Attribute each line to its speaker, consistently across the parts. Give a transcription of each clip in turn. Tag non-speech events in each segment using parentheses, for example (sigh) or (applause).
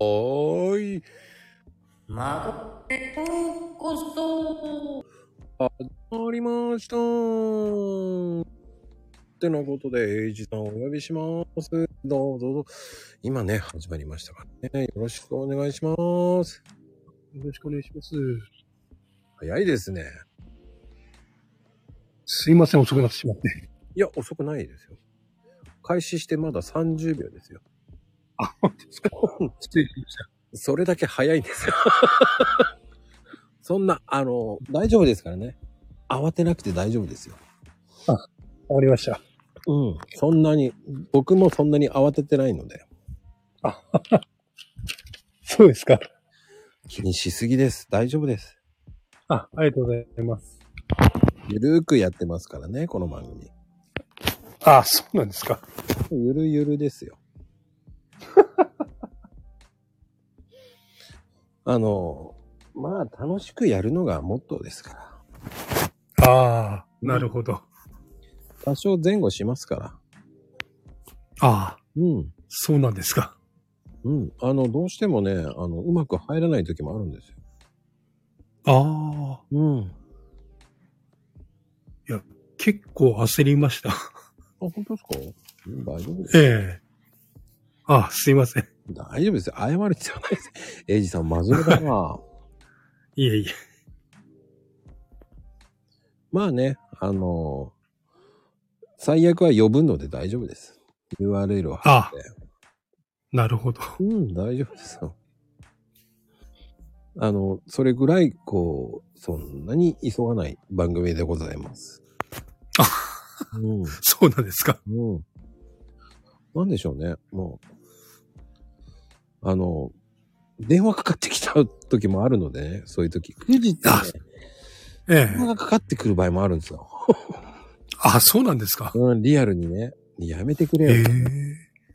Speaker 1: おーい。
Speaker 2: まごえとこそ。
Speaker 1: 始まりましたー。ってなことで、エイジさんお呼びします。どうぞどうぞ。今ね、始まりましたからね。よろしくお願いします。
Speaker 3: よろしくお願いします。
Speaker 1: 早いですね。
Speaker 3: すいません、遅くなってしまって。
Speaker 1: いや、遅くないですよ。開始してまだ30秒ですよ。
Speaker 3: あ、本当ですか。失礼しました。
Speaker 1: それだけ早いんですよ。 (laughs) そんな、あの、大丈夫ですからね。慌てなくて大丈夫ですよ。
Speaker 3: 終わりました。
Speaker 1: うん。そんなに、僕もそんなに慌ててないので、
Speaker 3: そうですか。
Speaker 1: 気にしすぎです。大丈夫です。
Speaker 3: あ、ありがとうございます。
Speaker 1: ゆるーくやってますからね、この番組。
Speaker 3: あ、そうなんですか。
Speaker 1: ゆるゆるですよ。 (laughs) あの、まあ、楽しくやるのがモットーですから。
Speaker 3: ああ、なるほど。
Speaker 1: 多少前後しますから。
Speaker 3: ああ、
Speaker 1: うん。
Speaker 3: そうなんですか。
Speaker 1: うん。あの、どうしてもね、あの、うまく入らない時もあるんですよ。
Speaker 3: ああ、
Speaker 1: うん。
Speaker 3: 結構焦りました。
Speaker 1: あ、本当ですかうん大丈夫です。
Speaker 3: ええあ、すいません。
Speaker 1: 大丈夫ですよ。謝る必要ないです。エイジさん、真面目 (laughs) だな。
Speaker 3: いえいえ。
Speaker 1: まあね、あの最悪は呼ぶので大丈夫です。URL を貼って。
Speaker 3: なるほど。
Speaker 1: うん、大丈夫ですよ。あの、それぐらい、こう、そんなに急がない番組でございます。
Speaker 3: あ
Speaker 1: うん。
Speaker 3: そうなんですか。
Speaker 1: うん。なんでしょうね。もう、あの、電話かかってきた時もあるのでね、そういう時。9時ってね、
Speaker 3: あええ
Speaker 1: 電話がかかってくる場合もあるんですよ。
Speaker 3: あ、そうなんですか。
Speaker 1: うん、リアルにね。やめてくれよ。
Speaker 3: ええ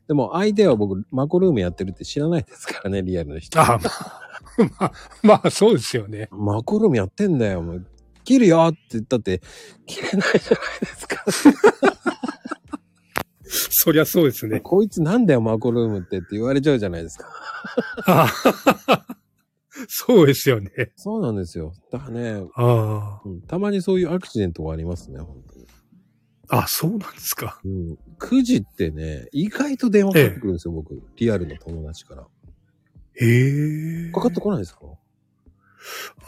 Speaker 1: でも、相手は僕、マコルームやってるって知らないですからね、リアルの人。
Speaker 3: あ、まあ、まあ、まあ、そうですよね。
Speaker 1: マコルームやってんだよ。もう切るよって言ったって、切れないじゃないですか。
Speaker 3: そりゃそうですね。
Speaker 1: こいつなんだよ、マコルームってって言われちゃうじゃないですか。
Speaker 3: ああそうですよね。
Speaker 1: そうなんですよ。だからね、
Speaker 3: ああ。
Speaker 1: うんたまにそういうアクシデントはありますね、本当に。
Speaker 3: あ、そうなんですか。
Speaker 1: うん。9時ってね、意外と電話かかってくるんですよ、僕。リアルの友達から。
Speaker 3: へえ。
Speaker 1: かかってこないですか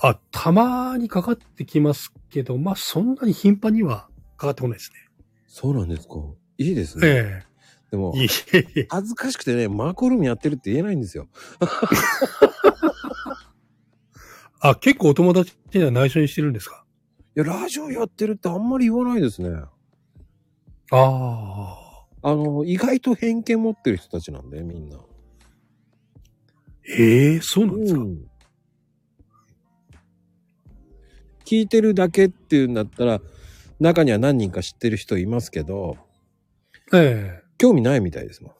Speaker 3: あ、たまにかかってきますけど、まあ、そんなに頻繁にはかかってこないです
Speaker 1: そうなんですか。いいです
Speaker 3: ね。
Speaker 1: ね。
Speaker 3: え
Speaker 1: でも
Speaker 3: え。、いえいえ。
Speaker 1: 恥ずかしくてね、マコルームやってるって言えないんですよ。
Speaker 3: あ、結構お友達っていうのは内緒にしてるんですか
Speaker 1: いや、ラジオやってるってあんまり言わないですね。
Speaker 3: ああ。
Speaker 1: あの、意外と偏見持ってる人たちなんで、みんな。
Speaker 3: ええ、そうなんですか。
Speaker 1: ん。聞いてるだけっていうんだったら、中には何人か知ってる人いますけど、
Speaker 3: ええ。
Speaker 1: 興味ないみたいですも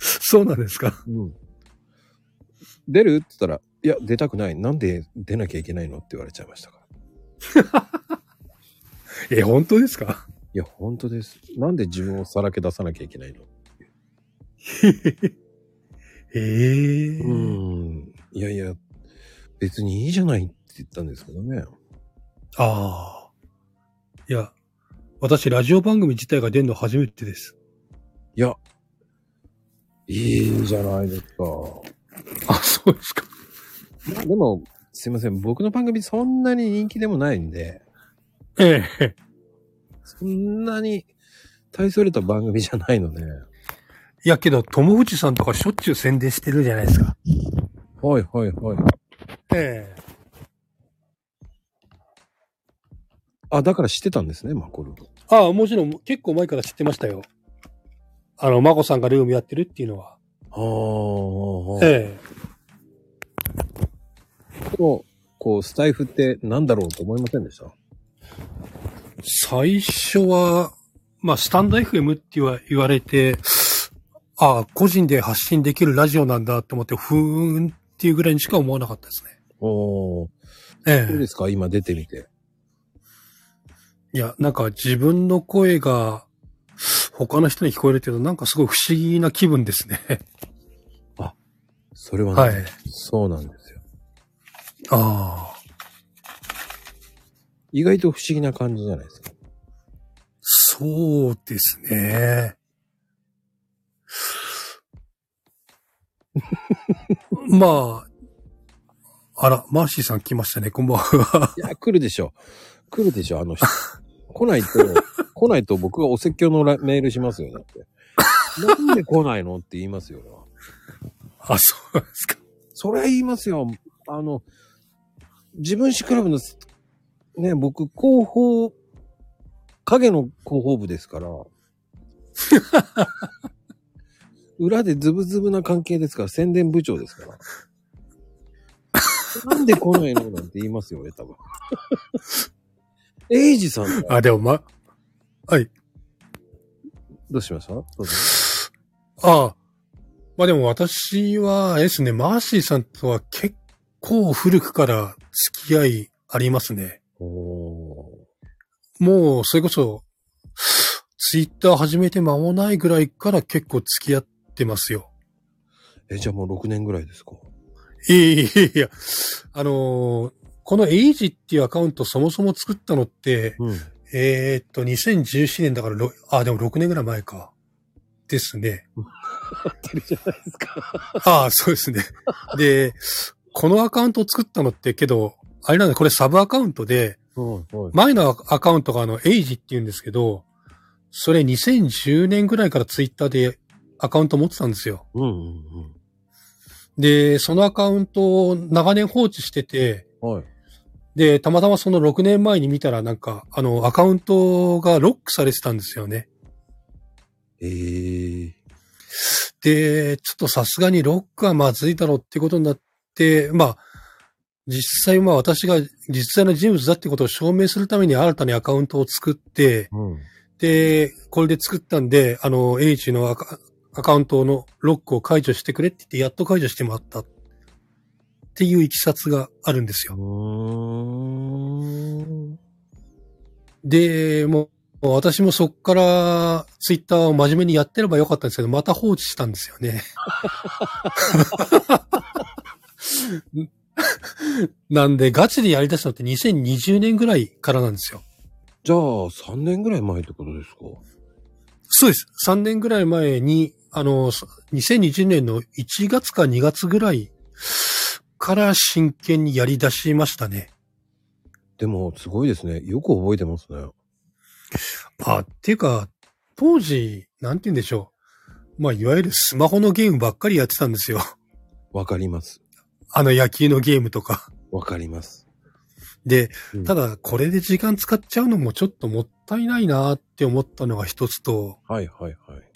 Speaker 3: そうなんですか。
Speaker 1: ん。うん。出るって言ったら、いや、出たくない。なんで出なきゃいけないのって言われちゃいましたから。
Speaker 3: え、本当ですか
Speaker 1: いや、本当です。なんで自分をさらけ出さなきゃいけないの
Speaker 3: ええ。
Speaker 1: うん。いやいや、別にいいじゃないって言ったんですけどね。
Speaker 3: ああ。いや、私、ラジオ番組自体が出るの初めてです。
Speaker 1: いや、いいじゃないですか。
Speaker 3: あ、そうですか。
Speaker 1: でも、すいません。僕の番組そんなに人気でもないんで、
Speaker 3: ええ。
Speaker 1: そんなに大それた番組じゃないので。
Speaker 3: いやけど、友藤さんとかしょっちゅう宣伝してるじゃないですか。
Speaker 1: はいはいはい。
Speaker 3: ええ。
Speaker 1: あ、だから知ってたんですね、マコルーム。
Speaker 3: ああ、もちろん結構前から知ってましたよ。あの、まこさんがルームやってるっていうのは。
Speaker 1: ああ、
Speaker 3: え
Speaker 1: もこう、スタイフってなんだろうと思いませんでした
Speaker 3: え。最初は、まあ、スタンド FM っては言われて、ああ、個人で発信できるラジオなんだと思って、ふーんっていうぐらいにしか思わなかったですね。
Speaker 1: おーどう
Speaker 3: え
Speaker 1: ですか今出てみて。
Speaker 3: え。いや、なんか自分の声が、他の人に聞こえるっていうのはなんかすごい不思議な気分ですね。
Speaker 1: それはね、
Speaker 3: はい。
Speaker 1: そうなんですよ。
Speaker 3: ああ。
Speaker 1: 意外と不思議な感じじゃないですか。
Speaker 3: そうですね。 (laughs) まあ、あら、マーシーさん来ましたね、こんばんは。 (laughs)
Speaker 1: いや、来るでしょ。来るでしょ、あの人。 (laughs) 来ないと、来ないと僕がお説教のラメールしますよ、だって。なんで来ないのって言いますよ、俺は
Speaker 3: あ、そうなんですか。
Speaker 1: それは言いますよ。あの、自分史クラブの、ね、僕、広報、影の広報部です (laughs) から。裏でズブズブな関係ですから、宣伝部長ですから。なんで来ないのなんて言いますよ、俺多分。エイジさんが、
Speaker 3: あ、でもま、はい。
Speaker 1: どうしましたどうぞ
Speaker 3: ああ。まあでも私は、あれですね、マーシーさんとは結構古くから付き合いありますね。
Speaker 1: おー
Speaker 3: もう、それこそ、ツイッター始めて間もないぐらいから結構付き合ってますよ。
Speaker 1: え、じゃあもう6年ぐらいですか
Speaker 3: いやいやいや、あのーこのエイジっていうアカウントそもそも作ったのって、
Speaker 1: うん。
Speaker 3: えーっと、2017年だからろ、あ、でも6年ぐらい前か。ですね。
Speaker 1: ってるじゃないですか。
Speaker 3: ああ、そうですね。で、このアカウントを作ったのって、けど、あれなんだ、これサブアカウントで、
Speaker 1: はい、はい。
Speaker 3: 前のアカウントがあの、エイジって言うんですけど、それ2010年ぐらいからツイッターでアカウント持ってたんですよ。
Speaker 1: うん、うん、
Speaker 3: で、そのアカウントを長年放置してて、
Speaker 1: うん。はい。
Speaker 3: で、たまたまその6年前に見たらなんか、あの、アカウントがロックされてたんですよね。
Speaker 1: えー。
Speaker 3: で、ちょっとさすがにロックはまずいだろうってことになって、まあ、実際まあ私が実際の人物だってことを証明するために新たにアカウントを作って、
Speaker 1: うん。
Speaker 3: で、これで作ったんで、あの、エイジのアカアカウントのロックを解除してくれって言って、やっと解除してもらった。っていういきさつがあるんですよ
Speaker 1: う。ーん。
Speaker 3: で、もう、もう私もそっからツイッターを真面目にやってればよかったんですけど、また放置したんですよ (laughs) ね。なんで、ガチでやり出したのって2020年ぐらいからなんですよ。
Speaker 1: じゃあ、3年ぐらい前ってことですか
Speaker 3: そうです。3年ぐらい前に、あの、そ2020年の1月か2月ぐらいから真剣にやり出しましたね。
Speaker 1: でも、すごいですね。よく覚えてますね。
Speaker 3: あ、っていうか、当時、なんて言うんでしょう。まあ、いわゆるスマホのゲームばっかりやってたんですよ。
Speaker 1: わかります。
Speaker 3: あの野球のゲームとか。 (laughs)
Speaker 1: わかります。
Speaker 3: で
Speaker 1: うん、
Speaker 3: ただこれで時間使っちゃうのもちょっともったいないなって思ったのが一つと、
Speaker 1: はいはいはい。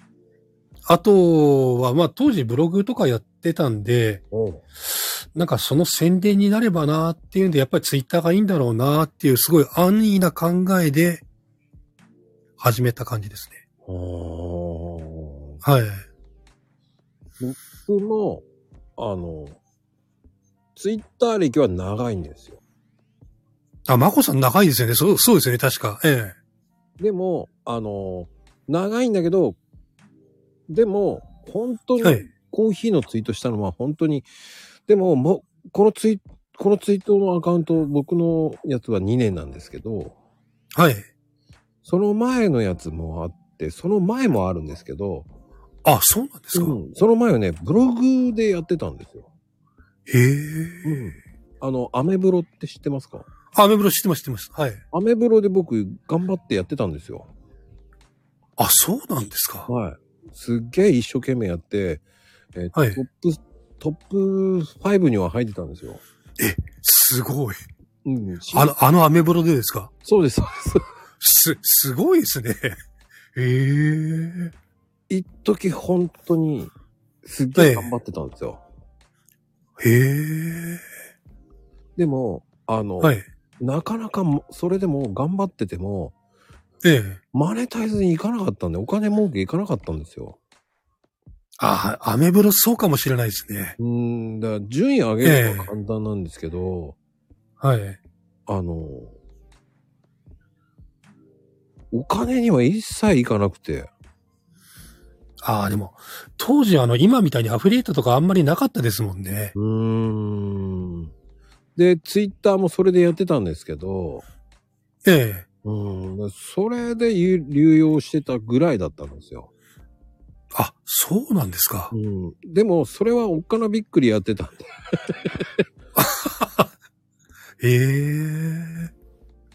Speaker 3: あとはまあ当時ブログとかやってたんで、
Speaker 1: おう
Speaker 3: なんかその宣伝になればなっていうんで、やっぱりツイッターがいいんだろうなっていうすごい安易な考えで始めた感じですね。
Speaker 1: ああ。
Speaker 3: はい。
Speaker 1: 僕も、あの、ツイッター歴は長いんですよ。
Speaker 3: あ、マコさん長いですよね。そう、そうですよね。確か。ええ。
Speaker 1: でも、あの、長いんだけど、でも、本当に
Speaker 3: はい。
Speaker 1: コーヒーのツイートしたのは本当に、でももう、このツイ、このツイートのアカウント、僕のやつは2年なんですけど、
Speaker 3: はい。
Speaker 1: その前のやつもあって、その前もあるんですけど、
Speaker 3: あ、そうなんですか。
Speaker 1: うんその前はね、ブログでやってたんですよ。
Speaker 3: へえ。
Speaker 1: あの、アメブロって知ってますか
Speaker 3: あ、アメブロ知ってます、知ってます。はい。
Speaker 1: アメブロで僕頑張ってやってたんですよ。
Speaker 3: あ、そうなんですか。
Speaker 1: はい。すっげえ一生懸命やって、えー
Speaker 3: はい
Speaker 1: トップ、トップ5には入ってたんですよ。
Speaker 3: すごい。
Speaker 1: うん。
Speaker 3: あの、あのアメブロでですか
Speaker 1: そうです、そうです。
Speaker 3: す、すごいですね。ええ
Speaker 1: 一時本当にすっげ
Speaker 3: え
Speaker 1: え
Speaker 3: え
Speaker 1: 頑張ってたんですよ。
Speaker 3: へえ
Speaker 1: でも、あの、
Speaker 3: はい。
Speaker 1: なかなかもそれでも頑張ってても、
Speaker 3: ええ
Speaker 1: マネタイズに行かなかったんで、お金儲け行かなかったんですよ。
Speaker 3: あ、アメブロそうかもしれないですね。
Speaker 1: うーん、だから順位上げるのは簡単なんですけど、
Speaker 3: はい。
Speaker 1: あの、お金には一切行かなくて、
Speaker 3: ああ、でも、当時あの、今みたいにアフィリエイトとかあんまりなかったですもんね。
Speaker 1: うーん。で、ツイッターもそれでやってたんですけど、
Speaker 3: ええ。
Speaker 1: うん、それでゆ流用してたぐらいだったんですよ。
Speaker 3: あ、そうなんですか。
Speaker 1: うん、でも、それはおっかなびっくりやってたんで、
Speaker 3: ええ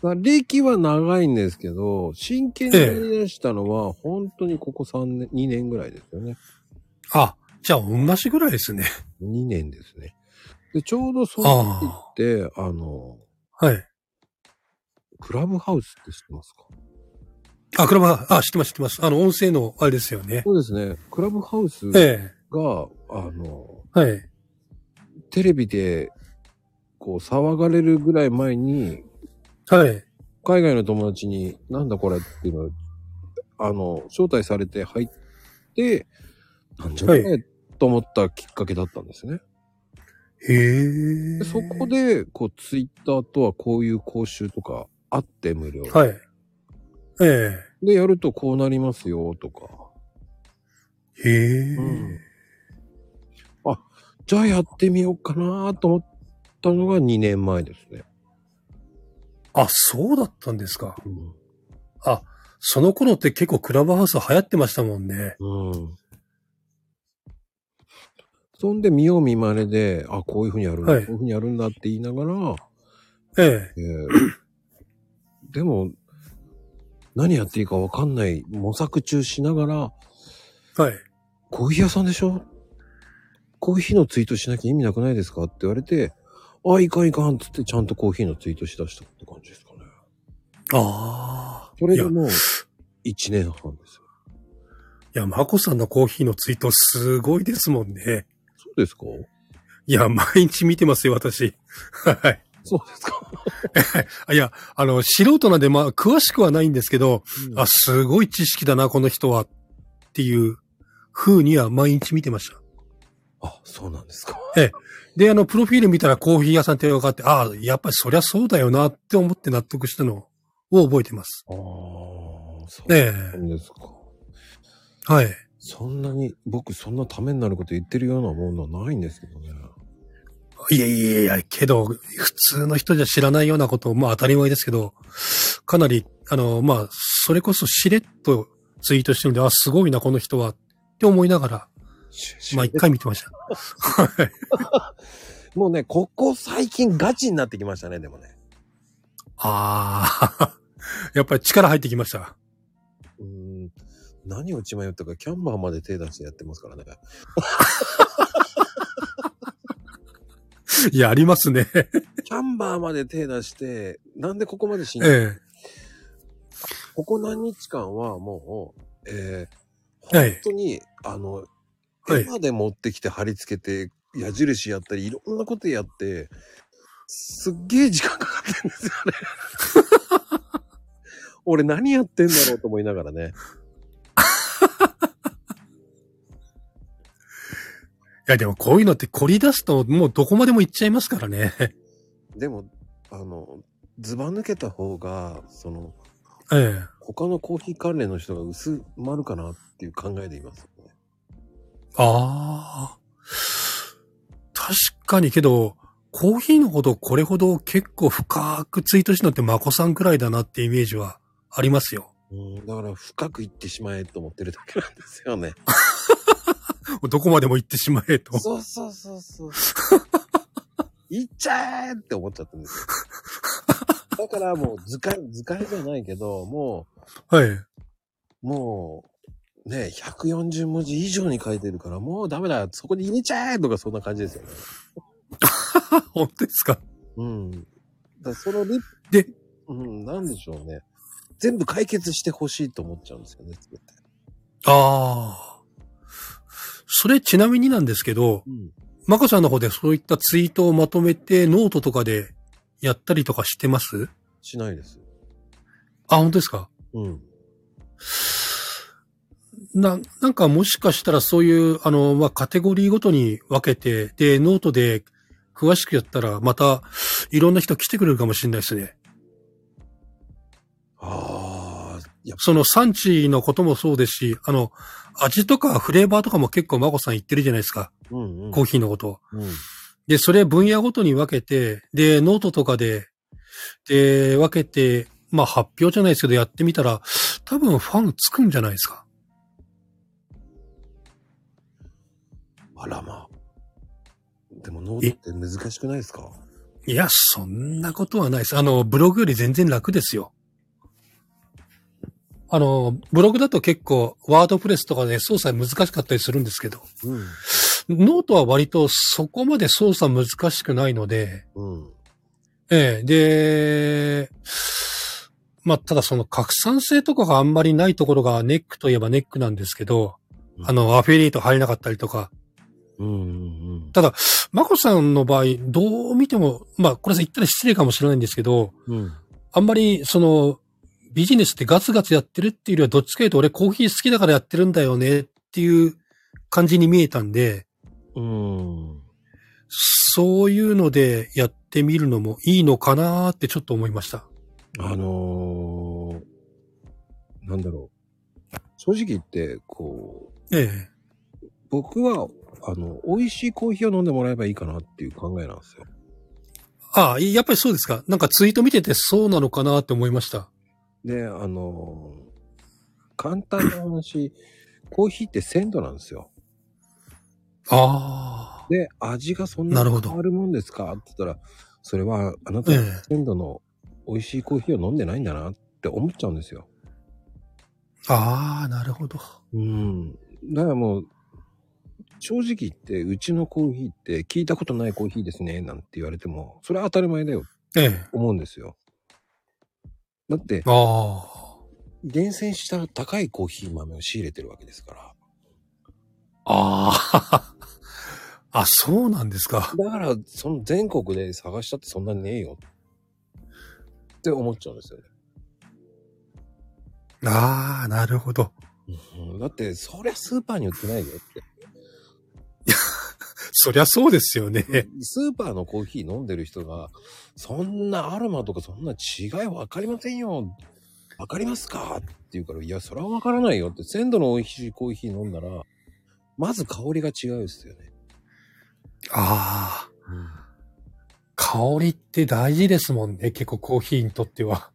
Speaker 1: まあ歴は長いんですけど、真剣にやり出したのは、本当にここ3年、2年ぐらいですよね。
Speaker 3: あ、じゃあ同じぐらいですね。
Speaker 1: 2年ですね。で、ちょうどその時
Speaker 3: あ
Speaker 1: って、あの、
Speaker 3: あ。はい。
Speaker 1: クラブハウスって知ってますか
Speaker 3: あ、車、あ、知ってます、知ってます。あの、音声の、あれですよね。
Speaker 1: そうですね。クラブハウスが、
Speaker 3: え
Speaker 1: あの、
Speaker 3: え。はい。
Speaker 1: テレビで、こう、騒がれるぐらい前に、
Speaker 3: はい。
Speaker 1: 海外の友達に、なんだこれっていうのを、あの、招待されて入って、なんじゃこれ、
Speaker 3: は
Speaker 1: と思ったきっかけだったんですね。
Speaker 3: へえ
Speaker 1: で。そこ。で、こう、ツイッターとはこういう講習とかあって無料。
Speaker 3: はい。え
Speaker 1: で、やるとこうなりますよ、とか。
Speaker 3: え。へえ。
Speaker 1: んじゃあやってみようかなと思ったのが2年前ですね。
Speaker 3: あ、そうだったんですか。その頃って結構クラブハウス流行ってましたもんね。
Speaker 1: うん。そんで見よう見まねで、あ、こういうふうにやるんだ、
Speaker 3: はい
Speaker 1: こういうふうにやるんだって言いながら、
Speaker 3: え
Speaker 1: えーでも、何やっていいかわかんない模索中しながら、
Speaker 3: え。はい。
Speaker 1: コーヒー屋さんでしょコーヒーのツイートしなきゃ意味なくないですかって言われて、あ、いかんいかんっつってちゃんとコーヒーのツイートしだしたって感じですかね。
Speaker 3: ああ。
Speaker 1: それで
Speaker 3: いや
Speaker 1: もう1年半ですよ。
Speaker 3: いや、マコさんのコーヒーのツイートすごいですもんね。
Speaker 1: そうですか
Speaker 3: いや、毎日見てますよ、私。はい
Speaker 1: そうですか。
Speaker 3: あ。いや、あの、素人なんで、まあ、詳しくはないんですけど、あ、すごい知識だな、この人は。っていう風には毎日見てました。
Speaker 1: あ、そうなんですか。
Speaker 3: で、あの、プロフィール見たらコーヒー屋さんって分かって、ああ、やっぱりそりゃそうだよなって思って納得したのを覚えてます。
Speaker 1: ああ、そう
Speaker 3: え
Speaker 1: なんですか。
Speaker 3: え。はい。
Speaker 1: そんなに、僕そんなためになること言ってるようなものはないんですけどね。
Speaker 3: いやいやいや、けど、普通の人じゃ知らないようなこと、まあ当たり前ですけど、かなり、あの、まあ、それこそしれっとツイートしてるんで、あ、すごいな、この人は、って思いながら、まあ一回見てました。はい
Speaker 1: もうね、ここ最近ガチになってきましたね、でもね。
Speaker 3: ああ、 (laughs) やっぱり力入ってきました。
Speaker 1: うーん。何を血迷ったか、キャンバーまで手出してやってますからね。
Speaker 3: いや、ありますね。え
Speaker 1: キャンバーまで手出して、なんでここまでしんない、
Speaker 3: え。
Speaker 1: ここ何日間はもう、えー
Speaker 3: はい
Speaker 1: 本当に、あの、
Speaker 3: はい
Speaker 1: 絵まで持ってきて貼り付けて、矢印やったり、いろんなことやって、すっげえ時間かかってんですよね。
Speaker 3: (laughs)
Speaker 1: 俺何やってんだろうと思いながらね。
Speaker 3: いや、でもこういうのって凝り出すと、もうどこまでも行っちゃいますからね。
Speaker 1: でも、あの、ずば抜けた方が、その、
Speaker 3: ええ。
Speaker 1: 他のコーヒー関連の人が薄まるかなっていう考えでいます、ね。
Speaker 3: ああ。確かにけど、コーヒーのことこれほど結構深くツイートしたのってマコさんくらいだなってイメージはありますよ。
Speaker 1: うん、だから深く行ってしまえと思ってるだけなんですよね。
Speaker 3: どこまでも行ってしまえと。
Speaker 1: そうそうそうそう。 (laughs) 行っちゃえって思っちゃったんですよ。だからもう図鑑、図鑑じゃないけど、も
Speaker 3: はい。
Speaker 1: う、もう、ね、140文字以上に書いてるから、もうダメだ、そこに入れちゃえとかそんな感じですよね。
Speaker 3: あ本当ですか
Speaker 1: うん。だからそのリ
Speaker 3: で、
Speaker 1: うん、なんでしょうね。全部解決してほしいと思っちゃうんですよね、全て。
Speaker 3: ああ。それちなみになんですけど、
Speaker 1: うん。
Speaker 3: マコさんの方でそういったツイートをまとめてノートとかでやったりとかしてます
Speaker 1: しないです。
Speaker 3: あ、本当ですか
Speaker 1: うん。
Speaker 3: な、なんかもしかしたらそういう、あの、まあ、カテゴリーごとに分けて、で、ノートで詳しくやったら、また、いろんな人来てくれるかもしれないですね。
Speaker 1: ああ、いや
Speaker 3: その産地のこともそうですし、あの、味とかフレーバーとかも結構マコさん言ってるじゃないですか。
Speaker 1: うんうん。
Speaker 3: コーヒーのこと。
Speaker 1: うん。
Speaker 3: で、それ分野ごとに分けて、で、ノートとかで、で、分けて、まあ発表じゃないですけど、やってみたら、多分ファンつくんじゃないですか。
Speaker 1: あらまあ。でもノートって難しくないですか
Speaker 3: いや、そんなことはないです。あの、ブログより全然楽ですよ。あの、ブログだと結構、ワードプレスとかで操作難しかったりするんですけど、
Speaker 1: うん。
Speaker 3: ノートは割とそこまで操作難しくないので、
Speaker 1: うん。
Speaker 3: ええ、で、まあ、ただその拡散性とかがあんまりないところがネックといえばネックなんですけど
Speaker 1: う、ん
Speaker 3: あの、アフィリエイト入れなかったりとか、
Speaker 1: うんうん
Speaker 3: マコさんの場合、どう見ても、まあ、これ言ったら失礼かもしれないんですけど、
Speaker 1: うん。うん。
Speaker 3: あんまり、その、ビジネスってガツガツやってるっていうよりは、どっちかというと俺コーヒー好きだからやってるんだよねっていう感じに見えたんで、
Speaker 1: うん。
Speaker 3: そういうのでやってみるのもいいのかなーってちょっと思いました。
Speaker 1: あのー、なんだろう。正直言って、こう、
Speaker 3: ええ。
Speaker 1: 僕は、あの、美味しいコーヒーを飲んでもらえばいいかなっていう考えなんですよ。
Speaker 3: ああ、いやっぱりそうですか。なんかツイート見ててそうなのかなって思いました。
Speaker 1: で、あのー、簡単な話、 (laughs) コーヒーって鮮度なんですよ。
Speaker 3: ああ。
Speaker 1: で、味がそんな
Speaker 3: なる
Speaker 1: に
Speaker 3: ほど
Speaker 1: 変わるもんですかって言ったら、それはあなた
Speaker 3: え
Speaker 1: は
Speaker 3: え。
Speaker 1: 鮮度の美味しいコーヒーを飲んでないんだなって思っちゃうんですよ。
Speaker 3: ああ、なるほど。
Speaker 1: うん。だからもう、正直言って、うちのコーヒーって聞いたことないコーヒーですね、なんて言われても、それは当たり前だよ、
Speaker 3: ええ。
Speaker 1: 思うんですよ。だって、
Speaker 3: あ
Speaker 1: 厳選した高いコーヒー豆を仕入れてるわけですから。
Speaker 3: あ。あ (laughs) あ。あ、そうなんですか。
Speaker 1: だから、その全国で探したってそんなにねえよ。って思っちゃうんですよね。
Speaker 3: ああ、なるほど。
Speaker 1: うん、だって、そりゃスーパーに売ってないよって。
Speaker 3: そりゃそうですよね。
Speaker 1: スーパーのコーヒー飲んでる人が、そんなアロマとかそんな違いわかりませんよ。わかりますかって言うから、いや、それはわからないよって、鮮度の美味しいコーヒー飲んだら、まず香りが違うですよね。
Speaker 3: ああ。香りって大事ですもんね。結構コーヒーにとっては。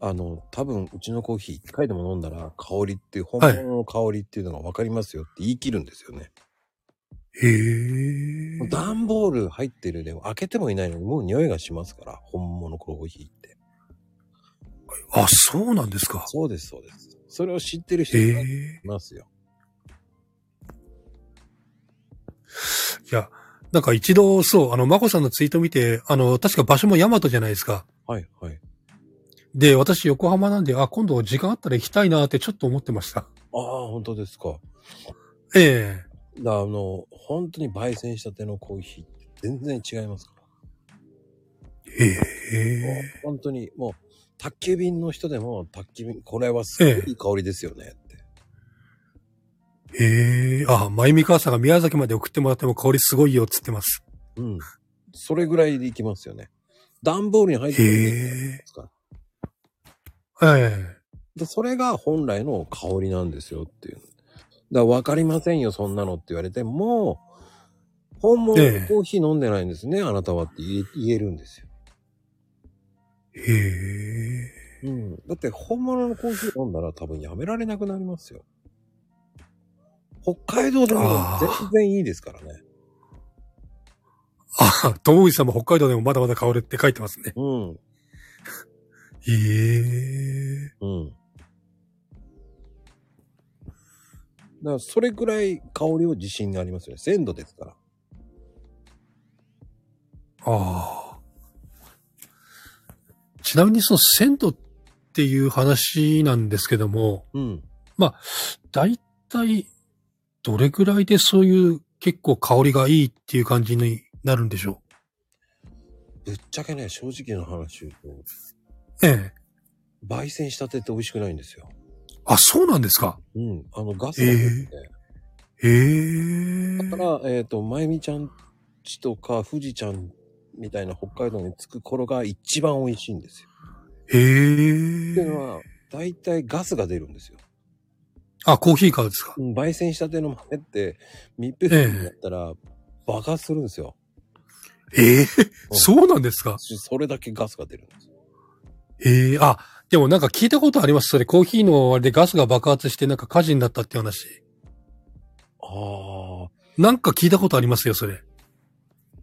Speaker 1: あの、多分、うちのコーヒー一回でも飲んだら、香りって、本
Speaker 3: はい
Speaker 1: 物の香りっていうのがわかりますよって言い切るんですよね。
Speaker 3: へえ
Speaker 1: もう段ボール入ってるで、開けてもいないのに、もう匂いがしますから、本物コーヒーって。
Speaker 3: あ、そうなんですか。
Speaker 1: そうです、そうです。それを知ってる人
Speaker 3: へ
Speaker 1: い
Speaker 3: え。
Speaker 1: ますよ。
Speaker 3: いや、なんか一度、そう、あの、マコさんのツイート見て、あの、確か場所もヤマトじゃないですか。
Speaker 1: はい、はい。
Speaker 3: で、私横浜なんで、あ、今度時間あったら行きたいなってちょっと思ってました。
Speaker 1: ああ、本当ですか。
Speaker 3: ええ
Speaker 1: だあの、本当に焙煎したてのコーヒーって全然違いますから。
Speaker 3: え
Speaker 1: もう
Speaker 3: え
Speaker 1: 本当に、もう、宅急便の人でも、宅急便、これはすごいいい香りですよねって。
Speaker 3: ええあ、まゆみ母さんが宮崎まで送ってもらっても香りすごいよっつってます。
Speaker 1: うん。それぐらいでいきますよね。段ボールに入ってるんですから。
Speaker 3: ええ
Speaker 1: でそれが本来の香りなんですよっていう。だから分かりませんよ、そんなのって言われても、本物
Speaker 3: え
Speaker 1: の
Speaker 3: え
Speaker 1: コーヒー飲んでないんですね、あなたはって言え言えるんですよ。
Speaker 3: ええ
Speaker 1: うん。だって本物のコーヒー飲んだら多分やめられなくなりますよ。北海道でも
Speaker 3: あー
Speaker 1: 全然いいですからね。
Speaker 3: あ、友口さんも北海道でもまだまだ香るって書いてますね。
Speaker 1: うん。
Speaker 3: ええ
Speaker 1: うん。だからそれぐらい香りを自信がありますよね。鮮度ですから。
Speaker 3: ああ。ちなみにその鮮度っていう話なんですけども、
Speaker 1: うん。
Speaker 3: 大体、どれぐらいでそういう結構香りがいいっていう感じになるんでしょ
Speaker 1: ぶっちゃけね、正直な話言う
Speaker 3: うええ。
Speaker 1: と、焙煎したてって美味しくないんですよ。
Speaker 3: あ、そうなんですか
Speaker 1: うん。あの、ガスなんですね。
Speaker 3: へえ。
Speaker 1: だから、えっ、と、まゆみちゃんちとか、富士ちゃんみたいな北海道に着く頃が一番美味しいんですよ。
Speaker 3: へ
Speaker 1: っていう
Speaker 3: え。
Speaker 1: のは、大体ガスが出るんですよ。
Speaker 3: あ、コーヒーからですか。
Speaker 1: うん焙煎したての豆って密閉袋になったら爆発するんですよ。
Speaker 3: ええ
Speaker 1: うん
Speaker 3: そうなんですか。
Speaker 1: それだけガスが出るんですよ。
Speaker 3: ええあ、でもなんか聞いたことあります。それコーヒーのあれでガスが爆発してなんか火事になったって話。
Speaker 1: ああ。
Speaker 3: なんか聞いたことありますよ、それ。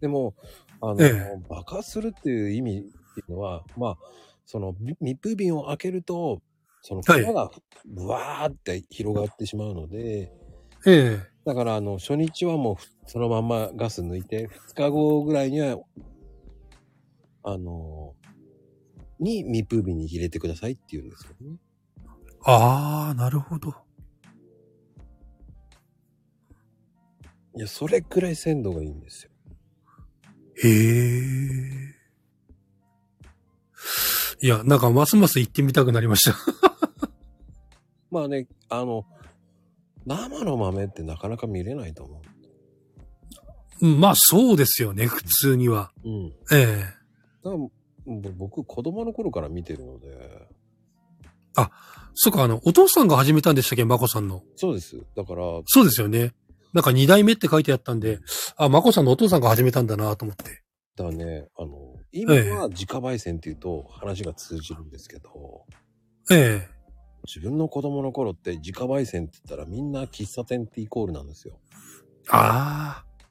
Speaker 1: でも、あの、
Speaker 3: え
Speaker 1: 爆発するっていう意味っていうのは、まあ、そのみ密封瓶を開けると、その粉
Speaker 3: はい
Speaker 1: がブワーって広がってしまうので、
Speaker 3: ええ
Speaker 1: だからあの、初日はもうふそのまんまガス抜いて、2日後ぐらいには、あの、に密封瓶に入れてくださいって言うんですよね。
Speaker 3: ああ、なるほど。
Speaker 1: いや、それくらい鮮度がいいんですよ。
Speaker 3: ええいや、なんかますます行ってみたくなりました。 (laughs)
Speaker 1: まあね、あの、生の豆ってなかなか見れないと思
Speaker 3: うんまあそうですよね、普通には。
Speaker 1: う。うん。
Speaker 3: ええ
Speaker 1: だからぼ僕子供の頃から見てるので
Speaker 3: そうか、あの、お父さんが始めたんでしたっけ、マコさんの。
Speaker 1: そうですだから
Speaker 3: そうですよね。なんか二代目って書いてあったんで、あ、マコさんのお父さんが始めたんだなと思って。
Speaker 1: だねあの今は自家焙煎っていうと話が通じるんですけど、
Speaker 3: ええ
Speaker 1: 自分の子供の頃って自家焙煎って言ったらみんな喫茶店ってイコールなんですよ
Speaker 3: ああ、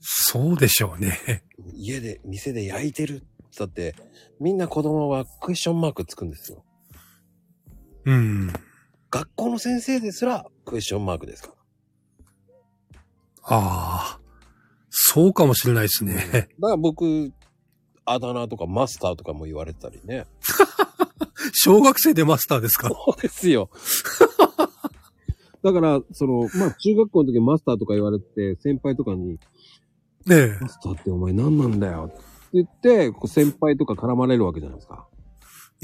Speaker 3: そうでしょうね。 (laughs)
Speaker 1: 家で店で焼いてるってだってみんな子供はクエスチョンマークつくんですよ
Speaker 3: うん。
Speaker 1: 学校の先生ですらクエスチョンマークですから
Speaker 3: ああ、そうかもしれないですね。
Speaker 1: だから僕あだ名とかマスターとかも言われてたりね
Speaker 3: 小学生でマスターですか
Speaker 1: そうですよ。だから、その、まあ、中学校の時マスターとか言われて、先輩とかに、
Speaker 3: (laughs) ねえ。
Speaker 1: マスターってお前何なんだよって言って、こう先輩とか絡まれるわけじゃないですか。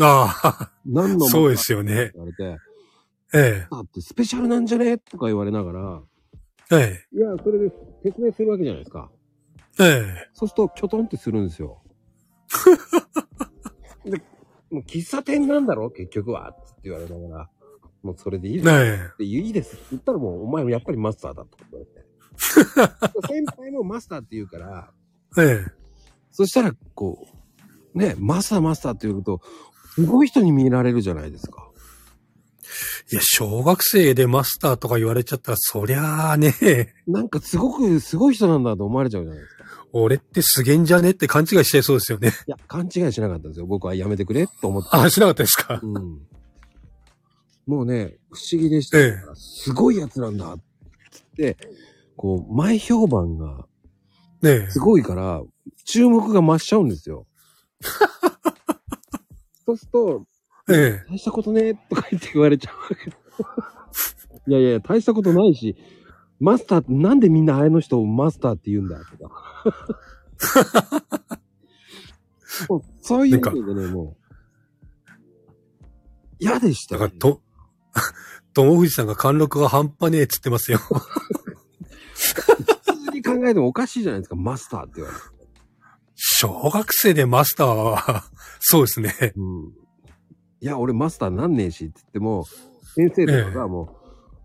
Speaker 3: ああ、
Speaker 1: 何の
Speaker 3: そうですよね。
Speaker 1: マスターって言われて、
Speaker 3: え
Speaker 1: だってスペシャルなんじゃねとか言われながら、
Speaker 3: え、え
Speaker 1: いや、それで説明するわけじゃないですか。
Speaker 3: え、え
Speaker 1: そうすると、キョトンってするんです (laughs) よ。で、もう喫茶店なんだろ結局は。って言われながら、もうそれでいい
Speaker 3: え、
Speaker 1: です
Speaker 3: ね
Speaker 1: で、
Speaker 3: え。
Speaker 1: いいですって言ったらもう、お前もやっぱりマスターだとか言われ (laughs) て。先輩もマスターって言うから、
Speaker 3: ええ、
Speaker 1: そしたら、こう、ね、マスターマスターって言うと、すごい人に見られるじゃないですか。
Speaker 3: いや、小学生でマスターとか言われちゃったら、そりゃあね、
Speaker 1: なんかすごく、すごい人なんだと思われちゃうじゃないですか。
Speaker 3: 俺ってすげえんじゃねって勘違いしちゃいそうですよね。
Speaker 1: いや、勘違いしなかったんですよ。僕はやめてくれと思って。
Speaker 3: (laughs) あ、しなかったですか
Speaker 1: うん。もうね、不思議でした。
Speaker 3: え
Speaker 1: すごいやつなんだっつって、こう、前評判が
Speaker 3: え、ねえ。
Speaker 1: すごいから、注目が増しちゃうんです
Speaker 3: (laughs)
Speaker 1: よ。そうすると、
Speaker 3: ええ、
Speaker 1: 大したことねとか言って言われちゃうわけ。いやいや、大したことないし、マスター、なんでみんなあれの人をマスターって言うんだとか。もうそういうのでね、もう。嫌でした
Speaker 3: だ
Speaker 1: よ、
Speaker 3: から、と、 (laughs) 友藤さんが貫禄が半端ねえっつってますよ。
Speaker 1: 普通に考えてもおかしいじゃないですか、マスターって言われて。
Speaker 3: 小学生でマスターは、そうですね。
Speaker 1: うん。いや、俺マスターなんねえしって言っても、先生とかがも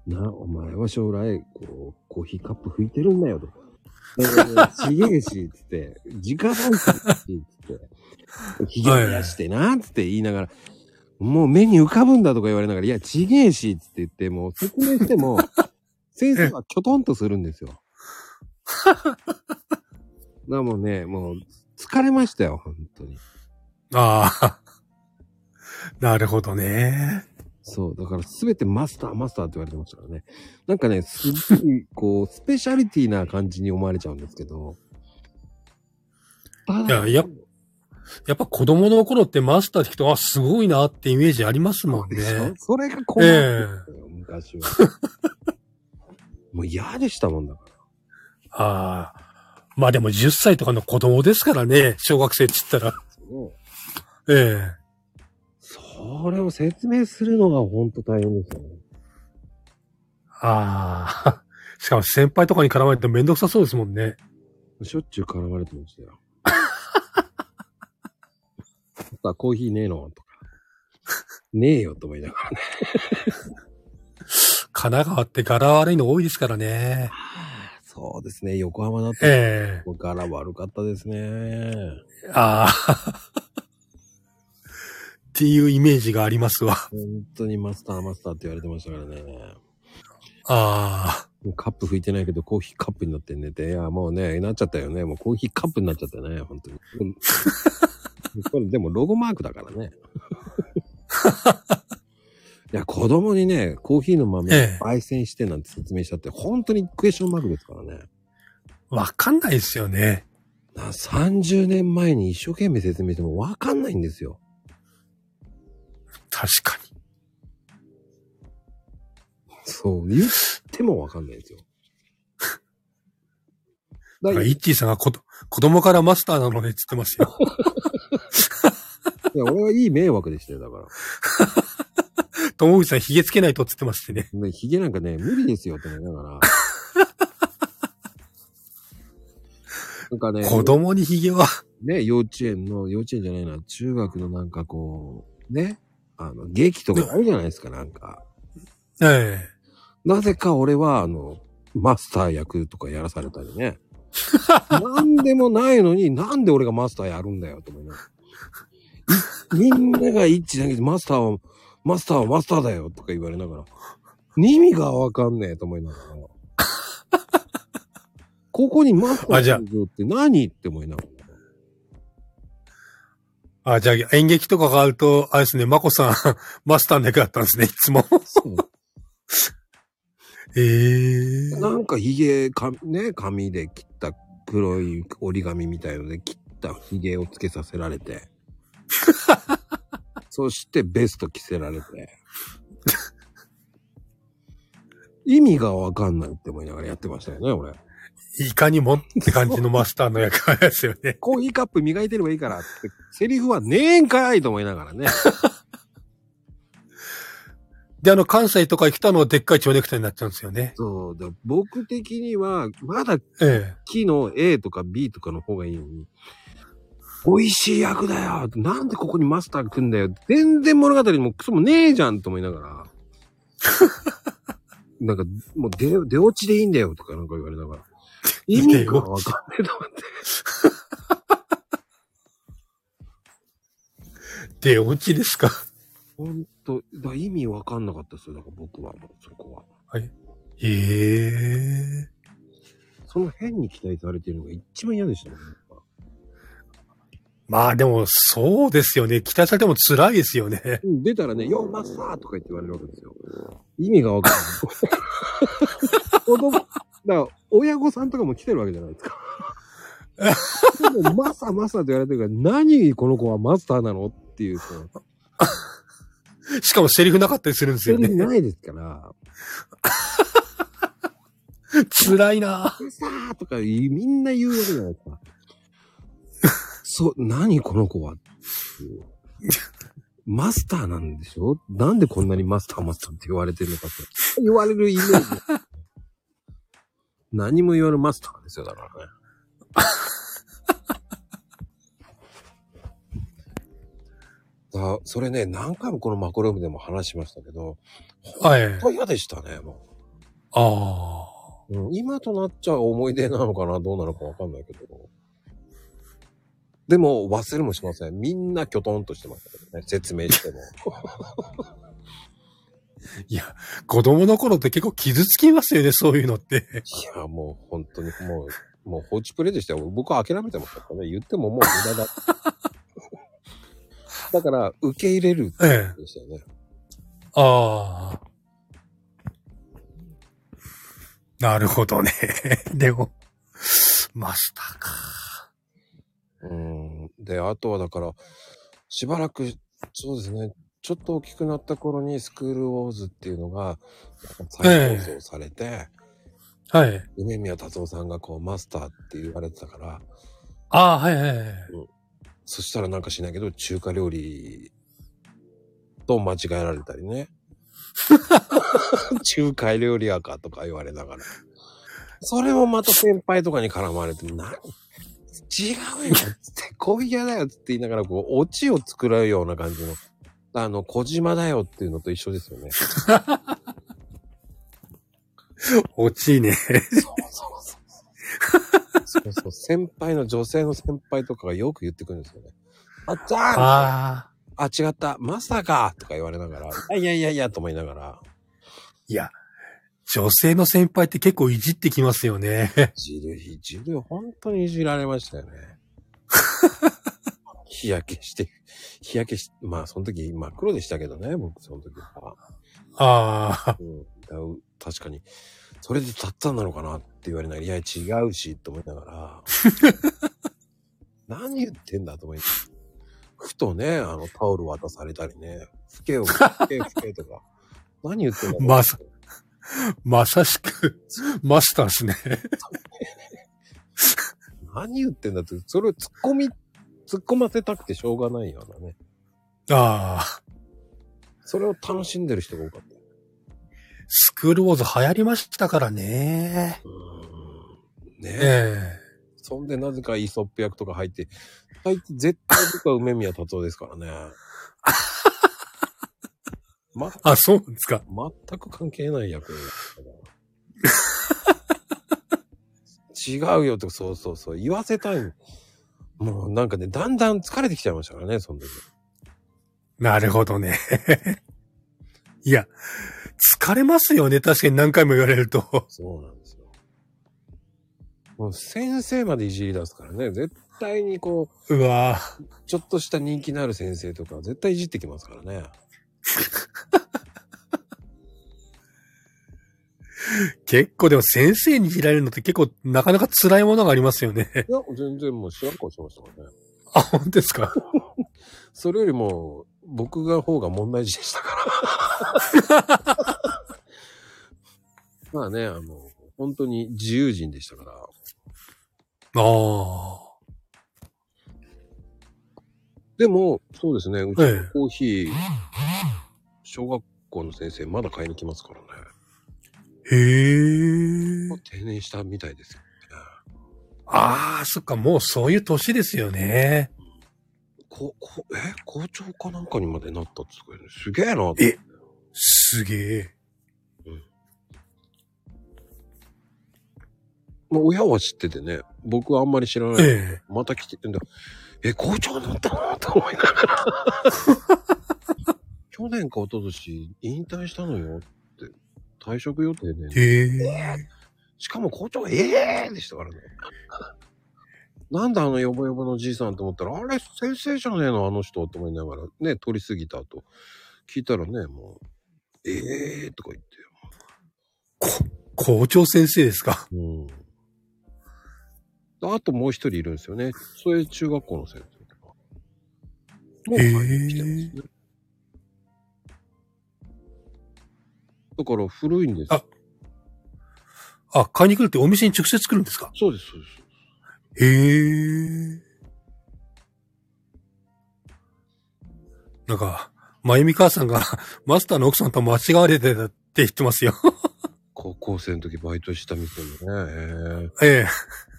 Speaker 1: う、な、お前は将来、こう、コーヒーカップ拭いてるんだよとか。だからちげえし、つって、自家焙煎だし、つって、ひげ
Speaker 3: はい
Speaker 1: 増やしてな、つって言いながら、もう目に浮かぶんだとか言われながら、いや、ちげえし、つって言って、もう説明しても、先生はキョトンとするんですよ。だからもうね、もう疲れましたよ、本当に。
Speaker 3: ああ。なるほどね。
Speaker 1: そう、だからすべてマスター、マスターって言われてましたからね。なんかね、すっごい、こう、スペシャリティな感じに思われちゃうんですけど。た
Speaker 3: いや、やっやっぱ子供の頃ってマスターって聞くと、あ、すごいなってイメージありますもん
Speaker 1: でしょ
Speaker 3: ね。
Speaker 1: それが困るんだよ、昔は。もう嫌でしたもんだから。
Speaker 3: ああ。まあでも10歳とかの子供ですからね、小学生って言ったら。
Speaker 1: そう
Speaker 3: ええ。
Speaker 1: それを説明するのが本当大変ですよね。
Speaker 3: ああ。 (laughs) しかも先輩とかに絡まれてめんどくさそうですもんね。
Speaker 1: しょっちゅう絡まれてましたよ。 (laughs) あコーヒーねえのとか。ねえよと思いながらね。
Speaker 3: 神奈川って柄悪いの多いですからね。
Speaker 1: そうですね、横浜だと
Speaker 3: え
Speaker 1: 柄悪かったですね。
Speaker 3: えああ。っていうイメージがありますわ。
Speaker 1: 本当にマスターマスターって言われてましたからね。
Speaker 3: ああ。
Speaker 1: もうカップ拭いてないけど、コーヒーカップになって寝て、いや、もうね、なっちゃったよね。もうコーヒーカップになっちゃったね、本当に。 (laughs) これでもロゴマークだから
Speaker 3: (laughs)
Speaker 1: ね。いや、子供にね、コーヒーの豆
Speaker 3: ええ
Speaker 1: 焙煎してなんて説明したって、本当にクエスチョンマークですからね。
Speaker 3: わかんないですよね。
Speaker 1: な30年前に一生懸命説明してもわかんないんですよ。
Speaker 3: 確かに。
Speaker 1: そう、言ってもわかんないですよ。だ
Speaker 3: だ
Speaker 1: か
Speaker 3: からら
Speaker 1: い
Speaker 3: イッチーさんがこと子供からマスターなのねって言ってます (laughs) よ。
Speaker 1: や、俺はいい迷惑でしたよ、だから。
Speaker 3: 友口さん、髭つけないとって言ってましてね。
Speaker 1: ね、ヒゲなんかね、無理ですよって思いながら。なんかね、
Speaker 3: 子供に髭は。
Speaker 1: ね、幼稚園の、幼稚園じゃないな、中学のなんかこう、ね、あの、劇とかあるじゃないですか、なんか。
Speaker 3: ええ。
Speaker 1: なぜか俺は、あの、マスター役とかやらされたりね。なんでもないのに、なんで俺がマスターやるんだよ、と思いながら。いみんなが一致だけど、マスターは、マスターはマスターだよ、とか言われながら。意味がわかんねえ、と思いながら。ここにマスタ
Speaker 3: あじゃあ
Speaker 1: ーのって何って思いながら。
Speaker 3: あ、じゃあ演劇とかがあると、あれですね、マコさん、マスターの役だったんですね、いつ (laughs) も。
Speaker 1: そう
Speaker 3: ええ
Speaker 1: なんかヒゲか、ね、紙で切った黒い折り紙みたいので切ったヒゲをつけさせられて。そしてベスト着せられて。意味がわかんないって思いながらやってましたよね、俺。
Speaker 3: いかにもって感じのマスターの役割ですよね。
Speaker 1: コーヒーカップ磨いてればいいからって、セリフはねえんかいと思いながらね。
Speaker 3: で、あの、関西とか行くとあの、でっかい蝶ネクタイになっちゃうんですよね。
Speaker 1: そうだ、僕的には、まだ
Speaker 3: え
Speaker 1: 木の A とか B とかの方がいいのに、美味しい役だよなんでここにマスター来んだよ全然物語にもクソもねえじゃんと思いながら。なんか、もう出、出落ちでいいんだよとかなんか言われながら。意味がわかんねえと思って。
Speaker 3: え。で、お家ですか。
Speaker 1: ほんと、だから意味わかんなかったですよ。だから僕はもうそこは。
Speaker 3: ええ
Speaker 1: その変に期待されてるのが一番嫌でしたね。
Speaker 3: まあでも、そうですよね。期待されても辛いですよね。
Speaker 1: うん出たらね、ようマスターとか言って言われるわけですよ。意味がわかんない。子供、だから親御さんとかも来てるわけじゃないですか。でもマスターマスターって言われてるから、何この子はマスターなのっていう、その
Speaker 3: しかもセリフなかったりするんですよ
Speaker 1: 全然
Speaker 3: ね。
Speaker 1: ないですから、
Speaker 3: 辛いな
Speaker 1: マスターとかみんな言うわけじゃないですか。そう、何この子はっていうマスターなんでしょなんでこんなにマスターマスターって言われてるのかって。言われるイメージ。何も言わぬマスターですよ、だからね。だそれね、何回もこのマコロームでも話しましたけど、
Speaker 3: (laughs) はい。あ
Speaker 1: 本当嫌でしたね、も
Speaker 3: あ。
Speaker 1: う。うん今となっちゃう思い出なのかな、どうなのかわかんないけど。でも、忘れもしません。みんなキョトンとしてましたけどね、説明しても。
Speaker 3: いや、子供の頃って結構傷つきますよね、そういうのって。
Speaker 1: いや、もう本当に、もう、もう放置プレイでしたよ。僕は諦めてましたからね。言ってももう無駄だ。だから、受け入れる
Speaker 3: ええ。
Speaker 1: んですよね。
Speaker 3: ああ。なるほどね。 (laughs) でも、マスターか。
Speaker 1: うん。で、あとはだから、しばらく、そうですね、ちょっと大きくなった頃に、スクールウォーズっていうのが、再放送されて、
Speaker 3: はい。
Speaker 1: 梅宮達夫さんがこう、マスターって言われてたから、
Speaker 3: ああ、はいはいはい。
Speaker 1: そしたらなんかしないけど、中華料理と間違えられたりね。中華料理屋かとか言われながら。それもまた先輩とかに絡まれて、な、違うよっつって、コーヒー屋だよっつって言いながら、こう、オチを作るような感じの。あの、小島だよっていうのと一緒ですよね。
Speaker 3: 落ちね。
Speaker 1: そうそう、先輩の女性の先輩とかがよく言ってくるんですよね。あっちゃん
Speaker 3: ああ。
Speaker 1: あ、違った。まさかとか言われながら、いやいやいやと思いながら、
Speaker 3: いや、女性の先輩って結構いじってきますよね。
Speaker 1: いじる、いじる、本当にいじられましたよね。日焼けして、日焼けし、まあその時真っ黒でしたけどね、僕その時は。
Speaker 3: ああ。
Speaker 1: うん、だう確かに、それでたったんなのかなって言われながら、いや違うし、と思いながら、何言ってんだと思いながらふとね、あのタオル渡されたりね、ふけよ、ふけ、ふけとか、何言ってんだ
Speaker 3: まさまさしく、マスターですね。
Speaker 1: 何言ってんだって、それを突っ込み、突っ込ませたくてしょうがないようなね。
Speaker 3: ああ。
Speaker 1: それを楽しんでる人が多かった。
Speaker 3: スクールウォーズ流行りましたからね。
Speaker 1: ねえ。
Speaker 3: え
Speaker 1: そんでなぜかイソップ役とか入って、あいつ絶対僕は梅宮達夫ですからね。ま、
Speaker 3: えあ、そうなんですか。
Speaker 1: 全く関係ない役。 (laughs) 違うよって、そうそうそう。言わせたい。もうなんかね、だんだん疲れてきちゃいましたからね、その時。
Speaker 3: なるほどね。 (laughs) いや、疲れますよね。確かに何回も言われると。 (laughs)
Speaker 1: そうなんですよ。もう先生までいじり出すからね、絶対にこう、
Speaker 3: うわぁ。
Speaker 1: ちょっとした人気のある先生とか、絶対いじってきますからね。
Speaker 3: 結構でも先生に嫌られるのって結構なかなか辛いものがありますよね。 (laughs)
Speaker 1: いや、全然もう知らん顔してましたからね。
Speaker 3: あ、本当ですか。
Speaker 1: それよりも、僕が方が問題児でしたから。まあね、あの、本当に自由人でしたから。
Speaker 3: ああ。
Speaker 1: でも、そうですね、うち
Speaker 3: え
Speaker 1: の
Speaker 3: え
Speaker 1: コーヒー、小学校の先生まだ買いに来ますからね。
Speaker 3: へえ
Speaker 1: もう。定年したみたいですよね。
Speaker 3: ああ、そっか、もうそういう年ですよね。
Speaker 1: こ、こ、え校長かなんかにまでなったっつうかねすげえなって。
Speaker 3: えすげえ。
Speaker 1: まあ、親は知っててね、僕はあんまり知らない。
Speaker 3: ええ。
Speaker 1: また来てんだ。え、校長になったのと思いながら。去年か一昨年引退したのよって、退職予定で、ね。
Speaker 3: え
Speaker 1: しかも校長、ええー、でしたからね。 (laughs) なんだあのヨボヨボのじいさんと思ったら、あれ先生じゃねえのあの人と思いながらね、通り過ぎた後、聞いたらね、もう、ええー、とか言って、
Speaker 3: 校長先生ですか。
Speaker 1: うん。あともう一人いるんですよね。それ中学校の先生とか。もう帰ってきてますね。だから古いんです。
Speaker 3: ああ、買いに来るってお店に直接来るんですか
Speaker 1: そうです、そうです。
Speaker 3: へえ。なんか、まゆみ母さんが (laughs) マスターの奥さんと間違われてたって言ってますよ。 (laughs)
Speaker 1: 高校生の時バイトしたみたいなね。え
Speaker 3: ええ。
Speaker 1: え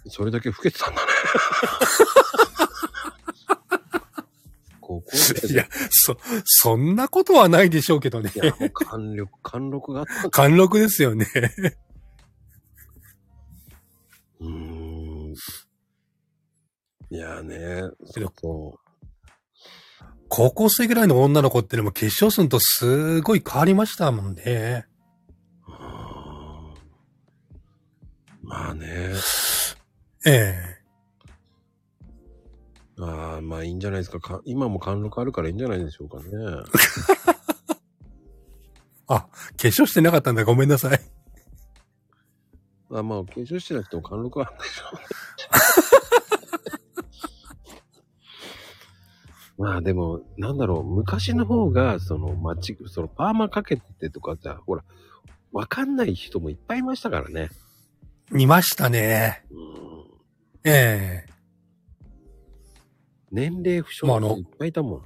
Speaker 1: それだけ老けてたん (laughs) だね。高校生
Speaker 3: い
Speaker 1: で。
Speaker 3: や、そ、そんなことはないでしょうけどね (laughs)
Speaker 1: い。や、もう貫禄、貫禄があったんだ
Speaker 3: 貫禄ですよね。 (laughs)
Speaker 1: うーん。いやーね、
Speaker 3: けど
Speaker 1: そう。
Speaker 3: 高校生ぐらいの女の子ってのも決勝戦とすごい変わりましたもんね。
Speaker 1: あーまあね。
Speaker 3: え
Speaker 1: ああ、まあいいんじゃないですかか。今も貫禄あるからいいんじゃないでしょうかね。
Speaker 3: え決勝してなかったんだ。ごめんなさい。 (laughs)
Speaker 1: あまあ、化粧してなくても貫禄はあるんでしょうね。まあでも、なんだろう、昔の方が、その、まち、その、パーマかけててとかじゃ、ほら、わかんない人もいっぱいいましたからね。
Speaker 3: 見ましたね。
Speaker 1: うん。
Speaker 3: ええ
Speaker 1: 年齢不詳
Speaker 3: まああ
Speaker 1: の
Speaker 3: の
Speaker 1: 人いっぱいいたもん。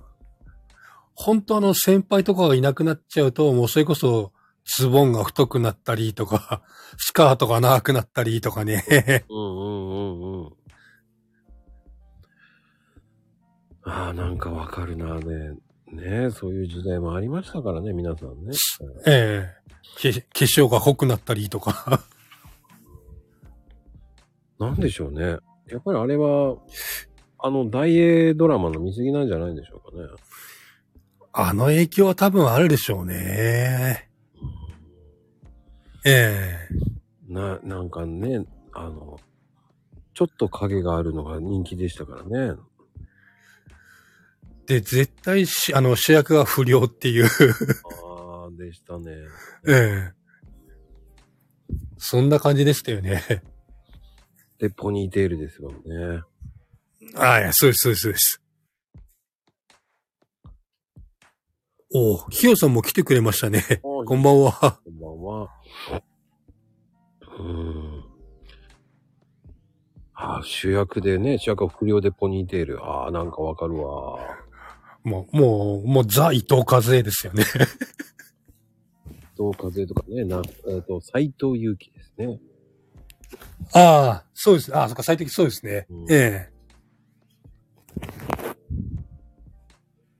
Speaker 3: 本当あの先輩とかがいなくなっちゃうと、もうそれこそズボンが太くなったりとか、 (laughs) スカートが長くなったりとかね。 (laughs)
Speaker 1: うんうんうんうん。ああ、なんかわかるなね。ねえ、そういう時代もありましたからね、皆さんね。
Speaker 3: ええけ化粧が濃くなったりとか。 (laughs)
Speaker 1: なんでしょうね。やっぱりあれは、あの、大英ドラマの見過ぎなんじゃないでしょうかね。
Speaker 3: あの影響は多分あるでしょうね。ええ
Speaker 1: な、なんかね、あの、ちょっと影があるのが人気でしたからね。
Speaker 3: で、絶対し、あの、主役が不良っていう。 (laughs)
Speaker 1: ああ、でしたね。
Speaker 3: ええそんな感じでしたよね。
Speaker 1: で、ポニーテールですもんね。
Speaker 3: ああ、そうです、そうです、そうです。おお、ヒヨさんも来てくれましたね。
Speaker 1: (laughs)
Speaker 3: こ
Speaker 1: こ
Speaker 3: んばんは。
Speaker 1: こんばんは。うーん。あー主役でね、主役は不良でポニーテール。ああ、なんかわかるわ。
Speaker 3: もう、もう、もうザ・伊藤和恵ですよね。
Speaker 1: 伊藤和恵とかね、な、えっ、と、斎藤祐樹ですね。
Speaker 3: ああ、そうです。ああ、そっか、最適そうですね。
Speaker 1: うん
Speaker 3: え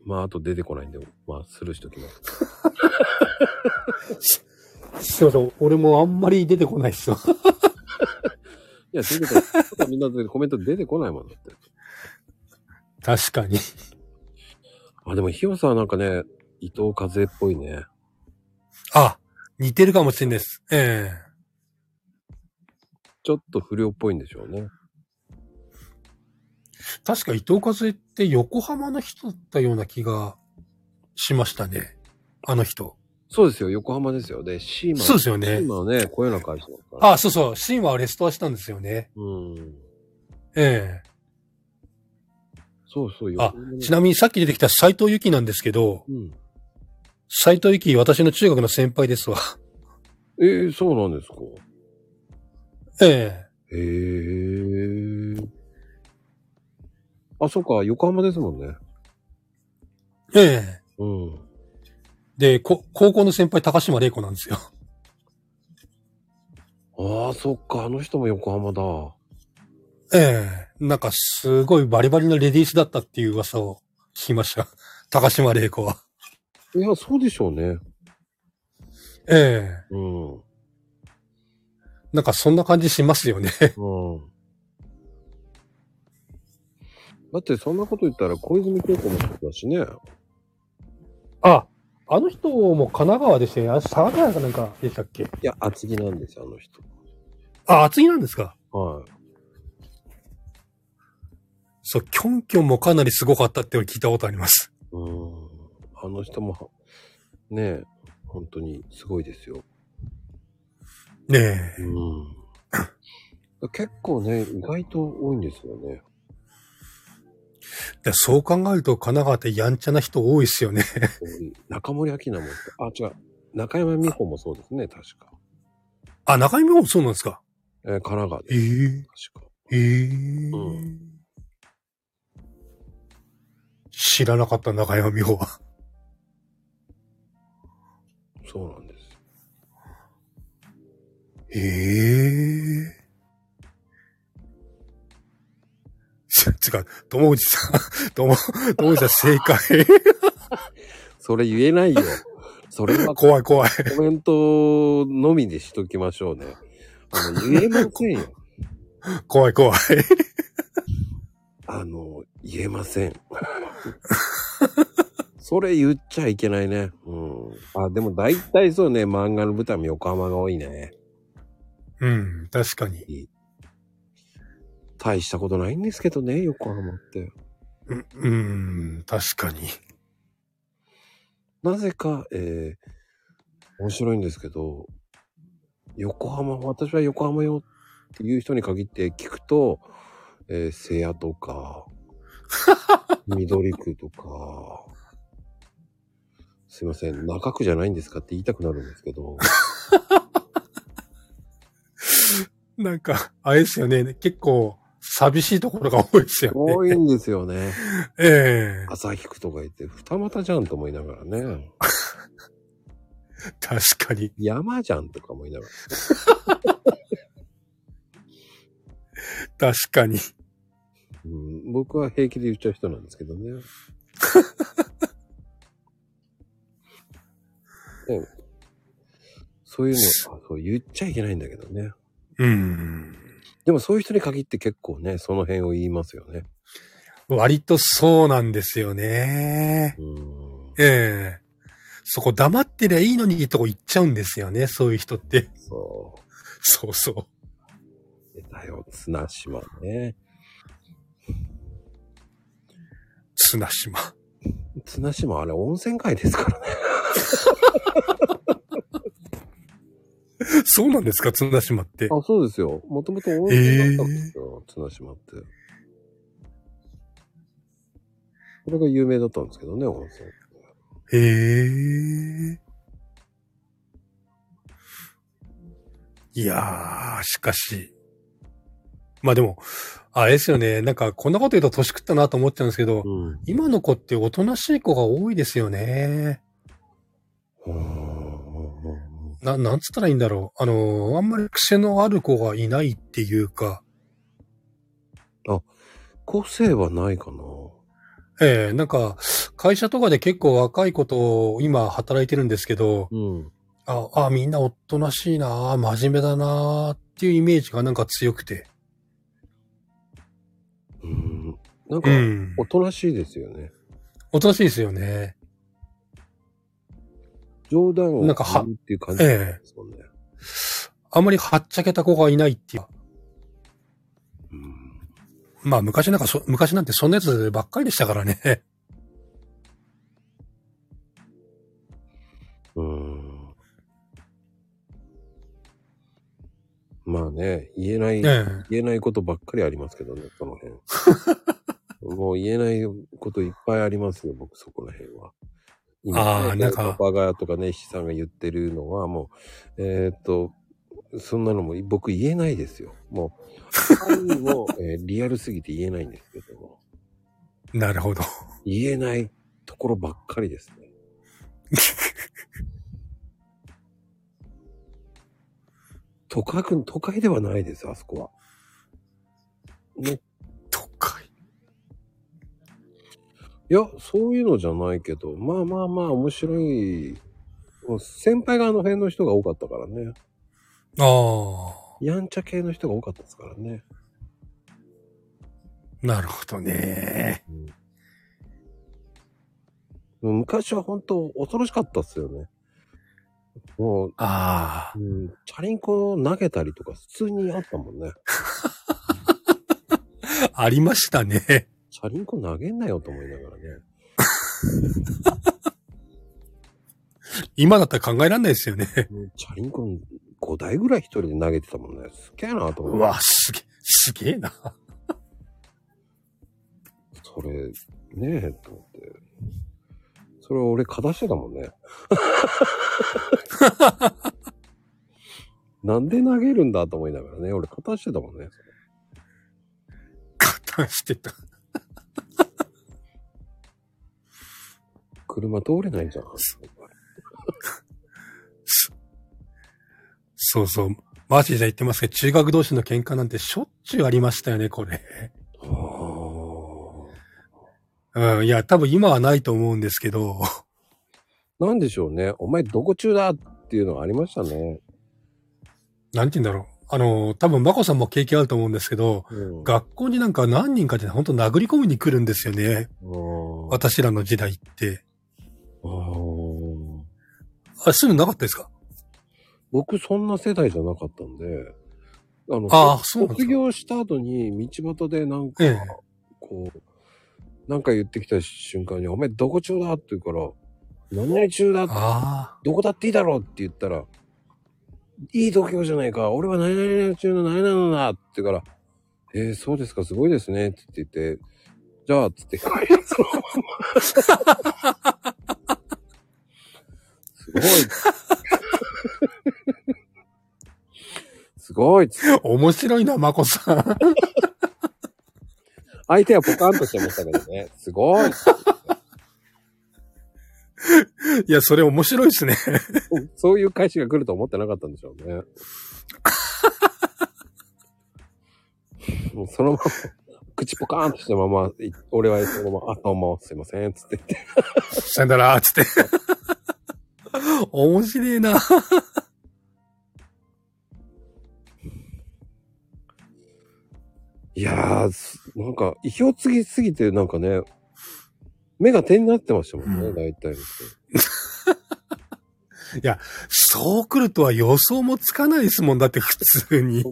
Speaker 1: まあ、あと出てこないんで、まあ、スルーしときます。
Speaker 3: えすいません、俺もあんまり出てこないっすよ。
Speaker 1: いや、出てこない。みんなでコメント出てこないもんだって。
Speaker 3: (laughs) 確かに。
Speaker 1: あ、でも、ひよさんはなんかね、伊藤和恵っぽいね。
Speaker 3: あ、似てるかもしれないです。ええ
Speaker 1: ちょっと不良っぽいんでしょうね。
Speaker 3: 確か伊藤和恵って横浜の人だったような気がしましたね。あの人。
Speaker 1: そうですよ、横浜ですよ。で、シーマン。
Speaker 3: そうですよ
Speaker 1: シ
Speaker 3: ね
Speaker 1: ー。マンはね、こういうような会社だから。
Speaker 3: あ、そうそう。シンはレストアしたんですよね。
Speaker 1: うん。
Speaker 3: え
Speaker 1: そうそう、横
Speaker 3: あ
Speaker 1: 浜
Speaker 3: え
Speaker 1: ね
Speaker 3: ちなみにさっき出てきた斎藤由紀なんですけど、
Speaker 1: うん。
Speaker 3: 斎藤由紀私の中学の先輩ですわ。 (laughs)
Speaker 1: えー、そうなんですか。
Speaker 3: え
Speaker 1: へえ。あ、そうか、横浜ですもんね。
Speaker 3: えええ
Speaker 1: うん。
Speaker 3: で、こ高校の先輩高島玲子なんですよ。 (laughs)
Speaker 1: ああ、そっか、あの人も横浜だ。
Speaker 3: ええなんかすごいバリバリのレディースだったっていう噂を聞きました。 (laughs) 高島玲子は。
Speaker 1: いや、そうでしょうね。
Speaker 3: ええ
Speaker 1: うん。うん。
Speaker 3: なんかそんな感じしますよね。 (laughs)
Speaker 1: だって、そんなこと言ったら、小泉京子もそうだしね。
Speaker 3: あ、あの人も神奈川でしたよね。あ佐賀県かなんかでしたっけ
Speaker 1: いや、厚木なんですよ、あの人。
Speaker 3: あ、厚木なんですか
Speaker 1: はい。
Speaker 3: そう、キョンキョンもかなりすごかったって聞いたことあります。
Speaker 1: うーん。あの人もは、ねえ、本当にすごいですよ。
Speaker 3: ねえ。
Speaker 1: うん。結構ね、意外と多いんですよね。
Speaker 3: でそう考えると神奈川ってやんちゃな人多いですよね。
Speaker 1: 多い中森明菜も、あ、違う。中山美穂もそうですね、確か。
Speaker 3: あ、中井美もそうなんですか
Speaker 1: えー神奈川で
Speaker 3: え
Speaker 1: す、
Speaker 3: え
Speaker 1: 確か。
Speaker 3: ええ
Speaker 1: う
Speaker 3: 知らなかった中山美穂は。
Speaker 1: そうなんです。
Speaker 3: ええ (laughs) 違う、友内さん、 (laughs) 友、友内さん正解。 (laughs)
Speaker 1: それ言えないよ。それはコ
Speaker 3: 怖い怖い。
Speaker 1: メントのみでしときましょうね。あの、言えませんよ。
Speaker 3: 怖い怖い。
Speaker 1: あの、言えません。それ言っちゃいけないね。うん。あ、でも大体そうね、漫画の舞台も横浜が多いね。
Speaker 3: うん、確かに。
Speaker 1: 大したことないんですけどね、横浜って。
Speaker 3: うんうん、確かに。
Speaker 1: なぜか、えー、面白いんですけど、横浜、私は横浜よっていう人に限って聞くと、えー、瀬谷とか、緑区とか、すいません、中区じゃないんですかって言いたくなるんですけど。
Speaker 3: なんか、あれですよね。結構、寂しいところが多いですよね。
Speaker 1: 多いんですよね。
Speaker 3: ええ
Speaker 1: 朝引くとか言って、二股じゃんと思いながらね。
Speaker 3: 確かに。
Speaker 1: 山じゃんとか思いながら。
Speaker 3: 確かに。
Speaker 1: (laughs) うん、僕は平気で言っちゃう人なんですけどね。ね、そう (laughs) いうのはそう言っちゃいけないんだけどね。
Speaker 3: うん。
Speaker 1: でもそういう人に限って結構ね、その辺を言いますよね。
Speaker 3: 割とそうなんですよね。
Speaker 1: うーん。
Speaker 3: ええそこ黙ってりゃいいのにいいとこ行っちゃうんですよね、そういう人って。 (laughs)
Speaker 1: そ。
Speaker 3: そうそう
Speaker 1: 出たよ、綱島ね。
Speaker 3: う。綱島。 (laughs)
Speaker 1: 綱島あれ温泉街ですからね。
Speaker 3: そうなんですか、綱島って。
Speaker 1: あ、そうですよ。もともと温泉だったんですよ、綱島って。これが有名だったんですけどね、温泉。
Speaker 3: へえ。いやー、しかし。まあでも、あれですよね。なんか、こんなこと言うと年食ったなと思っちゃうんですけど、
Speaker 1: うん。
Speaker 3: 今の子っておとなしい子が多いですよね。な、なんつったらいいんだろう。あのー、あんまり癖のある子がいないっていうか、
Speaker 1: 個性はないかな。
Speaker 3: ええなんか、会社とかで結構若い子と今働いてるんですけど、
Speaker 1: うん。
Speaker 3: あ、あ、みんなおとなしいな、真面目だなっていうイメージがなんか強くて。
Speaker 1: うん。なんか
Speaker 3: う、ん。
Speaker 1: おとなしいですよね。
Speaker 3: おとなしいですよね。
Speaker 1: 冗談を
Speaker 3: なんかは
Speaker 1: 言うっていう感じ
Speaker 3: ええ
Speaker 1: ですもんね。
Speaker 3: あんまりはっちゃけた子がいないっていうか。
Speaker 1: うん
Speaker 3: まあ昔なんかそ、昔なんてそんなやつばっかりでしたからね。
Speaker 1: うーんまあね、言えない、
Speaker 3: (laughs) ええ
Speaker 1: 言えないことばっかりありますけどね、この
Speaker 3: (laughs)
Speaker 1: 辺。もう言えないこといっぱいありますよ、僕そこら辺は。
Speaker 3: あー
Speaker 1: ね
Speaker 3: なんか
Speaker 1: パパがとかね、ヒさんが言ってるのはもう、えーっと、そんなのも僕言えないですよ。もう、範囲も、えーリアルすぎて言えないんですけども、
Speaker 3: なるほど。
Speaker 1: 言えないところばっかりです
Speaker 3: (laughs)
Speaker 1: ね。都会くん、都会ではないです、あそこは。
Speaker 3: 都会。
Speaker 1: いや、そういうのじゃないけど、まあまあまあ面白い。もう先輩があの辺の人が多かったからね。
Speaker 3: ああ、
Speaker 1: やんちゃ系の人が多かったですからね。
Speaker 3: なるほどね。
Speaker 1: うん、昔は本当恐ろしかったっすよね。もう、
Speaker 3: ああ
Speaker 1: う、ん、チャリンコ投げたりとか普通にあったもんね。
Speaker 3: ありましたね。
Speaker 1: チャリンコ投げんなよと思いながらね。
Speaker 3: 今だったら考えられないですよね。
Speaker 1: うんチャリンコ5台ぐらい一人で投げてたもんね。すげえなと思
Speaker 3: う
Speaker 1: って。
Speaker 3: わ、すげえ、すげえな。
Speaker 1: それ、ねえ、と思って。それ俺、かだしてたも (laughs) んね。なんで投げるんだと思いながらね、俺、かだしてたもんね。
Speaker 3: 加担してた。
Speaker 1: 車通れないじゃん。
Speaker 3: そうそう。マジで言ってますけど、中学同士の喧嘩なんてしょっちゅうありましたよね、これ。
Speaker 1: あー
Speaker 3: うん、いや、多分今はないと思うんですけど、
Speaker 1: なんでしょうね。お前、どこ中だっていうのがありましたね。
Speaker 3: なんて言うんだろう。あの、多分、まこさんも経験あると思うんですけど、
Speaker 1: うん
Speaker 3: 学校になんか何人かで本当殴り込みに来るんですよね。
Speaker 1: あー
Speaker 3: 私らの時代って。
Speaker 1: あー
Speaker 3: あ、そういうのなかったですか
Speaker 1: 僕、そんな世代じゃなかったんで、あの、
Speaker 3: あーそうなんです
Speaker 1: 卒
Speaker 3: か
Speaker 1: 業した後に、道端でなんか、
Speaker 3: ええ
Speaker 1: こう、なんか言ってきた瞬間に、お前どこ中だって言うから、何々中だ
Speaker 3: あ
Speaker 1: どこだっていいだろうって言ったら、いい度胸じゃないか、俺は何々中の何々だって言うから、えー、そうですか、すごいですね、って言って、じゃあ、
Speaker 3: (laughs)
Speaker 1: つって、そのまますごい。 (laughs) すごいっつって。
Speaker 3: あ、面白いな、まこさん。
Speaker 1: 相手はポカンとしてましたけど
Speaker 3: (laughs)
Speaker 1: ね。すごいっつって。
Speaker 3: いや、それ面白いですね。
Speaker 1: そういう返しが来ると思ってなかったんでしょ
Speaker 3: (laughs)
Speaker 1: うね。もうそのまま、口ポカーンとしたまま、い俺はそのまま、あ、どうも、すいません、つって言って。
Speaker 3: さよなら、つって。 (laughs) 面白いな。
Speaker 1: いやー、すなんか、意表つぎすぎて、なんかね、目が点になってましたもんね、
Speaker 3: うん
Speaker 1: 大体の人。
Speaker 3: そう来るとは予想もつかないですもん。だって普通に。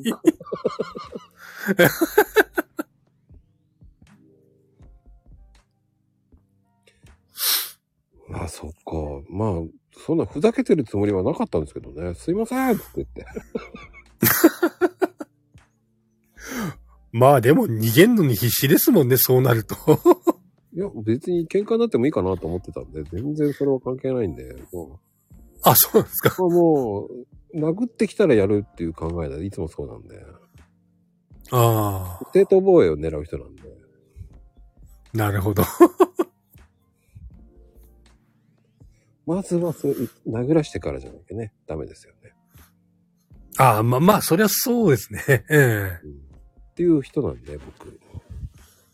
Speaker 1: あ、そっか。まあ、そんなふざけてるつもりはなかったんですけどね。すいませんって言って。
Speaker 3: まあでも逃げんのに必死ですもんね、そうなると。 (laughs)
Speaker 1: いや、別に喧嘩になってもいいかなと思ってたんで、全然それは関係ないんで、も
Speaker 3: あ、そうなんですか。
Speaker 1: う、まあもう、殴ってきたらやるっていう考えだ。いつもそうなんで。
Speaker 3: あ
Speaker 1: 正当防衛を狙う人なんで。
Speaker 3: あ、なるほど。
Speaker 1: まずはそう、殴らしてからじゃなきゃね、ダメですよね。
Speaker 3: ああ、まあまあ、そりゃそうですね。 (laughs) え
Speaker 1: うん。っていう人なんで、僕。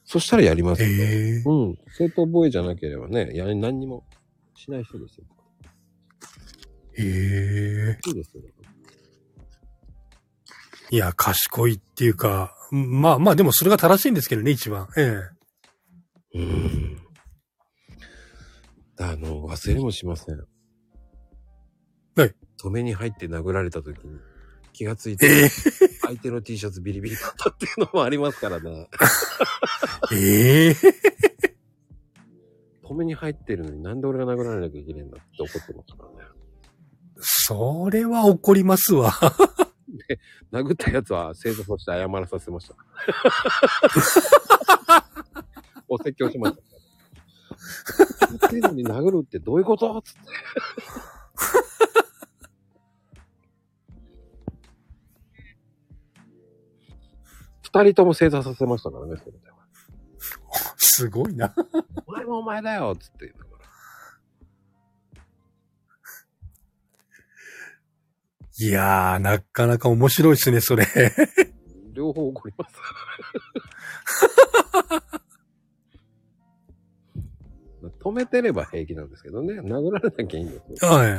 Speaker 1: そしたらやります
Speaker 3: え。
Speaker 1: よ。
Speaker 3: ええ
Speaker 1: うん。正当防衛じゃなければね、やれ何にもしない人ですよ。
Speaker 3: ええ
Speaker 1: いいですよ。
Speaker 3: いや、賢いっていうか、うんまあまあ、でもそれが正しいんですけどね、一番。え
Speaker 1: うん。あの、忘れもしません。
Speaker 3: はい。
Speaker 1: 止めに入って殴られた時に気がつい
Speaker 3: え。
Speaker 1: て、
Speaker 3: え
Speaker 1: 相手の T シャツビリビリだったっていうのもありますからね。
Speaker 3: えええ
Speaker 1: 止めに入ってるのになんで俺が殴られなきゃいけないんだって怒ってますからね。
Speaker 3: それは怒りますわ。 (laughs)
Speaker 1: 殴ったやつは正座として謝らさせました。お説教しました。言ってるのに殴るってどういうことつって。二人とも正座させましたからね、それです
Speaker 3: ごいな。
Speaker 1: お前もお前だよつって言うから。
Speaker 3: いやー、なかなか面白いですね、それ。
Speaker 1: 両方怒ります。
Speaker 3: (laughs)
Speaker 1: 止めてれば平気なんですけどね。殴られなきゃいいん
Speaker 3: (laughs)
Speaker 1: ですよ。
Speaker 3: はい。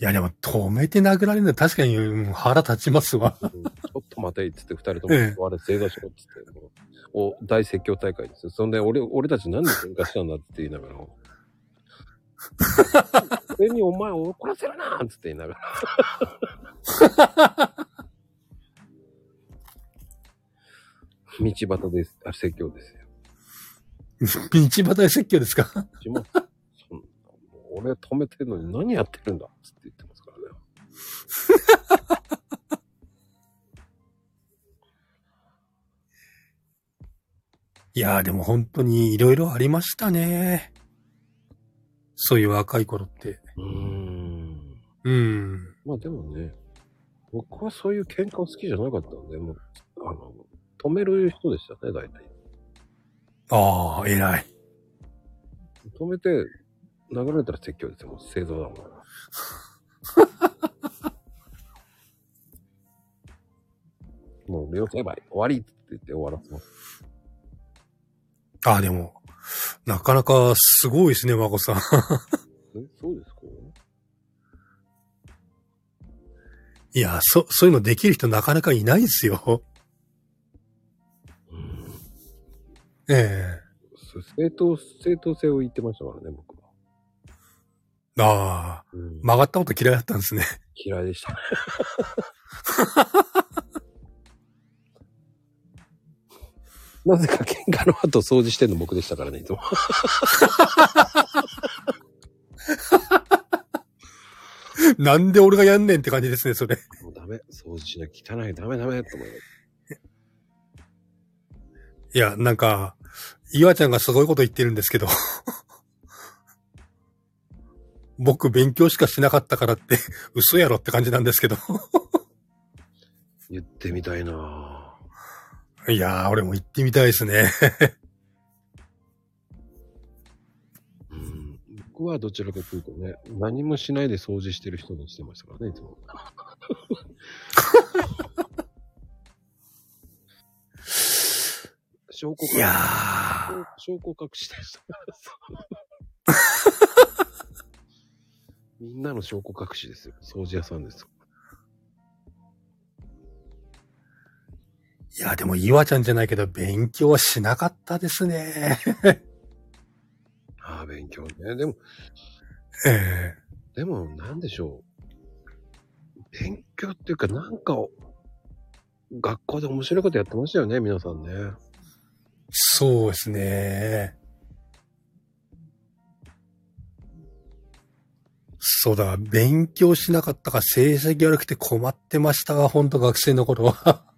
Speaker 3: いや、でも止めて殴られるのは確かにうん腹立ちますわ。 (laughs)
Speaker 1: うんちょっと待ていっつって二人とも、
Speaker 3: ええ
Speaker 1: あれ正座しろっつって、もうお大説教大会ですよ。そんで、俺、俺たちなんで喧嘩したんだって言いながら、俺にお前を怒らせるなっつって言いな
Speaker 3: (laughs)
Speaker 1: がら。道端です。あ、説教ですよ。
Speaker 3: 道端で説教ですか
Speaker 1: うちも、そんな、もう俺止めてるのに何やってるんだっつって言ってますからね。
Speaker 3: いやー、でも本当にいろいろありましたね。そういう若い頃って。
Speaker 1: うーん。
Speaker 3: うん。
Speaker 1: まあでもね、僕はそういう喧嘩好きじゃなかったんで、もう、あの、止める人でしたね、大体。
Speaker 3: ああ、偉い。
Speaker 1: 止めて、殴られたら説教ですよ、もう正座だもん。 (laughs) もう、了解ばい、終わりって言って終わらせます。
Speaker 3: ああ、でも、なかなかすごいですね、和子さん。
Speaker 1: え、そうですか
Speaker 3: いやー、そ、そういうのできる人なかなかいないですよ。え
Speaker 1: そう正当、正当性を言ってましたからね、僕は。
Speaker 3: えああ、
Speaker 1: うん
Speaker 3: 曲がったこと嫌いだったんですね。
Speaker 1: 嫌いでした。なぜか喧嘩の後掃除してんの僕でしたからね、いつも。
Speaker 3: なんで俺がやんねんって感じですね、それ。
Speaker 1: もうダメ、掃除しなきゃ汚い、ダメダメと思いなが
Speaker 3: いや、なんか、岩ちゃんがすごいこと言ってるんですけど。 (laughs) 僕勉強しかしなかったからって、 (laughs) 嘘やろって感じなんですけど。 (laughs)
Speaker 1: ら言ってみたいない
Speaker 3: やー、俺も行ってみたいですね。
Speaker 1: ぁうん僕はどちらかというとね、何もしないで掃除してる人にしてましたからね、いつも。 (laughs) 証拠
Speaker 3: いや
Speaker 1: 証拠隠してました。 (laughs) みんなの証拠隠しですよ。掃除屋さんです。
Speaker 3: いや、でも、岩ちゃんじゃないけど、勉強はしなかったですね。
Speaker 1: ああ、勉強ね。でも、
Speaker 3: ええ
Speaker 1: でも、なんでしょう。勉強っていうか、なんかを、学校で面白いことやってましたよね、皆さんね。
Speaker 3: そうですね。そうだ、勉強しなかったか成績悪くて困ってましたわ、ほんと学生の頃は。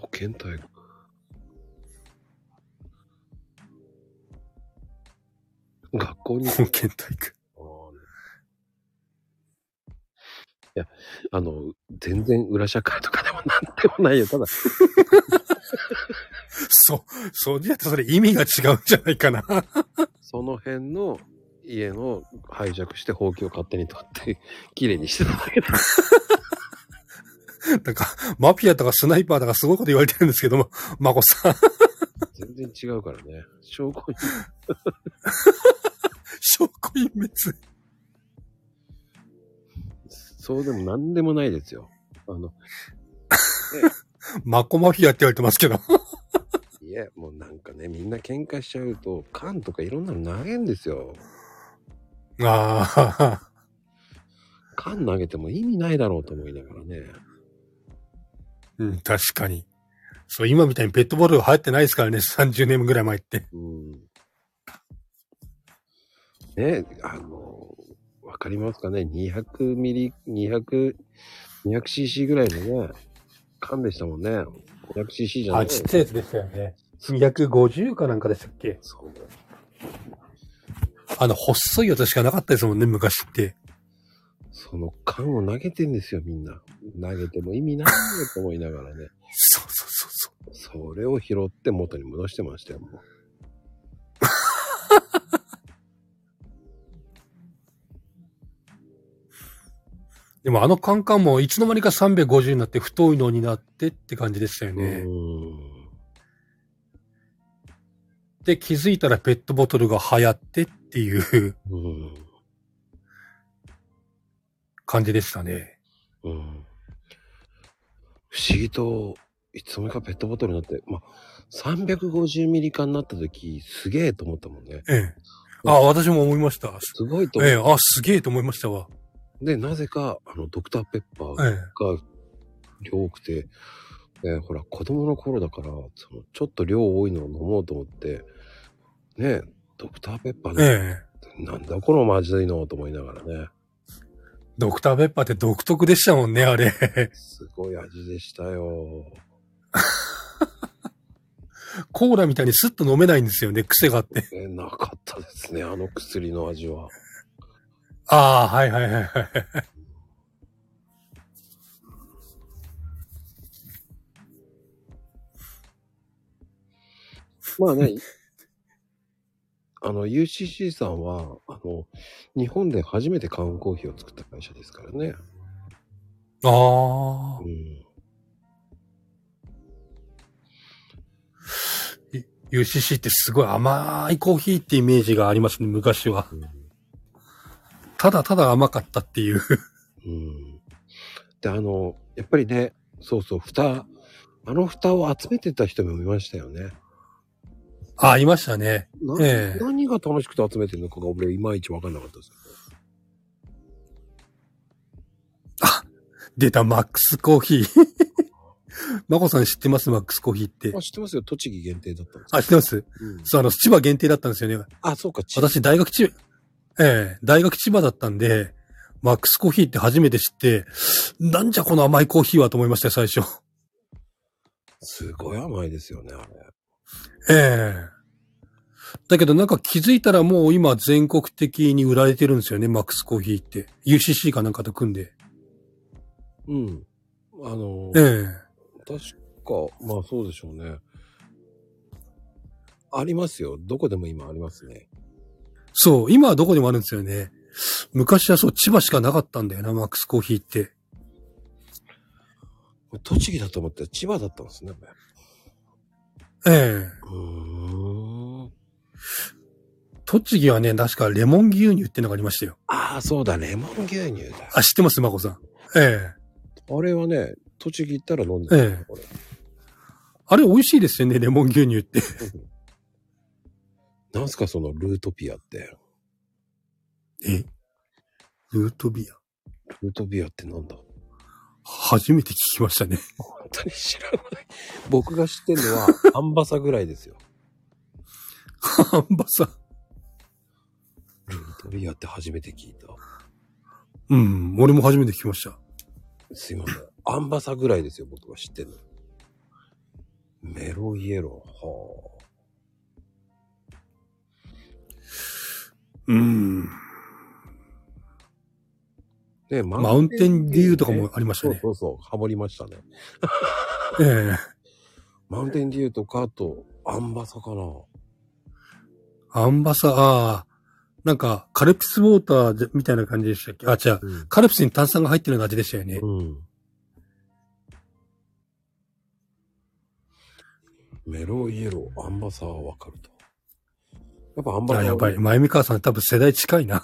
Speaker 1: 保健体育。学校に、あ
Speaker 3: 本県体育。
Speaker 1: ーいや、あの、全然裏社会とかでもなんでもないよ。ただ、
Speaker 3: そう、そうじゃとそれ意味が違うんじゃないかな。
Speaker 1: その辺の家の拝借して放棄を勝手に取って、綺麗にしてただけだ。
Speaker 3: なんか、マフィアとかスナイパーとかすごいこと言われてるんですけども、マコさん、
Speaker 1: 全然違うからね。証拠に。
Speaker 3: 証拠隠滅。
Speaker 1: そうでも何でもないですよ。あの、
Speaker 3: マコマフィアって言われてますけど。
Speaker 1: いや、もうなんかね、みんな喧嘩しちゃうと、缶とかいろんなの投げんですよ。
Speaker 3: ああ、
Speaker 1: 缶投げても意味ないだろうと思いながらね。
Speaker 3: うん、確かに。そう、今みたいにペットボトル流行ってないですからね、30年ぐらい前って。
Speaker 1: うん。ね、あの、わかりますかね ?200 ミリ、200、200cc ぐらいのね、缶でしたもんね。500cc じゃない
Speaker 3: ゃいやつでしたよね。250かなんかでしたっけ
Speaker 1: そう
Speaker 3: あの、細いやつしかなかったですもんね、昔って。
Speaker 1: その缶を投げてんですよ、みんな。投げても意味ないよと思いながらね。
Speaker 3: そうそうそうそう。
Speaker 1: それを拾って元に戻してましたよ、もう。
Speaker 3: でもあのカンカンもいつの間にか350になって太いのになってって感じでしたよね。
Speaker 1: うーん。
Speaker 3: で、気づいたらペットボトルが流行ってっていう
Speaker 1: うん。
Speaker 3: 感じでしたね。
Speaker 1: うん。不思議と、いつもかペットボトルになって、まあ、350ミリ缶になった時、すげえと思ったもんね。
Speaker 3: ええ。あ、私も思いました。
Speaker 1: すごいと思っ
Speaker 3: ええ、あ、すげえと思いましたわ。
Speaker 1: で、なぜか、あの、ドクターペッパーが
Speaker 3: え
Speaker 1: 量多くて、えーほら、子供の頃だから、その、ちょっと量多いのを飲もうと思って、ね、ドクターペッパー
Speaker 3: え。え
Speaker 1: で、
Speaker 3: え。
Speaker 1: なんだこのまずいのと思いながらね、
Speaker 3: ドクターペッパーって独特でしたもんね、あれ。
Speaker 1: すごい味でしたよ。
Speaker 3: コーラみたいにスッと飲めないんですよね、癖があって。
Speaker 1: えーなかったですね、あの薬の味は。
Speaker 3: ああ、はいはいはいはい。
Speaker 1: まあね、あの、UCC さんは、あの、日本で初めて缶コーヒーを作った会社ですからね。
Speaker 3: ああ
Speaker 1: う。ん。
Speaker 3: UCC ってすごい甘いコーヒーってイメージがありますね、昔は。
Speaker 1: うん
Speaker 3: ただただ甘かったっていう。 (laughs)
Speaker 1: うん。で、あの、やっぱりね、そうそう、蓋、あの蓋を集めてた人もいましたよね。
Speaker 3: ああ、いましたね。
Speaker 1: な
Speaker 3: ええ
Speaker 1: 何が楽しくて集めてるのかが俺いまいちわかんなかったです
Speaker 3: 出た、マックスコー (laughs) ヒー。マコさん知ってますマックスコーヒーって
Speaker 1: よ。あ、。知ってますよ。栃木限定だったんです
Speaker 3: あ、知ってます
Speaker 1: うん
Speaker 3: そう、あの、千葉限定だったんですよね。
Speaker 1: あ、そうか、千葉
Speaker 3: 私、大学千、ええ大学千葉だったんで、マックスコーヒーって初めて知って、なんじゃこの甘いコーヒーはと思いましたよ、最初。 (laughs)
Speaker 1: すごい甘いですよね、あれ。
Speaker 3: ええだけどなんか気づいたらもう今全国的に売られてるんですよね、マックスコーヒーって。UCC かなんかと組んで。
Speaker 1: うん。あの、
Speaker 3: ええ
Speaker 1: 確か、まあそうでしょうね。ありますよ。どこでも今ありますね。
Speaker 3: そう、今はどこでもあるんですよね。昔はそう、千葉しかなかったんだよな、マックスコーヒーって。
Speaker 1: 栃木だと思ったら千葉だったんですね。
Speaker 3: ええ
Speaker 1: うーん。
Speaker 3: 栃木はね、確かレモン牛乳ってのがありましたよ。
Speaker 1: ああ、そうだ、レモン牛乳だ。
Speaker 3: あ、知ってます、まこさん。え
Speaker 1: あれはね、栃木行ったら飲んでた
Speaker 3: ええ
Speaker 1: これ
Speaker 3: えあれ美味しいですよね、レモン牛乳って。 (laughs)
Speaker 1: なんすか、そのルートピアって。
Speaker 3: えルートビア。
Speaker 1: ルートピアってなんだ
Speaker 3: 初めて聞きましたね。 (laughs)
Speaker 1: 本当に知らない。僕が知ってるのは、アンバサぐらいですよ。
Speaker 3: アンバサ。
Speaker 1: ルートピアって初めて聞いた。
Speaker 3: うん、俺も初めて聞きました。
Speaker 1: すいません。アンバサぐらいですよ、僕が知ってるの。メロイエロー。はあ。
Speaker 3: うん。
Speaker 1: で、
Speaker 3: マウンテンデューとかもありましたね
Speaker 1: そうそうそう、ハモりましたね。
Speaker 3: ええ
Speaker 1: マウンテンデューとか、あと、アンバサかな。
Speaker 3: アンバサ、ああ、なんか、カルピスウォーターじゃみたいな感じでしたっけあ、違う。
Speaker 1: うん。
Speaker 3: カルピスに炭酸が入ってるような味でしたよね。
Speaker 1: うん、メロイエロー、アンバサはわかると。やっぱアンバサ
Speaker 3: あ、
Speaker 1: は
Speaker 3: やばい。まゆみかわさん多分世代近いな。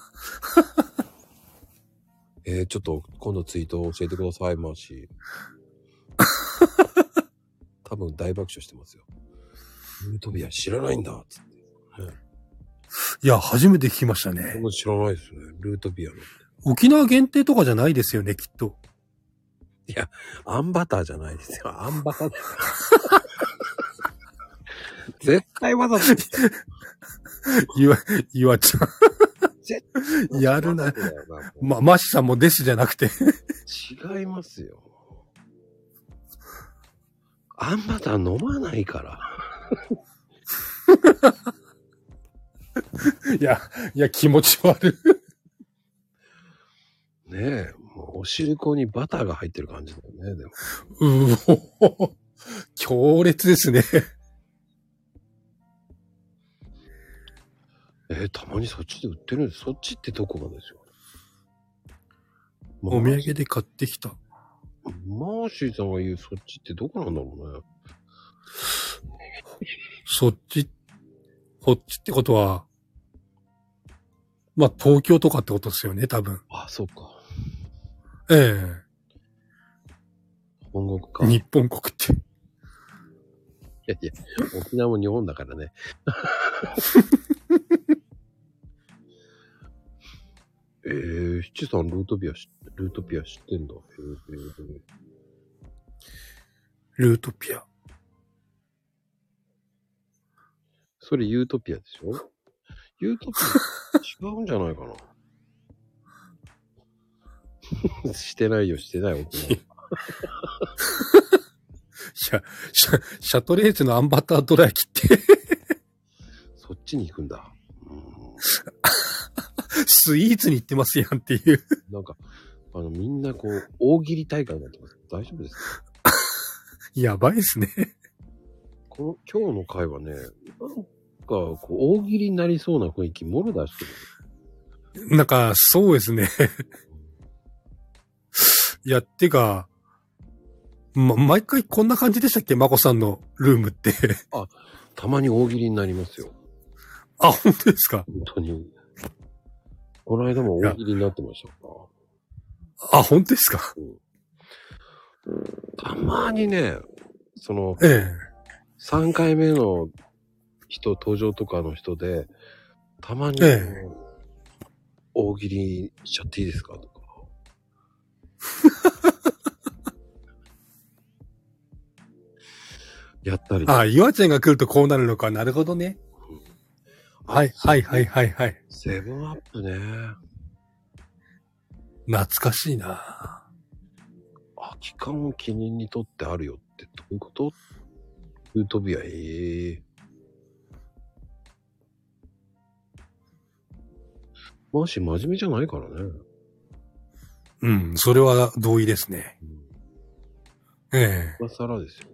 Speaker 1: えー、ちょっと今度ツイート教えてください、マー
Speaker 3: (laughs)
Speaker 1: シー。多分大爆笑してますよ。ユートビア知らないんだっつって。
Speaker 3: いや、初めて聞きましたね。
Speaker 1: 僕知らないですね。ルートビアの。
Speaker 3: 沖縄限定とかじゃないですよね、きっと。
Speaker 1: アンバターじゃないですよ。アンバター。 (laughs) 絶対わざと、絶
Speaker 3: いわ、いわちゃん。やるな。
Speaker 1: 対わざとだよな。
Speaker 3: ま、ましさんもですじゃなくて。
Speaker 1: 違いますよ。アンバター飲まないから。
Speaker 3: いや、いや、気持ち悪い。
Speaker 1: ねえ、もうお汁粉にバターが入ってる感じだよね。でも
Speaker 3: うお強烈ですね。
Speaker 1: えーたまにそっちで売ってるんです。そっちってどこがですよ。
Speaker 3: お土産で買ってきた。
Speaker 1: マーシーさんが言うそっちってどこなんだろうね。
Speaker 3: そっち、こっちってことは、まあ、東京とかってことですよね、多分。
Speaker 1: あ、そうか。
Speaker 3: え
Speaker 1: 本国
Speaker 3: え
Speaker 1: か。い
Speaker 3: 日本国って。
Speaker 1: やいや、沖縄も日本だからね。えー、七さん、ルートピアし、ルートピア知ってんだ。へえへえ
Speaker 3: ルートピア。
Speaker 1: それユートピアでしょユートピア違うんじゃないかな (laughs) してないよ、してない。沖縄
Speaker 3: シャ、シャ、シャトレーゼのアンバタードラ焼きって、 (laughs)
Speaker 1: そっちに行くんだ。うん
Speaker 3: スイーツに行ってますやんっていう。
Speaker 1: なんか、あの、みんなこう、大喜利大会になってます。大丈夫ですか
Speaker 3: やばいですね。
Speaker 1: この、今日の回はね、なんか、こう、大喜利になりそうな雰囲気、もろ出してる。
Speaker 3: なんか、そうですね。 (laughs) いや、てか、ま、毎回こんな感じでしたっけマコさんのルームって。 (laughs)
Speaker 1: たまに大喜利になりますよ。
Speaker 3: あ、本当ですか
Speaker 1: 本当に。この間も大喜利になってましたから。
Speaker 3: あ、本当ですか
Speaker 1: たまにね、その、
Speaker 3: ええ。
Speaker 1: 3回目の人、登場とかの人で、たまに、
Speaker 3: ええ
Speaker 1: 大喜利しちゃっていいですかとか。 (laughs) やったり、
Speaker 3: あ、岩ちゃんが来るとこうなるのか。なるほどね。はい、はい、はい、はい、はい。
Speaker 1: セブンアップね。
Speaker 3: 懐かしいな
Speaker 1: 空き缶を記念にとってあるよってどういうことユートビア、ええマーシー真面目じゃないからね。
Speaker 3: うん、それは同意ですね。
Speaker 1: うん
Speaker 3: ええ。
Speaker 1: 今更ですよ。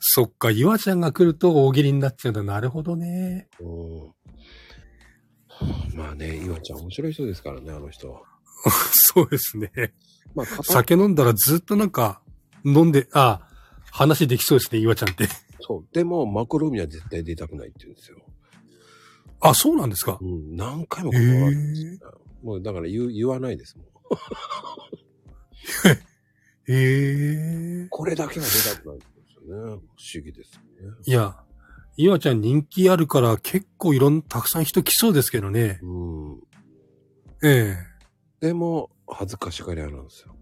Speaker 3: そっか、岩ちゃんが来ると大喜利になっちゃうんだ。なるほどね。
Speaker 1: うん。まあね、岩ちゃん面白い人ですからね、あの人は。
Speaker 3: (laughs) そうですね。
Speaker 1: まあ、片っ
Speaker 3: 酒飲んだらずっとなんか、飲んで、あ、話できそうですね、岩ちゃんって。
Speaker 1: そう。でも、マクロミは絶対出たくないって言うんですよ。
Speaker 3: あ、そうなんですか。
Speaker 1: うん。何回も
Speaker 3: ええ
Speaker 1: 断るんですよもう、だから言う言わないですもん。
Speaker 3: ええ
Speaker 1: これだけは出たくないって言うんですよね。不思議ですよね。
Speaker 3: いや、いわちゃん人気あるから結構いろんな、たくさん人来そうですけどね。
Speaker 1: うん。
Speaker 3: え
Speaker 1: でも、恥ずかしがり屋なんですよ。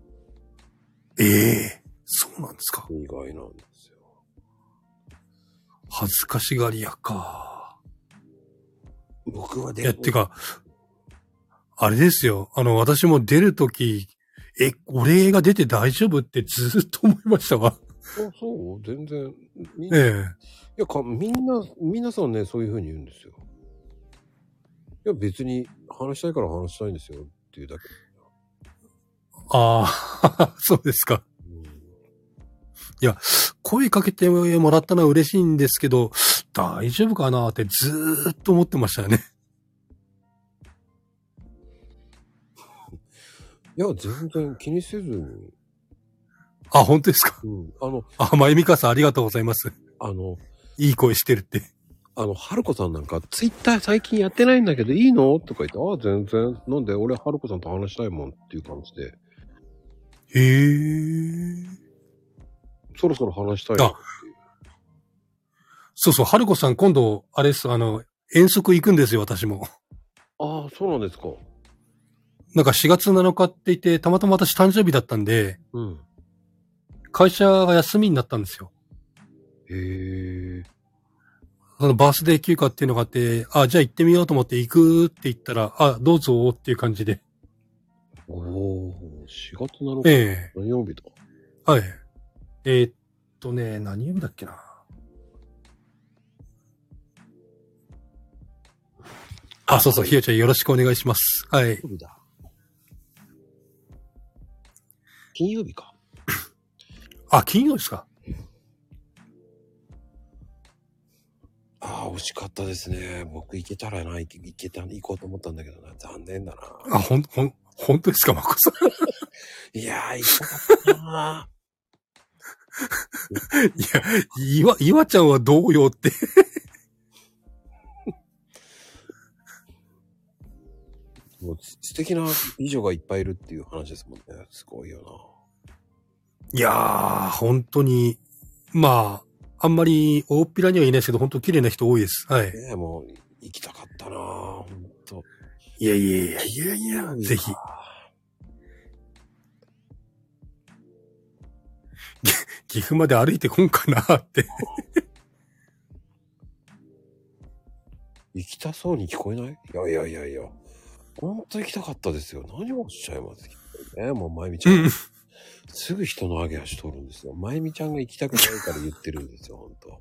Speaker 3: えええそうなんですか。
Speaker 1: 意外なんですよ。
Speaker 3: 恥ずかしがり屋か。
Speaker 1: 僕は出
Speaker 3: いや、てか、あれですよ。あの、私も出るとき、え、俺が出て大丈夫ってずーっと思いましたわ。
Speaker 1: そうそう、全然。みんな、い
Speaker 3: え
Speaker 1: やか、みんな、皆さんね、そういうふうに言うんですよ。いや、別に話したいから話したいんですよっていうだけ。
Speaker 3: えああ、 (laughs) そうですか。声かけてもらったのは嬉しいんですけど、大丈夫かなってずーっと思ってましたよね。
Speaker 1: うんいや、全然気にせずに。
Speaker 3: あ、本当ですか。
Speaker 1: うん。あの、
Speaker 3: あ、まゆみかさんありがとうございます。
Speaker 1: あの、
Speaker 3: いい声してるって。
Speaker 1: あの、はるこさんなんか、ツイッター最近やってないんだけどいいのとか言って、ああ、全然。なんで、俺、はるこさんと話したいもんっていう感じで、
Speaker 3: へえ。
Speaker 1: そろそろ話したいなっていう。
Speaker 3: そうそう、はるこさん今度、あれです、あの、遠足行くんですよ、私も。
Speaker 1: ああ、そうなんですか。
Speaker 3: なんか4月7日って言って、たまたま私誕生日だったんで、
Speaker 1: うん。
Speaker 3: 会社が休みになったんですよ。
Speaker 1: へえ。
Speaker 3: そのバースデー休暇っていうのがあって、あ、じゃあ行ってみようと思って行くって言ったら、あ、どうぞっていう感じで。
Speaker 1: おお、4月7日、
Speaker 3: ええ
Speaker 1: 何曜日だ
Speaker 3: はい。えーっとね、何曜日だっけな。あ、そうそう、ひよちゃんよろしくお願いします。はい。
Speaker 1: 曜日だ。金曜日か。
Speaker 3: あ、金曜ですか
Speaker 1: ああ、惜しかったですね。僕行けたらな、行け行けた、行こうと思ったんだけどな。残念だな。
Speaker 3: あ、ほん、ほん、本当ですか、まこさん。 (laughs)
Speaker 1: いやー、行きたかったな。
Speaker 3: いや、いわ、いわちゃんはどうよって。
Speaker 1: もう素敵な美女がいっぱいいるっていう話ですもんね。すごいよ
Speaker 3: いやー、本当に、まあ、あんまり大っぴらにはいないですけど、本当綺麗な人多いです。は
Speaker 1: な。。
Speaker 3: い
Speaker 1: ねえ、もう行きたかったな。ほんと。
Speaker 3: いやいやいやいやいやぜひ。岐阜まで歩いてこんかなって。
Speaker 1: 行きたそうに聞こえないいやいやいやいや。ほんと行きたかったですよ。何をおっしゃいますねもう、まゆみちゃん。すぐ人の上げ足取るんですよ。まゆみちゃんが行きたくないから言ってるんですよ、ほんと。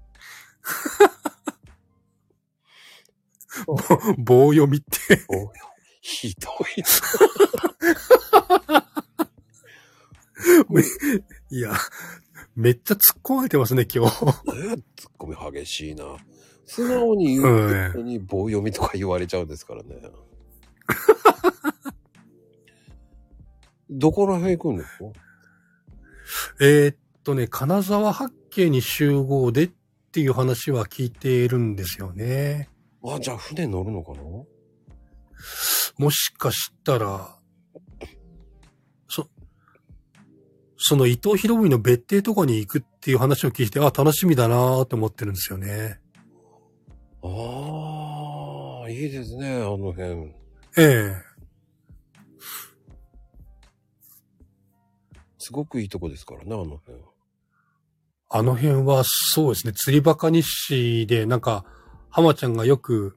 Speaker 3: 棒読みって。
Speaker 1: おひどいな。
Speaker 3: いや、めっちゃ突っ込まれてますね、今日。
Speaker 1: ねツッコミ激しいな。素直に言うのに棒読みとか言われちゃうんですからね。どこら辺行くんですか
Speaker 3: えーっとね、金沢八景に集合でっていう話は聞いているんですよね。
Speaker 1: あ、じゃあ船乗るのかな
Speaker 3: もしかしたら、そ、その伊藤博文の別邸とかに行くっていう話を聞いて、あ、楽しみだなーと思ってるんですよね。
Speaker 1: ああ、いいですね、あの辺。
Speaker 3: ええ
Speaker 1: すごくいいとこですからね、あの辺。
Speaker 3: あの辺はそうですね、釣りバカ日誌でなんか、浜ちゃんがよく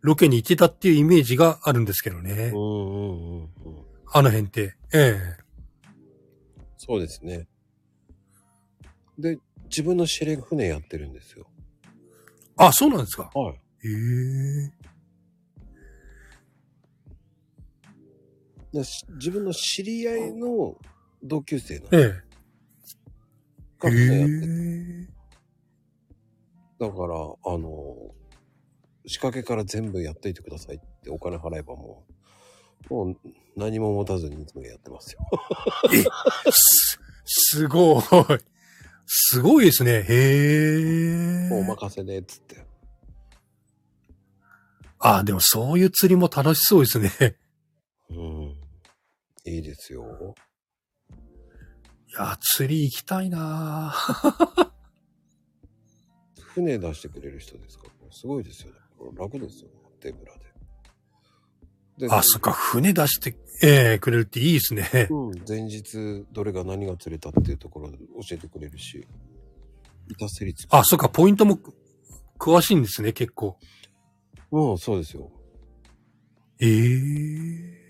Speaker 3: ロケに行ってたっていうイメージがあるんですけどね
Speaker 1: う。んうんうんうん。
Speaker 3: あの辺って。ええ
Speaker 1: そうですね。で、自分の司令船やってるんですよ。
Speaker 3: あ、そうなんですか。
Speaker 1: はい。
Speaker 3: ええ
Speaker 1: でし自分の知り合いの同級生の
Speaker 3: ええ。
Speaker 1: が船やってて
Speaker 3: え
Speaker 1: だから、あの、仕掛けから全部やっといてくださいってお金払えばもう、もう何も持たずにいつもやってますよ。
Speaker 3: すすごい。すごいですね。へえ。
Speaker 1: 任せで、っつって。
Speaker 3: ああ、でもそういう釣りも楽しそうですね。
Speaker 1: うん。いいですよ。
Speaker 3: いや、釣り行きたいなぁ
Speaker 1: 船出してくれる人ですから、すごいですよね。楽ですよ、手ぶらで。で
Speaker 3: あ、そっか、船出して、ええくれるっていいですね。
Speaker 1: うん、前日どれが何が釣れたっていうところで教えてくれるし、板せりつく。
Speaker 3: あ、そっか、ポイントもく詳しいんですね、結構。
Speaker 1: もうんそうですよ。
Speaker 3: ええ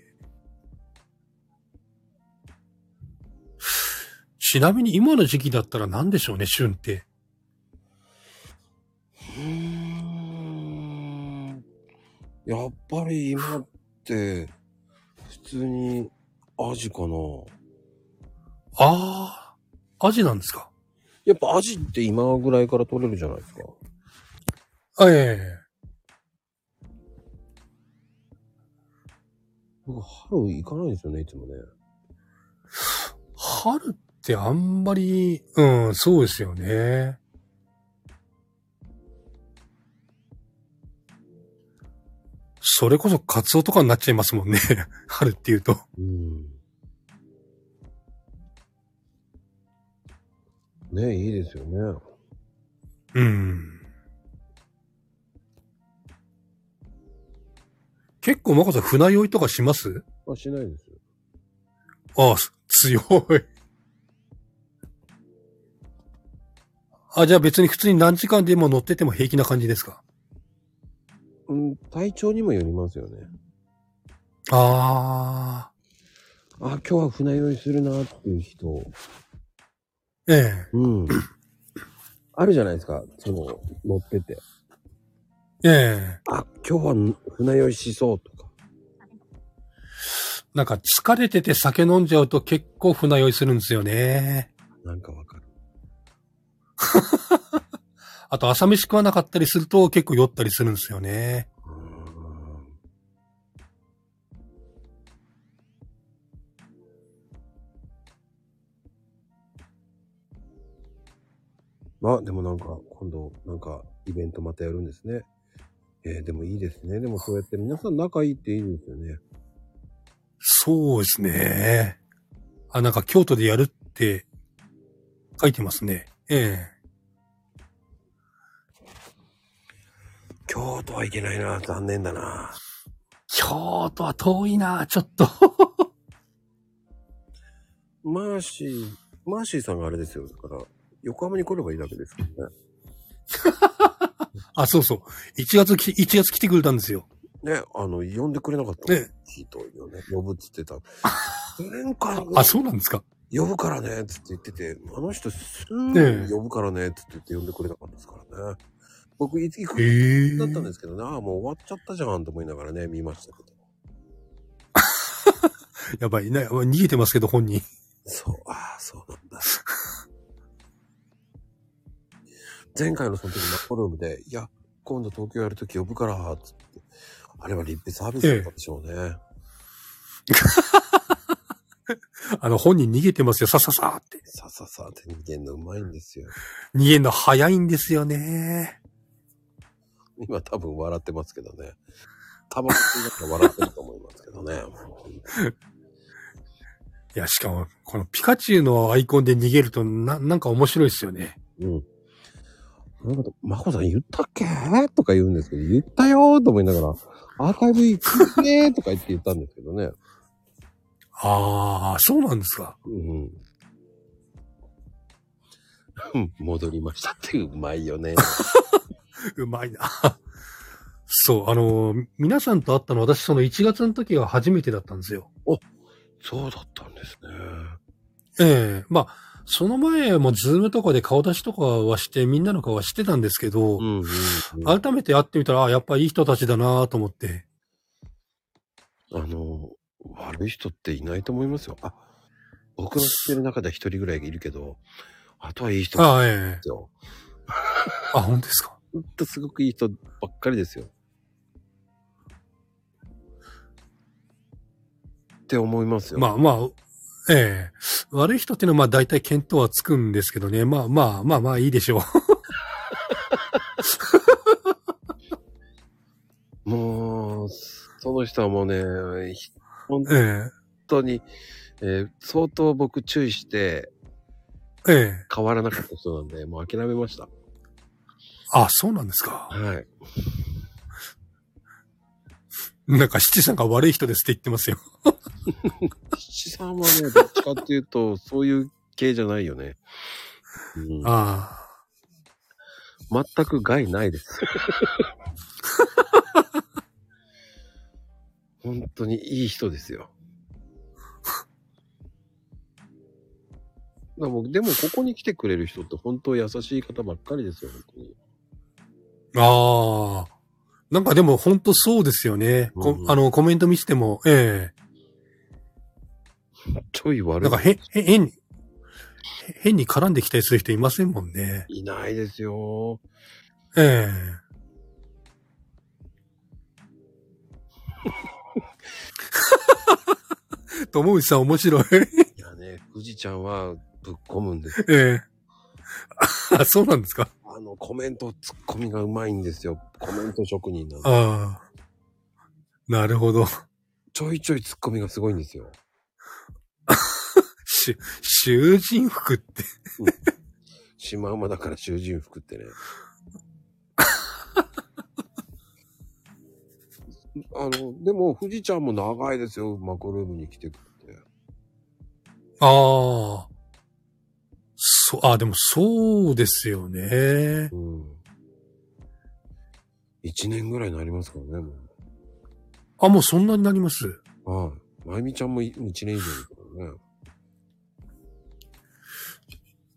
Speaker 3: ちなみに今の時期だったら何でしょうね、旬って。
Speaker 1: やっぱり今って、普通にアジかな。
Speaker 3: ああ、アジなんですか。
Speaker 1: やっぱアジって今ぐらいから取れるじゃないですか。
Speaker 3: あ、ええ
Speaker 1: 僕、春行かないんですよね、いつもね。
Speaker 3: 春ってあんまり、うん、そうですよね。それこそカツオとかになっちゃいますもんね。 (laughs) 春って言うと。
Speaker 1: うん。ねいいですよね。
Speaker 3: うん。結構、まこさん、船酔いとかします
Speaker 1: あ、しないですよ。
Speaker 3: ああ、す強い。あ、じゃあ別に普通に何時間でも乗ってても平気な感じですか
Speaker 1: うん、体調にもよりますよね。
Speaker 3: あ
Speaker 1: あ、
Speaker 3: あ。
Speaker 1: 今日は船酔いするなっていう人。
Speaker 3: ええ。
Speaker 1: うん。 (coughs) あるじゃないですか、その、乗ってて。
Speaker 3: ええ。
Speaker 1: あ、今日は船酔いしそうとか。
Speaker 3: なんか疲れてて酒飲んじゃうと結構船酔いするんですよね。
Speaker 1: なんかわかる。
Speaker 3: あと朝飯食わなかったりすると結構酔ったりするんですよね。
Speaker 1: うーんまあ、でもなんか、今度、なんか、イベントまたやるんですね。えーでもいいですね。でもそうやって皆さん仲いいっていいんですよね。
Speaker 3: そうですね。あ、なんか京都でやるって書いてますね。え
Speaker 1: 京都はいけないな。残念だな。
Speaker 3: え。京都は遠いな、ちょっと。
Speaker 1: マーシー、マーシーさんがあれですよ。だから、横浜に来ればいいだけですからね。
Speaker 3: あ、そうそう。1月き、1月来てくれたんですよ。
Speaker 1: ね、あの、呼んでくれなかった。
Speaker 3: ね。
Speaker 1: ひどいよね。呼ぶっつってた。なんか、
Speaker 3: あ、そうなんですか。
Speaker 1: 呼ぶからね、っつって言ってて、あの人す
Speaker 3: ね
Speaker 1: ー
Speaker 3: え
Speaker 1: 呼ぶからね、っつって言って呼んでくれなかったですからね。僕、いつ行
Speaker 3: え
Speaker 1: く
Speaker 3: え
Speaker 1: だったんですけどね、ああ、もう終わっちゃったじゃんと思いながらね、見ましたけど。
Speaker 3: やばいな、逃げてますけど本人。
Speaker 1: そう、ああ、そうなんだ。 (laughs) 前回のその時のフォルームで、いや、今度東京やるとき呼ぶから、つって。あれは立派サービスだったんでしょうね。
Speaker 3: あの本人逃げてますよ、さささって。
Speaker 1: さささって逃げんのうまいんですよ。
Speaker 3: 逃げるの早いんですよね。
Speaker 1: 今多分笑ってますけどね。タバコ吸いながら笑ってると思いますけどね。もう
Speaker 3: いや、しかも、このピカチュウのアイコンで逃げると、な、なんか面白いですよね。
Speaker 1: うん。なんかと、まこさん言ったっけとか言うんですけど、言ったよーと思いながら、アーカイブ行くねーとか言って言ったんですけどね。
Speaker 3: ああ、そうなんですか。
Speaker 1: うんうん。戻りましたってうまいよね。
Speaker 3: うまいな。 (laughs) そう、あのー、皆さんと会ったの、私その1月の時が初めてだったんですよ。
Speaker 1: そうだったんですね。
Speaker 3: ええまあ、その前もズームとかで顔出しとかはして、みんなの顔はしてたんですけど、
Speaker 1: うんうん、うん。あ
Speaker 3: 改めて会ってみたら、あやっぱいい人たちだなと思って。
Speaker 1: の、悪い人っていないと思いますよ。あ、僕の知ってる中で一人ぐらいいるけど、あとはいい人なん
Speaker 3: ああ、ええ
Speaker 1: ですよ。
Speaker 3: あ、本当ですか。
Speaker 1: ほんとすごくいい人ばっかりですよ。って思いますよ。
Speaker 3: まあまあ、ええ悪い人っていうのはまあ大体見当はつくんですけどね。まあまあまあまあいいでしょう。
Speaker 1: もう、その人はもうね、ひ本
Speaker 3: え (laughs) え
Speaker 1: 当に、えー相当僕注意して
Speaker 3: ええ
Speaker 1: 変わらなかった人なんで、もう諦めました。
Speaker 3: あ、そうなんですか。
Speaker 1: はい。
Speaker 3: なんか、七さんが悪い人ですって言ってますよ。
Speaker 1: 七さんは
Speaker 3: (laughs)
Speaker 1: ね、どっちかっていうと、そういう系じゃないよね。うん、
Speaker 3: あ
Speaker 1: 全く害ないです。本当にいい人ですよ。でも、でもここに来てくれる人って本当優しい方ばっかりですよ、本当に。
Speaker 3: あ。ああ。なんかでも本当そうですよね。こ
Speaker 1: うん
Speaker 3: あの、コメント見せても、ええ
Speaker 1: ちょい悪
Speaker 3: なん
Speaker 1: い
Speaker 3: か。へ、へ、変に、へ変に絡んできたりする人いませんもんね。
Speaker 1: いないですよ。
Speaker 3: ええ (laughs) 友内さん面白い。
Speaker 1: いやね、富士ちゃんはぶっ込むんです。
Speaker 3: ええあ、そうなんですか
Speaker 1: あの、コメントツッコミがうまいんですよ。コメント職人なんで。
Speaker 3: ああ。なるほど。
Speaker 1: ちょいちょいツッコミがすごいんですよ。
Speaker 3: し、囚人服って。
Speaker 1: シマウマだから囚人服って
Speaker 3: (laughs)
Speaker 1: ね。あの、でも、富士ちゃんも長いですよ、マコルームに来てくれて。
Speaker 3: ああ。そ、あ、でもそうですよね。
Speaker 1: うん。一年ぐらいになりますからね、も
Speaker 3: あ、もうそんなになります。
Speaker 1: う。はい。まゆみちゃんもい一年以上ですからね。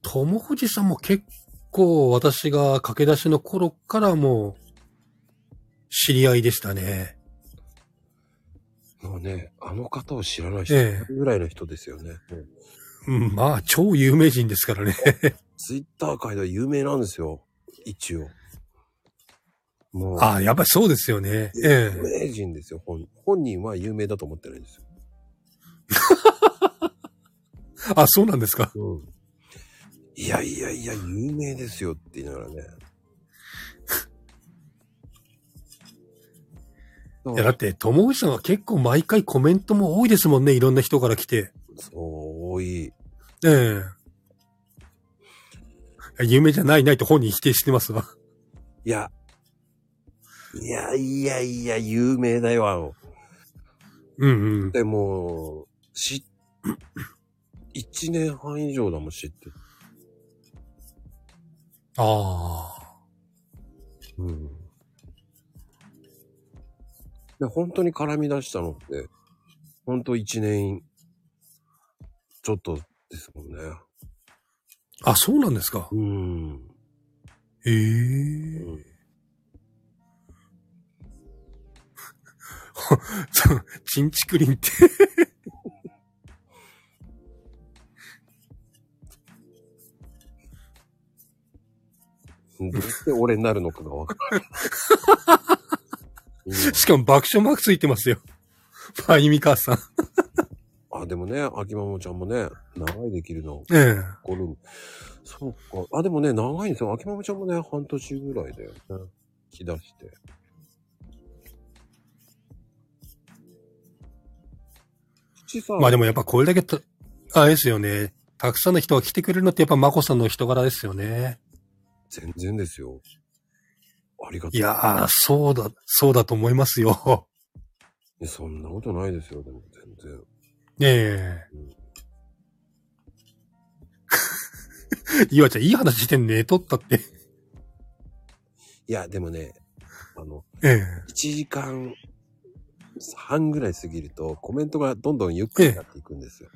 Speaker 3: 友藤さんも結構私が駆け出しの頃からもう、知り合いでしたね。
Speaker 1: もうね、あの方を知らない人
Speaker 3: ええ
Speaker 1: ぐらいの人ですよね。
Speaker 3: うんまあ、超有名人ですからね。
Speaker 1: ツイッター界では有名なんですよ。一応。もう、
Speaker 3: (laughs) あやっぱりそうですよね。え
Speaker 1: 有
Speaker 3: え。
Speaker 1: 名人ですよ、本本人は有名だと思ってないんですよ。
Speaker 3: あ、そうなんですか。
Speaker 1: うんいやいやいや、有名ですよって言いながらね。
Speaker 3: いや、だって、友藤さんは結構毎回コメントも多いですもんね。いろんな人から来て。
Speaker 1: そう、多い。
Speaker 3: ええいや有名じゃないないと本人否定してますわ。
Speaker 1: いや、いやいやいや、有名だよ、あの。
Speaker 3: うんうん。
Speaker 1: でも、し、一年半以上だもん、知って。
Speaker 3: ああ。
Speaker 1: うん。で、本当に絡み出したのって、本当一年、ちょっとですもんね。
Speaker 3: あ、そうなんですか。
Speaker 1: うん。
Speaker 3: ええ
Speaker 1: うん
Speaker 3: そう、 (laughs) チンチクリンって。
Speaker 1: どうして俺になるのかがわからない。うん
Speaker 3: しかも爆笑マークついてますよ。まゆみ母さん。
Speaker 1: あ、でもね、秋マモちゃんもね、長いできるの。
Speaker 3: ええ
Speaker 1: ゴルフそうか。あ、でもね、長いんですよ。秋マモちゃんもね、半年ぐらいだよね。来だして。七さん、
Speaker 3: まあでもやっぱこれだけた、あれですよね。たくさんの人が来てくれるのってやっぱマコさんの人柄ですよね。
Speaker 1: 全然ですよ。ありがと。
Speaker 3: いうやー、そうだ、そうだと思いますよ。
Speaker 1: いやそんなことないですよ。でも全然。
Speaker 3: え (laughs) えいわちゃん、いい話して寝とったって。
Speaker 1: いや、でもね、あの、
Speaker 3: ええ
Speaker 1: 1時間半ぐらい過ぎるとコメントがどんどんゆっくりになっていくんですよ。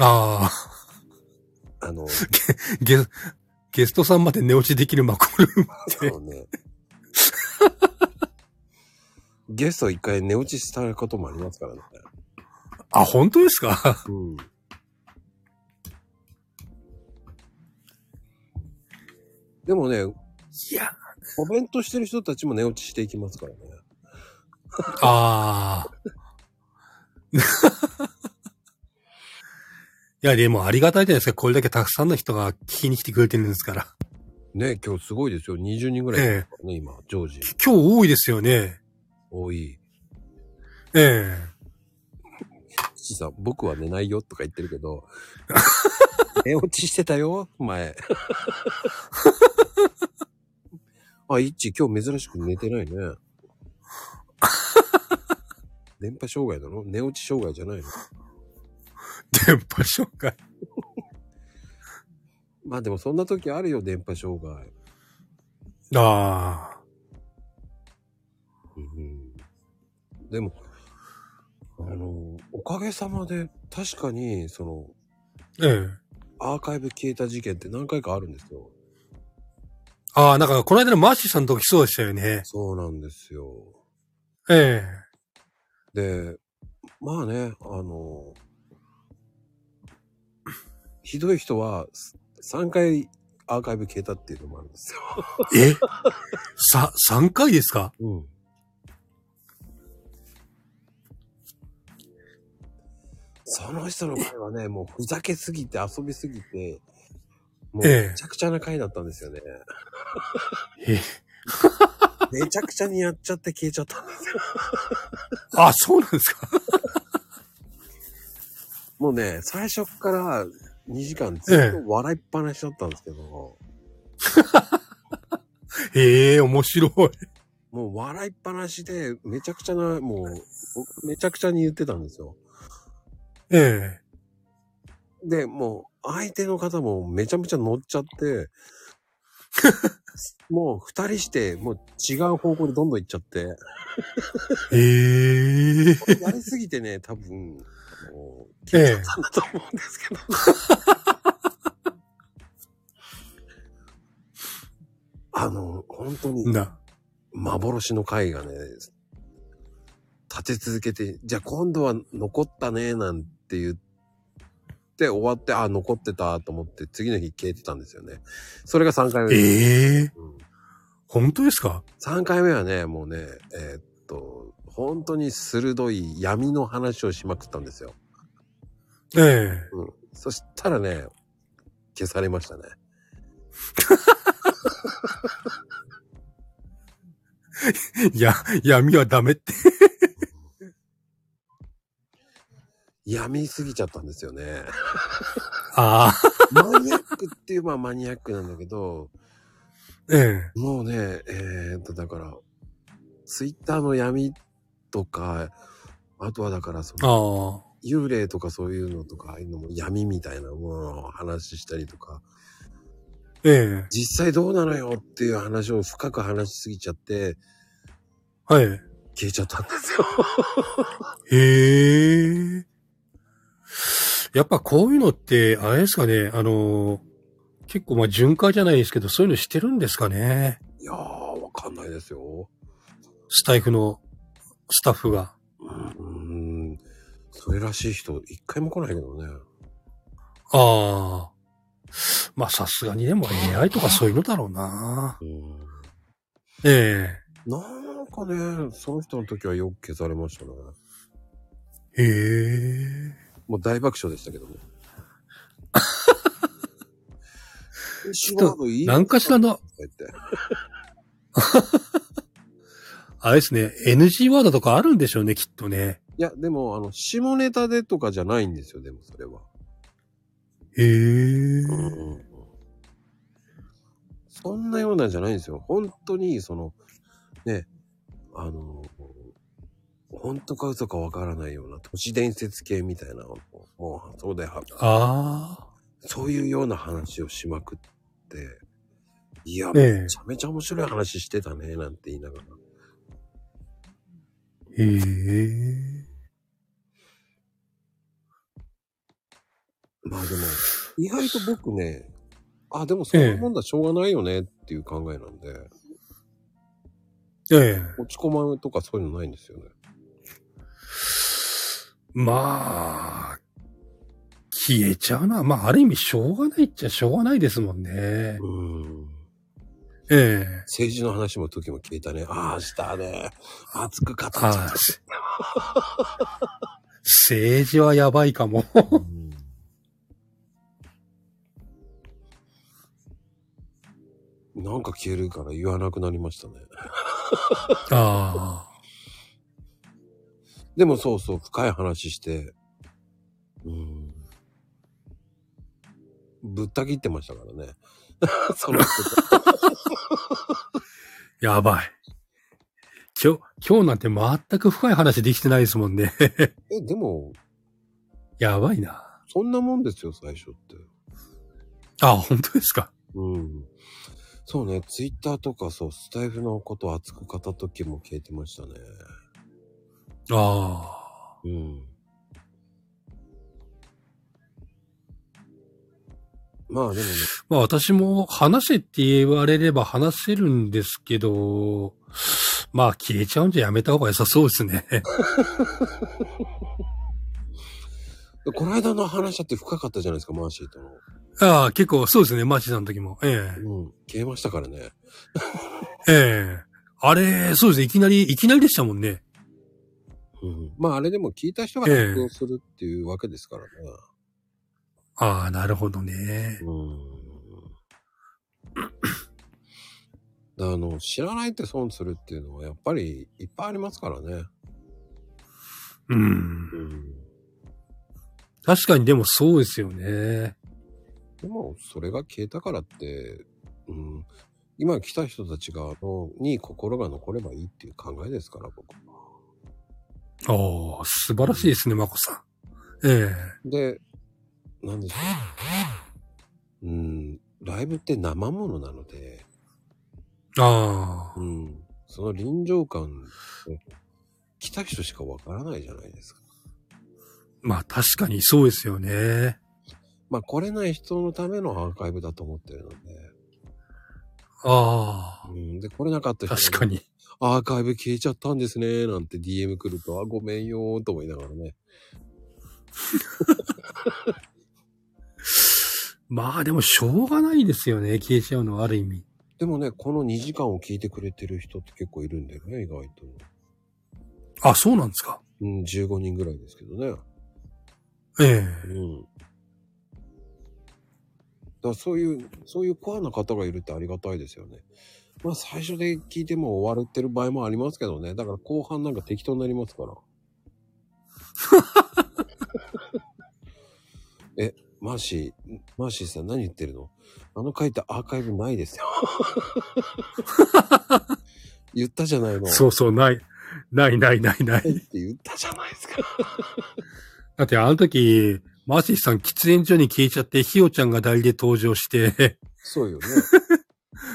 Speaker 3: ああ、
Speaker 1: あの、
Speaker 3: ゲ、ゲストさんまで寝落ちできるマコルーム。
Speaker 1: あのね、ゲスト一回寝落ちしたこともありますからね。
Speaker 3: あ、本当ですか
Speaker 1: うん。でもね、
Speaker 3: いや。
Speaker 1: コメントしてる人たちも寝落ちしていきますからね。
Speaker 3: ああ。 (laughs) いや、でもありがたいじゃないですか。これだけたくさんの人が聞きに来てくれてるんですから。
Speaker 1: ね、今日すごいですよ。20人ぐらい、ね
Speaker 3: え
Speaker 1: 今、ジョージ。
Speaker 3: 今日多いですよね。
Speaker 1: 多い。
Speaker 3: え
Speaker 1: 父さん、僕は寝ないよとか言ってるけど、 (laughs) 寝落ちしてたよ、 (laughs) 前。あ、いっち、今日珍しく寝てないね。電波障害なの寝落ち障害じゃないの
Speaker 3: え電波障害。
Speaker 1: まあでもそんな時あるよ、電波障害。
Speaker 3: ああ。
Speaker 1: うん、でも、あの、おかげさまで、確かに、その、
Speaker 3: ええ
Speaker 1: アーカイブ消えた事件って何回かあるんですよ。
Speaker 3: ああ、なんか、この間のマーシーさんの時そうでしたよね。
Speaker 1: そうなんですよ。
Speaker 3: ええ
Speaker 1: で、まあね、あの、 (coughs) ひどい人はす3回アーカイブ消えたっていうのもあるんですよ。
Speaker 3: えさ、3回ですか
Speaker 1: うん。その人の回はね、もうふざけすぎて遊びすぎて、もう
Speaker 3: ええ
Speaker 1: めちゃくちゃな回だったんですよね。
Speaker 3: ええ
Speaker 1: (laughs) めちゃくちゃにやっちゃって消えちゃったんですよ。
Speaker 3: あ、そうなんですか
Speaker 1: もうね、最初から2時間ずっと笑いっぱなしだったんですけど、
Speaker 3: ええ面白い。
Speaker 1: もう笑いっぱなしで、めちゃくちゃな、もう、僕めちゃくちゃに言ってたんですよ。
Speaker 3: ええ
Speaker 1: で、もう、相手の方もめちゃめちゃ乗っちゃって、もう二人して、もう違う方向でどんどん行っちゃって、
Speaker 3: ええ
Speaker 1: やりすぎてね、多分、もう、
Speaker 3: ええ
Speaker 1: 消えちゃったんだと思うんですけど。あの、本当に、
Speaker 3: な、
Speaker 1: 幻の回がね、立て続けて、じゃあ今度は残ったね、なんて言って、終わって、あ、残ってたと思って、次の日消えてたんですよね。それが3回目。
Speaker 3: ええ
Speaker 1: うん
Speaker 3: 本当ですか
Speaker 1: 3回目はね、もうね、えーっと、本当に鋭い闇の話をしまくったんですよ。
Speaker 3: ええ
Speaker 1: うん。そしたらね、消されましたね。
Speaker 3: いや、闇はダメって。
Speaker 1: 闇すぎちゃったんですよね。
Speaker 3: ああ、
Speaker 1: マニアックって言えばマニアックなんだけど、
Speaker 3: ええ
Speaker 1: もうね、えー、っと、だから、ツイッターの闇とか、あとはだから、その、
Speaker 3: ああ、
Speaker 1: 幽霊とかそういうのとか、ああいうのも闇みたいなものを話したりとか、
Speaker 3: ええ
Speaker 1: 実際どうなのよっていう話を深く話しすぎちゃって、
Speaker 3: はい。
Speaker 1: 消えちゃったんですよ。
Speaker 3: へえ。やっぱこういうのって、あれですかね、あの、結構まあ巡回じゃないですけど、そういうのしてるんですかね。
Speaker 1: いやー、わかんないですよ。
Speaker 3: スタイフのスタッフが。
Speaker 1: うーん、それらしい人、一回も来ないけどね。
Speaker 3: ああ。まあさすがにでも AI とかそういうのだろうな。
Speaker 1: うん
Speaker 3: え
Speaker 1: なんかね、その人の時はよく消されましたね。
Speaker 3: えへえ。
Speaker 1: もう大爆笑でしたけ
Speaker 3: (laughs)
Speaker 1: どね。シュワードいい
Speaker 3: 何かしらの、
Speaker 1: とか言って
Speaker 3: あれですね、NG ワードとかあるんでしょうね、きっとね。
Speaker 1: いや、でも、あの、下ネタでとかじゃないんですよ、でもそれは。
Speaker 3: へえ。
Speaker 1: そんなようなんじゃないんですよ。本当に、その、ね、あの、本当か嘘かわからないような都市伝説系みたいなのを、もう、そうでは、
Speaker 3: あ
Speaker 1: そういうような話をしまくって、いや、
Speaker 3: あ。
Speaker 1: め
Speaker 3: え
Speaker 1: ちゃめちゃ面白い話してたね、なんて言いながら。
Speaker 3: え。へえ。
Speaker 1: まあでも、意外と僕ね、あ、でもそんなもんだ、しょうがないよねっていう考えなんで、
Speaker 3: ええ。
Speaker 1: 落ち込まんとかそういうのないんですよね。
Speaker 3: まあ、消えちゃうな。まあ、ある意味、しょうがないっちゃしょうがないですもんね。
Speaker 1: うん。
Speaker 3: ええ。
Speaker 1: 政治の話も時も消えたね。ああ、したね。熱く語っちゃっ
Speaker 3: ああ、せ政治はやばいかも。
Speaker 1: た。うんなんか消えるから言わなくなりましたね。
Speaker 3: ああ。
Speaker 1: でもそうそう、深い話して、うん。ぶった切ってましたからね。 (laughs) その人
Speaker 3: やばい。今日、今日なんて全く深い話できてないですもんね。
Speaker 1: え、でも、
Speaker 3: やばいな。
Speaker 1: そんなもんですよ、最初って。
Speaker 3: あ、本当ですか。
Speaker 1: うん。そうね、ツイッターとかそう、スタイフのことを熱く語った時も消えてましたね。
Speaker 3: あ
Speaker 1: うん。まあでもね、
Speaker 3: あ。まあ私も話せって言われれば話せるんですけど、まあ消えちゃうんじゃやめた方が良さそうですね。 (laughs)
Speaker 1: この間の話だって深かったじゃないですか、マーシーとの。
Speaker 3: ああ、結構そうですね。マーチさんの時も。ええ
Speaker 1: うん。消えましたからね。
Speaker 3: ええあれ、そうですね。いきなり、いきなりでしたもんね。
Speaker 1: うん。まああれでも聞いた人が発表するっていうわけですからね。
Speaker 3: ああ、なるほどね。
Speaker 1: うん。あの、知らないって損するっていうのはやっぱりいっぱいありますからね。
Speaker 3: うん。
Speaker 1: うん。
Speaker 3: 確かにでもそうですよね。
Speaker 1: でも、それが消えたからって、うん。今来た人たちが、の、に心が残ればいいっていう考えですから、僕は。
Speaker 3: ああ、素晴らしいですね、まこさん。え
Speaker 1: で、なんでしょう。うん。ライブって生ものなので、
Speaker 3: えああ
Speaker 1: う、ん、その臨場感って来た人しかわからないじゃないですか。
Speaker 3: まあ確かにそうですよね。
Speaker 1: まあ来れない人のためのアーカイブだと思ってるので、
Speaker 3: あ
Speaker 1: うん、で来れなかった
Speaker 3: あ、
Speaker 1: 人
Speaker 3: 確かに。
Speaker 1: アーカイブ消えちゃったんですねなんて DM 来ると、あ、ごめんよーと思いながらね。
Speaker 3: まあでもしょうがないですよね、消えちゃうのはある意味。
Speaker 1: でもね、この2時間を聞いてくれてる人って結構いるんだよね、意外と。
Speaker 3: あ、そうなんですか。
Speaker 1: うん、15人ぐらいですけどね。
Speaker 3: ええ
Speaker 1: うん。だからそういう、そういうコアな方がいるってありがたいですよね。まあ最初で聞いても終わってる場合もありますけどね。だから後半なんか適当になりますから。 (laughs) え、マーシー、マーシーさん何言ってるのあの書いたアーカイブないですよ。 (laughs) 言ったじゃないの。
Speaker 3: そうそう、ない。ないないないな
Speaker 1: ない
Speaker 3: い。
Speaker 1: って言ったじゃないですか。
Speaker 3: だってあの時、マーシーさん喫煙所に消えちゃって、ひよちゃんが代理で登場して、 (laughs)
Speaker 1: そうよね。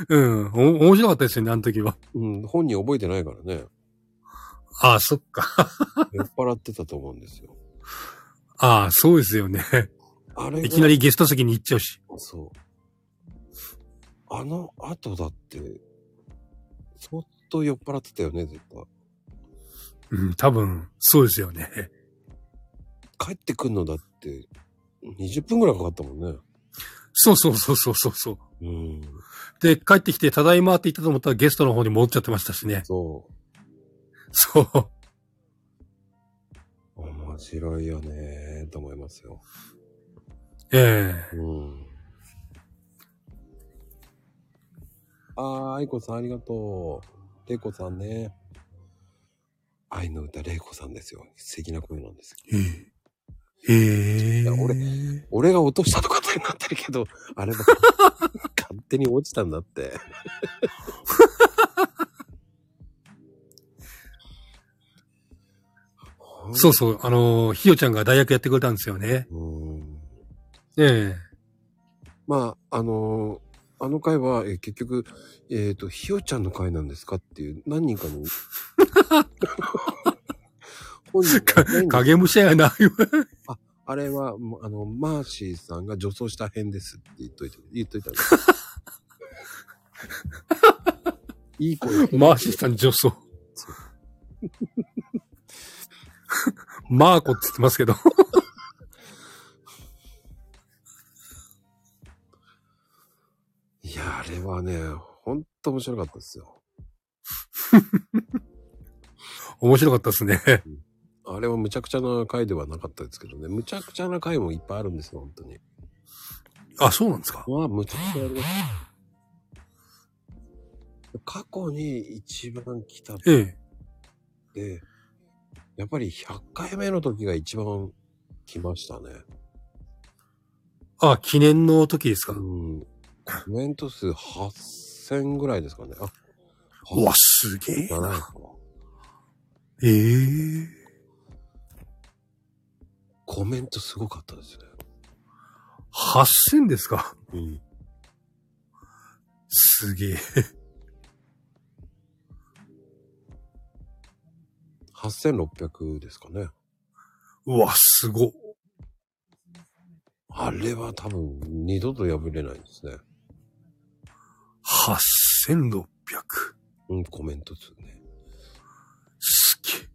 Speaker 3: うん、お面白かったですよね、あの時は。
Speaker 1: うん、本人覚えてないからね。
Speaker 3: ああ、そっか。
Speaker 1: 酔っ払ってたと思うんですよ。
Speaker 3: ああ、そうですよね。
Speaker 1: あれが
Speaker 3: いきなりゲスト席に行っちゃうし。
Speaker 1: そう。あの後だって、相当酔っ払ってたよね、絶対。
Speaker 3: うん、多分、そうですよね。
Speaker 1: 帰ってくんのだって、20分ぐらいかかったもんね。
Speaker 3: そうそうそうそうそうそう。
Speaker 1: うん。
Speaker 3: で、帰ってきて、ただいまって言ったと思ったらゲストの方に戻っちゃってましたしね。
Speaker 1: そ
Speaker 3: そう。
Speaker 1: う。面白いよねーと思いますよ。
Speaker 3: ええ
Speaker 1: うん。あー、愛子さんありがとう。玲子さんね。愛の歌玲子さんですよ。素敵な声なんですけど。
Speaker 3: ええ
Speaker 1: いや俺
Speaker 3: 俺。
Speaker 1: 俺が落としたとかになってるけど、 (laughs) あれは勝手に落ちたんだ (laughs) って。
Speaker 3: そうそう。あのーひよちゃんが大学やってくれたんですよね。
Speaker 1: うん。
Speaker 3: ええ
Speaker 1: まあ、あのーあの回は、えー結局、えっ、と、ひよちゃんの回なんですかっていう、何人か (laughs) の。本人が何人か
Speaker 3: 影武者やな。
Speaker 1: あれは、もうあの、マーシーさんが女装した編ですって言っといて、言っといたんです。いい声。
Speaker 3: マーシーさん女装。マーコって言ってますけど。
Speaker 1: いや、あれはね、ほんと面白かったですよ。
Speaker 3: 面白かったですね。
Speaker 1: あれはむちゃくちゃな回ではなかったですけどね。むちゃくちゃな回もいっぱいあるんですよ、本当に。
Speaker 3: あ、そうなんですか。
Speaker 1: まあ、むちゃくちゃやります。過去に一番来たっ
Speaker 3: ええ。
Speaker 1: て、やっぱり100回目の時が一番来ましたね。
Speaker 3: あ、記念の時ですか。
Speaker 1: うん。コメント数8000ぐらいですかね。あ、
Speaker 3: うわ、すげえ
Speaker 1: じゃない
Speaker 3: な。
Speaker 1: かな。
Speaker 3: ええ
Speaker 1: コメントすごかったですね。
Speaker 3: 8000ですか。
Speaker 1: うん。
Speaker 3: すげえ。
Speaker 1: 8600ですかね。
Speaker 3: うわ、すご。
Speaker 1: あれは多分二度と破れないですね。
Speaker 3: 8600。
Speaker 1: うん、コメント数ね。
Speaker 3: すげ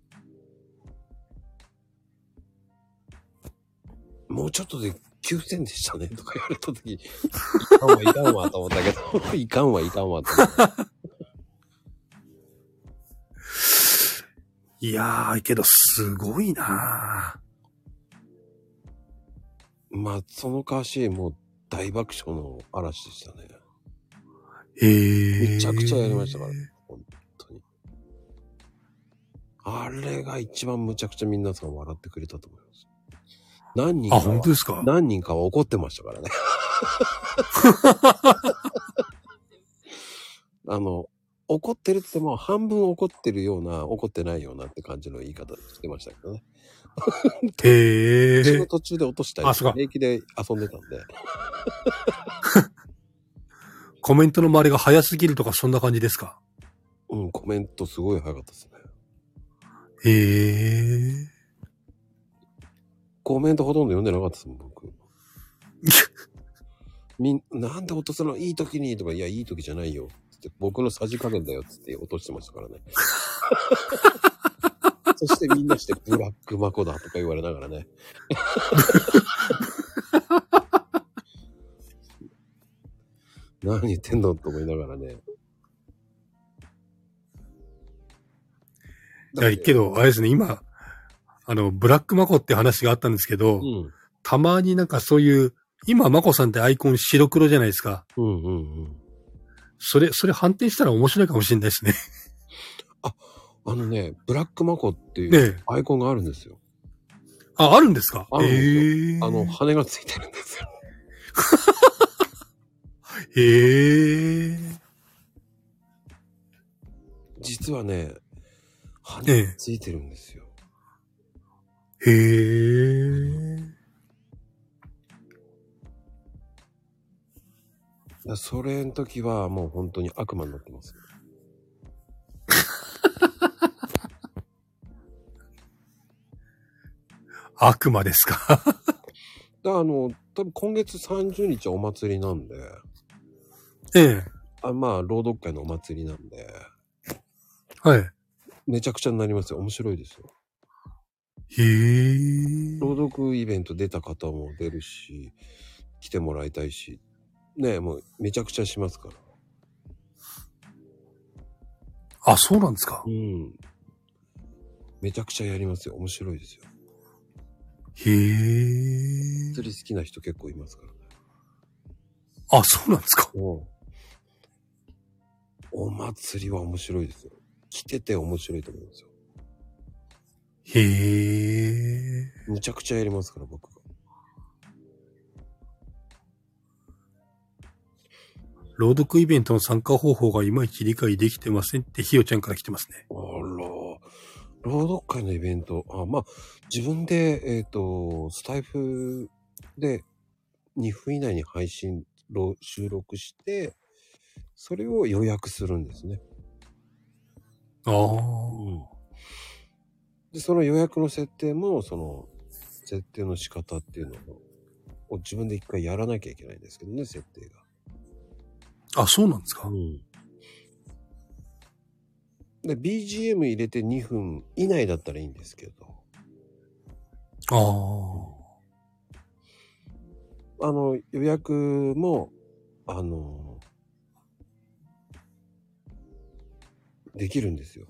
Speaker 3: え。
Speaker 1: もうちょっとで9000でしたねとか言われた時、いかんわ、いかんわと思ったけど、 (laughs) いかんわ、いかんわと思って。
Speaker 3: いやー、けど、すごいな
Speaker 1: まあ、そのかわし、もう大爆笑の嵐でしたね。
Speaker 3: ええ
Speaker 1: めちゃくちゃやりましたから本当に。あれが一番むちゃくちゃ皆さん笑ってくれたと思います。何人か
Speaker 3: あ、
Speaker 1: は
Speaker 3: 本当ですか
Speaker 1: 何人かは怒ってました
Speaker 3: (laughs)
Speaker 1: からね。あの、怒ってるって言っても半分怒ってるような、怒ってないようなって感じの言い方してましたけどね。
Speaker 3: ええ
Speaker 1: 仕事中で落としたり
Speaker 3: あそうか、
Speaker 1: 平気で遊んでたんで。
Speaker 3: コメントの周りが早すぎるとか、そんな感じですか
Speaker 1: うん、コメントすごい早かったですね。
Speaker 3: ええ
Speaker 1: コメントほとんど読んでなかったですもん、
Speaker 3: (laughs)
Speaker 1: 僕。みん、なんで落とすのいい時にとか、いや、いい時じゃないよ。つって、僕のさじ加減だよ。つって落としてました
Speaker 3: (laughs)
Speaker 1: からね。そしてみんなして、ブラックマコだとか言われながら
Speaker 3: (laughs)
Speaker 1: ね。何言ってんのと思いながらね。
Speaker 3: いや、けど、あれですね、今、あの、ブラックマコって話があったんですけど、
Speaker 1: うん。
Speaker 3: たまになんかそういう、今、マコさんってアイコン白黒じゃないですか。
Speaker 1: うんうんうん。
Speaker 3: それ、それ反転したら面白いかもしれないですね。
Speaker 1: あのね、ブラックマコっていう
Speaker 3: ねえ。
Speaker 1: アイコンがあるんですよ。
Speaker 3: あ、あるんですか
Speaker 1: あるんです
Speaker 3: ええ
Speaker 1: あの、羽がついてるんですよ。
Speaker 3: ええ
Speaker 1: 実はね、
Speaker 3: え
Speaker 1: 羽
Speaker 3: え
Speaker 1: がついてるんですよ。
Speaker 3: へえ。
Speaker 1: だからそれの時はもう本当に悪魔になってますよ。
Speaker 3: 悪魔ですか
Speaker 1: だからあの、多分今月30日はお祭りなんで、
Speaker 3: ええ。
Speaker 1: あまあ、朗読会のお祭りなんで、
Speaker 3: はい。
Speaker 1: めちゃくちゃになりますよ。面白いですよ。
Speaker 3: へえ。
Speaker 1: 朗読イベント出た方も出るし、来てもらいたいし、ねえもうめちゃくちゃしますから。
Speaker 3: あ、そうなんですか
Speaker 1: うん。めちゃくちゃやりますよ。面白いですよ。
Speaker 3: へえ。
Speaker 1: 釣り好きな人結構いますから。
Speaker 3: あ、そうなんですか
Speaker 1: おお祭りは面白いですよ。来てて面白いと思いますよ。
Speaker 3: へえ。
Speaker 1: むちゃくちゃやりますから、僕が。
Speaker 3: 朗読イベントの参加方法がいまいち理解できてませんってひよちゃんから来てますね。
Speaker 1: あら、朗読会のイベント、あ、まあ、自分で、えっ、と、スタイフで2分以内に配信、ろ収録して、それを予約するんですね。
Speaker 3: ああ。
Speaker 1: で、その予約の設定も、その、設定の仕方っていうのを自分で一回やらなきゃいけないんですけどね、設定が。
Speaker 3: あ、そうなんですか
Speaker 1: で BGM 入れて2分以内だったらいいんですけど
Speaker 3: ああ。
Speaker 1: あの予約もあのできるんですよ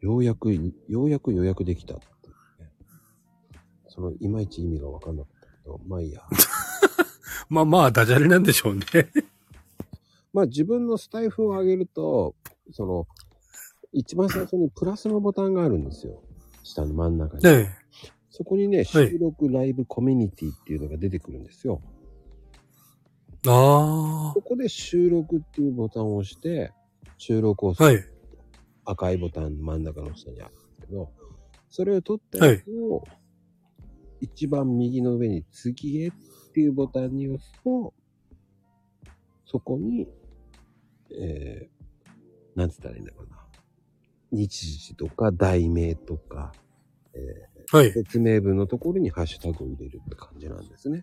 Speaker 1: ようやくようやく予約できたっていうねそのいまいち意味が分かんなかったけどまあいいや
Speaker 3: まあまあ、ダジャレなんでしょうね。
Speaker 1: (laughs) まあ自分のスタイフを上げると、その、一番最初にプラスのボタンがあるんですよ。下の真ん中に。
Speaker 3: ね
Speaker 1: そこにね、収録ライブコミュニティっていうのが出てくるんですよ。
Speaker 3: え。あ
Speaker 1: ここで収録っていうボタンを押して、収録をす
Speaker 3: あ。
Speaker 1: る
Speaker 3: はい。
Speaker 1: 赤いボタン真ん中の下にあるんですけど、それを取ったやつを、一番右の上に次へっていうボタンに押すと、そこに、えー、なんつったらいいんだろうな。日時とか題名とか、え
Speaker 3: はい。
Speaker 1: ー
Speaker 3: へ
Speaker 1: 説明文のところにハッシュタグを入れるって感じなんですね。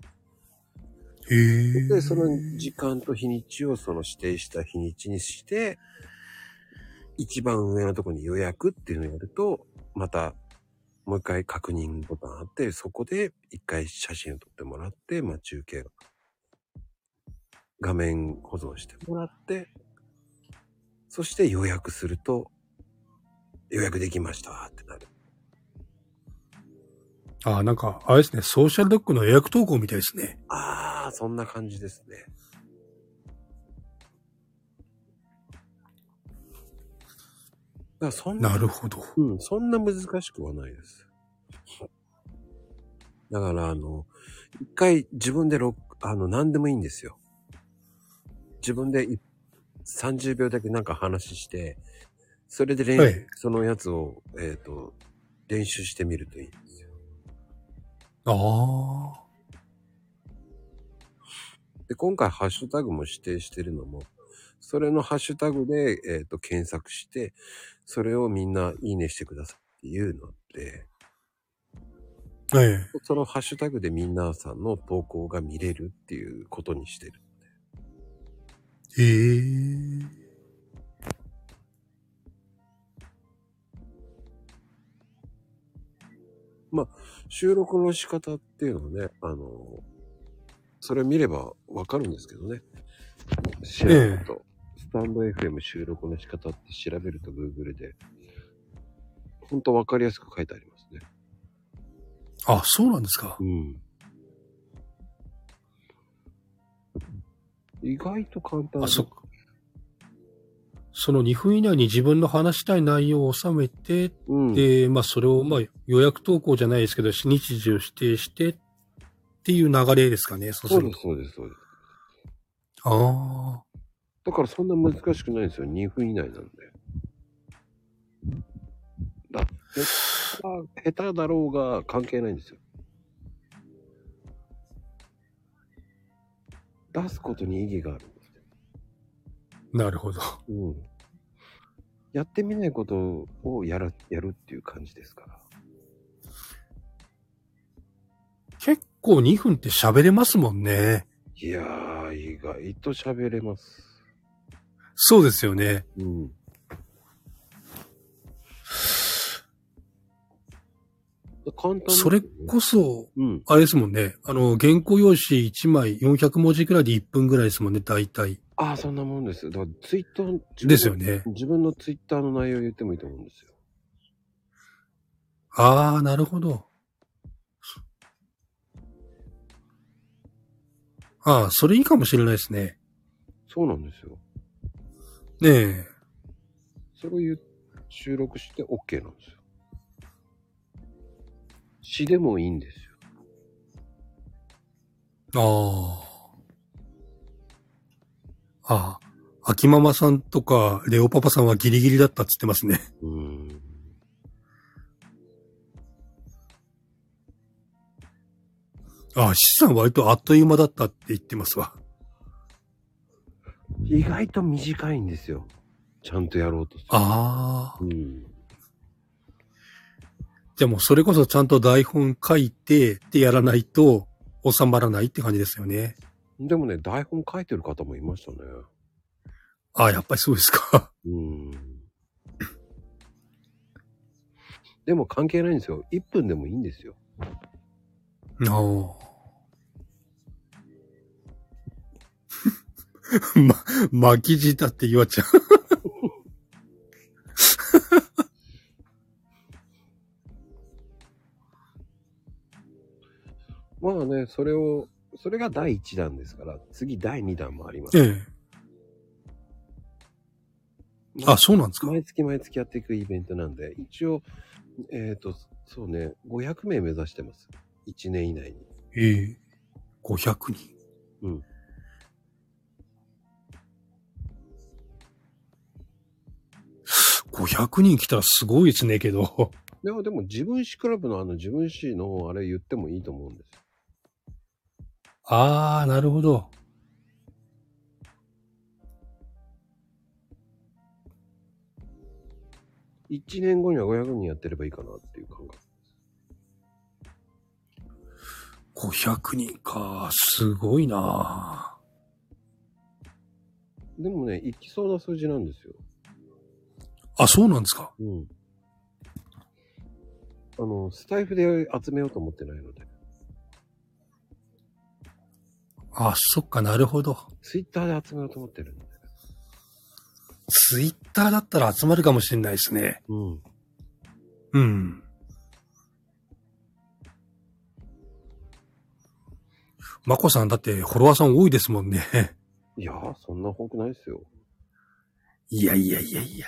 Speaker 3: え。
Speaker 1: で、その時間と日にちをその指定した日にちにして、一番上のところに予約っていうのをやると、また、もう一回確認ボタンあって、そこで一回写真を撮ってもらって、まあ中継を画面保存してもらって、そして予約すると、予約できましたってなる。
Speaker 3: ああ、なんか、あれですね、ソーシャルドッグの予約投稿みたいですね。
Speaker 1: ああ、そんな感じですね。だからそん
Speaker 3: な
Speaker 1: な、
Speaker 3: るほど。
Speaker 1: うん、そんな難しくはないです。だから、あの、一回自分でロック、あの、何でもいいんですよ。自分でい30秒だけなんか話して、それで練習、
Speaker 3: はい
Speaker 1: そのやつを、えっ、と、練習してみるといいですよ。
Speaker 3: ああ。
Speaker 1: で、今回ハッシュタグも指定してるのも、それのハッシュタグで、えっ、と、検索して、それをみんないいねしてくださいっていうので、
Speaker 3: ええ。
Speaker 1: そのハッシュタグでみんなさんの投稿が見れるっていうことにしてる。
Speaker 3: ええ
Speaker 1: 収録の仕方っていうのはね、あの、それ見ればわかるんですけどね。調べると、スタンド FM 収録の仕方って調べると Google で、ほんとわかりやすく書いてありますね。
Speaker 3: あ、そうなんですか。
Speaker 1: うん。意外と簡単
Speaker 3: あ、そっか。その2分以内に自分の話したい内容を収めて、
Speaker 1: うん。
Speaker 3: で、まあそれを、まあ予約投稿じゃないですけど、日時を指定してっていう流れですかね、そうす
Speaker 1: そう
Speaker 3: る
Speaker 1: で
Speaker 3: と。
Speaker 1: す、そうです、そうです。
Speaker 3: ああ。
Speaker 1: だからそんな難しくないんですよ。2分以内なんで。だって、下手だろうが関係ないんですよ。出すことに意義があるんですよ。
Speaker 3: なるほど。
Speaker 1: うん。やってみないことをやら、やるっていう感じですから。
Speaker 3: 結構2分って喋れますもんね。
Speaker 1: いやー、意外と喋れます。
Speaker 3: そうですよね。
Speaker 1: うん。簡単ですよ
Speaker 3: そ
Speaker 1: ね、
Speaker 3: れこそ、
Speaker 1: うん。
Speaker 3: あれですもんね。あの、原稿用紙1枚400文字くらいで1分くらいですもんね、大体。
Speaker 1: ああ、そんなもんです。だからツイッター、自分の
Speaker 3: ですよね。
Speaker 1: 自分のツイッターの内容言ってもいいと思うんですよ。
Speaker 3: ああ、なるほど。ああ、それいいかもしれないですね。
Speaker 1: そうなんですよ。
Speaker 3: ねえ。
Speaker 1: それを言う収録して OK なんですよ。詩でもいいんですよ。
Speaker 3: ああ。ああ。秋ママさんとか、レオパパさんはギリギリだったっつってますね。
Speaker 1: うーん。
Speaker 3: ああ、資産割とあっという間だったって言ってますわ。
Speaker 1: 意外と短いんですよ。ちゃんとやろうとする。
Speaker 3: ああ。
Speaker 1: うん。
Speaker 3: じゃあもうそれこそちゃんと台本書いてってやらないと収まらないって感じですよね。
Speaker 1: でもね、台本書いてる方もいましたね。
Speaker 3: ああ、やっぱりそうですか。
Speaker 1: うん。でも関係ないんですよ。1分でもいいんですよ。
Speaker 3: なあ。 (laughs) ま、巻き舌って言わちゃう。
Speaker 1: まあね、それを、それが第1弾ですから、次第2弾もあります。
Speaker 3: ええ。あ、そうなんですか。
Speaker 1: 毎月毎月やっていくイベントなんで、一応、えっ、と、そうね、500名目指してます。1年以内に。
Speaker 3: ええ。500人。
Speaker 1: うん。
Speaker 3: 500人来たらすごいですね、けど。
Speaker 1: でも、でも自分史クラブのあの自分史のあれ言ってもいいと思うんですよ。
Speaker 3: (laughs) あー、なるほど。
Speaker 1: 1年後には500人やってればいいかなっていう感覚。
Speaker 3: 500人か。すごいな
Speaker 1: でもね、いきそうな数字なんですよ。
Speaker 3: あ、そうなんですか。
Speaker 1: うん。あの、スタイフで集めようと思ってないので、
Speaker 3: あ、そっか、なるほど。
Speaker 1: ツイッターで集めようと思ってるんで。
Speaker 3: ツイッターだったら集まるかもしれないですね。
Speaker 1: うん。
Speaker 3: うん。まこさん、だってフォロワーさん多いですもんね。
Speaker 1: いやー、そんな多くないですよ。
Speaker 3: いやいやいやいや。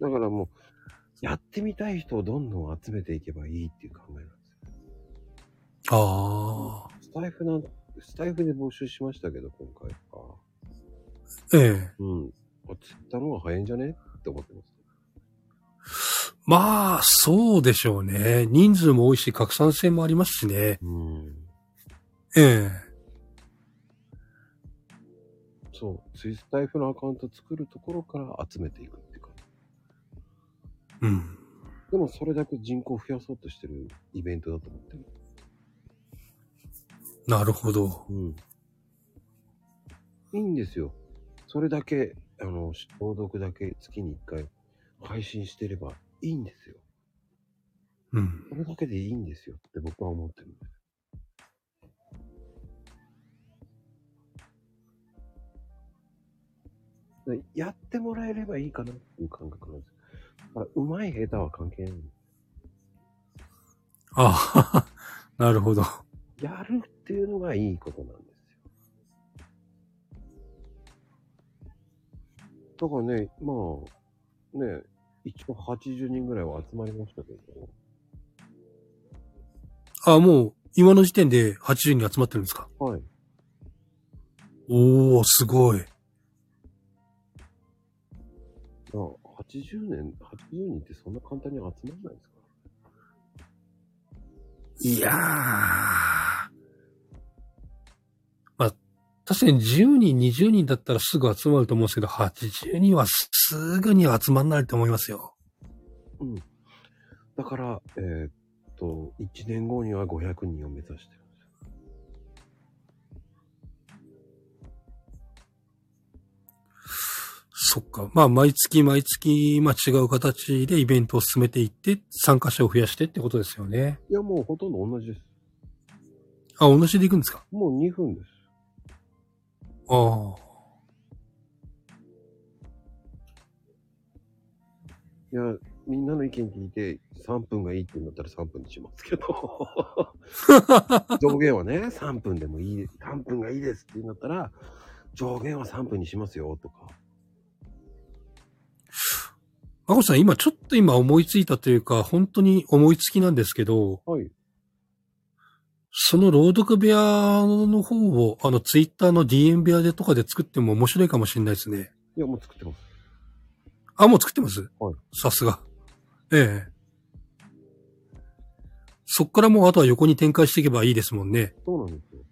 Speaker 1: だからもう、やってみたい人をどんどん集めていけばいいっていう考えなんですよ。
Speaker 3: ああ。
Speaker 1: スタイフなん、スタイフで募集しましたけど、今回は。
Speaker 3: ええ
Speaker 1: うん。あ、ツイッターの方が早いんじゃねって思ってます。
Speaker 3: まあ、そうでしょうね。人数も多いし、拡散性もありますしね。
Speaker 1: うん。
Speaker 3: ええ
Speaker 1: そう。ツイスタイフのアカウント作るところから集めていくっていうか。
Speaker 3: うん。
Speaker 1: でもそれだけ人口を増やそうとしてるイベントだと思ってる。
Speaker 3: なるほど。
Speaker 1: うん。いいんですよ。それだけ、あの、朗読だけ月に1回配信してればいいんですよ。
Speaker 3: うん。
Speaker 1: それだけでいいんですよって僕は思ってるんです。でやってもらえればいいかなっていう感覚なんです。だから、うまい下手は関係ない。
Speaker 3: ああ、なるほど。
Speaker 1: やるっていうのがいいことなんですよ。だからね、まあ、ね、一応80人ぐらいは集まりましたけど、
Speaker 3: あもう、今の時点で80人集まってるんですか
Speaker 1: はい。
Speaker 3: おー、すごい。
Speaker 1: まあ、80年、80人ってそんな簡単に集まらないですか
Speaker 3: いやー。まあ、確かに10人、20人だったらすぐ集まると思うんですけど、80人はすぐには集まんないと思いますよ。
Speaker 1: だから、えーっと、1年後には500人を目指してるんですよ。
Speaker 3: そっか。まあ、毎月毎月、まあ違う形でイベントを進めていって、参加者を増やしてってことですよね。
Speaker 1: いや、もうほとんど同じです。
Speaker 3: あ、同じで行くんですか
Speaker 1: もう2分です。
Speaker 3: ああ。
Speaker 1: いや、みんなの意見聞いて3分がいいって言うんだったら3分にしますけ (laughs) ど。上限はね、3分でもいい、3分がいいですって言うんだったら、上限は3分にしますよとか。
Speaker 3: まこさん、今ちょっと今思いついたというか、本当に思いつきなんですけど、
Speaker 1: はい。
Speaker 3: その朗読部屋の方を、あの、ツイッターの DM 部屋でとかで作っても面白いかもしれないですね。
Speaker 1: いや、もう作ってます。
Speaker 3: あ、もう作ってます
Speaker 1: はい
Speaker 3: さすが。ええ。そっからもうあとは横に展開していけばいいですもんね。
Speaker 1: そうなんですよ。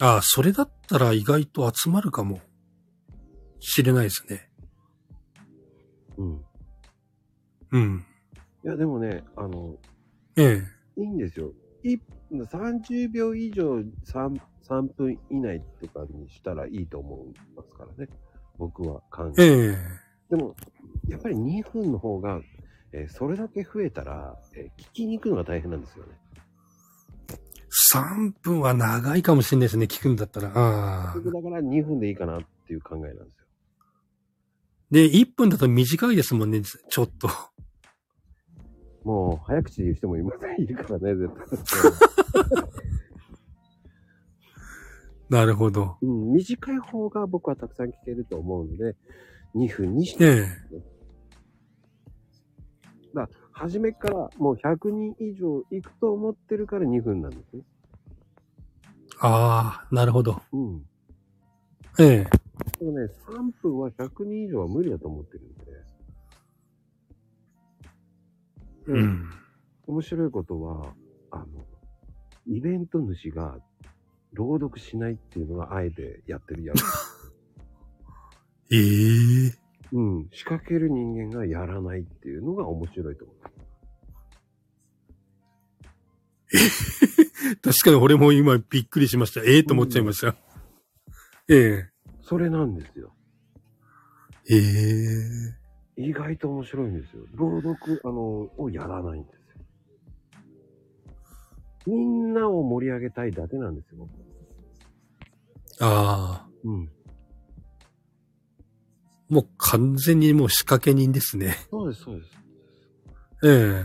Speaker 3: ああ、それだったら意外と集まるかも。しれないですね。
Speaker 1: うん。
Speaker 3: うん。
Speaker 1: いや、でもね、あの、
Speaker 3: ええ。
Speaker 1: いいんですよ。1 30秒以上 3, 3分以内とかにしたらいいと思いますからね。僕は感じ。
Speaker 3: ええ。
Speaker 1: でも、やっぱり2分の方が、えーそれだけ増えたら、えー聞きに行くのが大変なんですよね。
Speaker 3: 3分は長いかもしれないですね。聞くんだったら。ああ。
Speaker 1: 僕だから2分でいいかなっていう考えなんですよ。
Speaker 3: で、1分だと短いですもんね、ちょっと。
Speaker 1: もう早口で言う人もいませんいるからね、絶対。
Speaker 3: (laughs) (laughs) なるほど。
Speaker 1: うん、短い方が僕はたくさん聞けると思うので、2分にして、
Speaker 3: え
Speaker 1: 初めからもう100人以上行くと思ってるから2分なんですね。
Speaker 3: え。ああ、なるほど。
Speaker 1: うん。
Speaker 3: ええ。
Speaker 1: でもね、3分は100人以上は無理だと思ってるんで。
Speaker 3: う。ん。
Speaker 1: 面白いことは、あの、イベント主が朗読しないっていうのはあえてやってる (laughs) やつ。
Speaker 3: ええ
Speaker 1: うん。仕掛ける人間がやらないっていうのが面白いと思う。
Speaker 3: 確かに俺も今びっくりしました。ええと思っちゃいました。え
Speaker 1: それなんですよ。
Speaker 3: え。ええ。
Speaker 1: 意外と面白いんですよ。朗読、あの、をやらないんですよ。みんなを盛り上げたいだけなんですよ、僕
Speaker 3: ああ。
Speaker 1: うん。
Speaker 3: もう完全にもう仕掛け人ですね。
Speaker 1: そうです、そうです。
Speaker 3: ええ。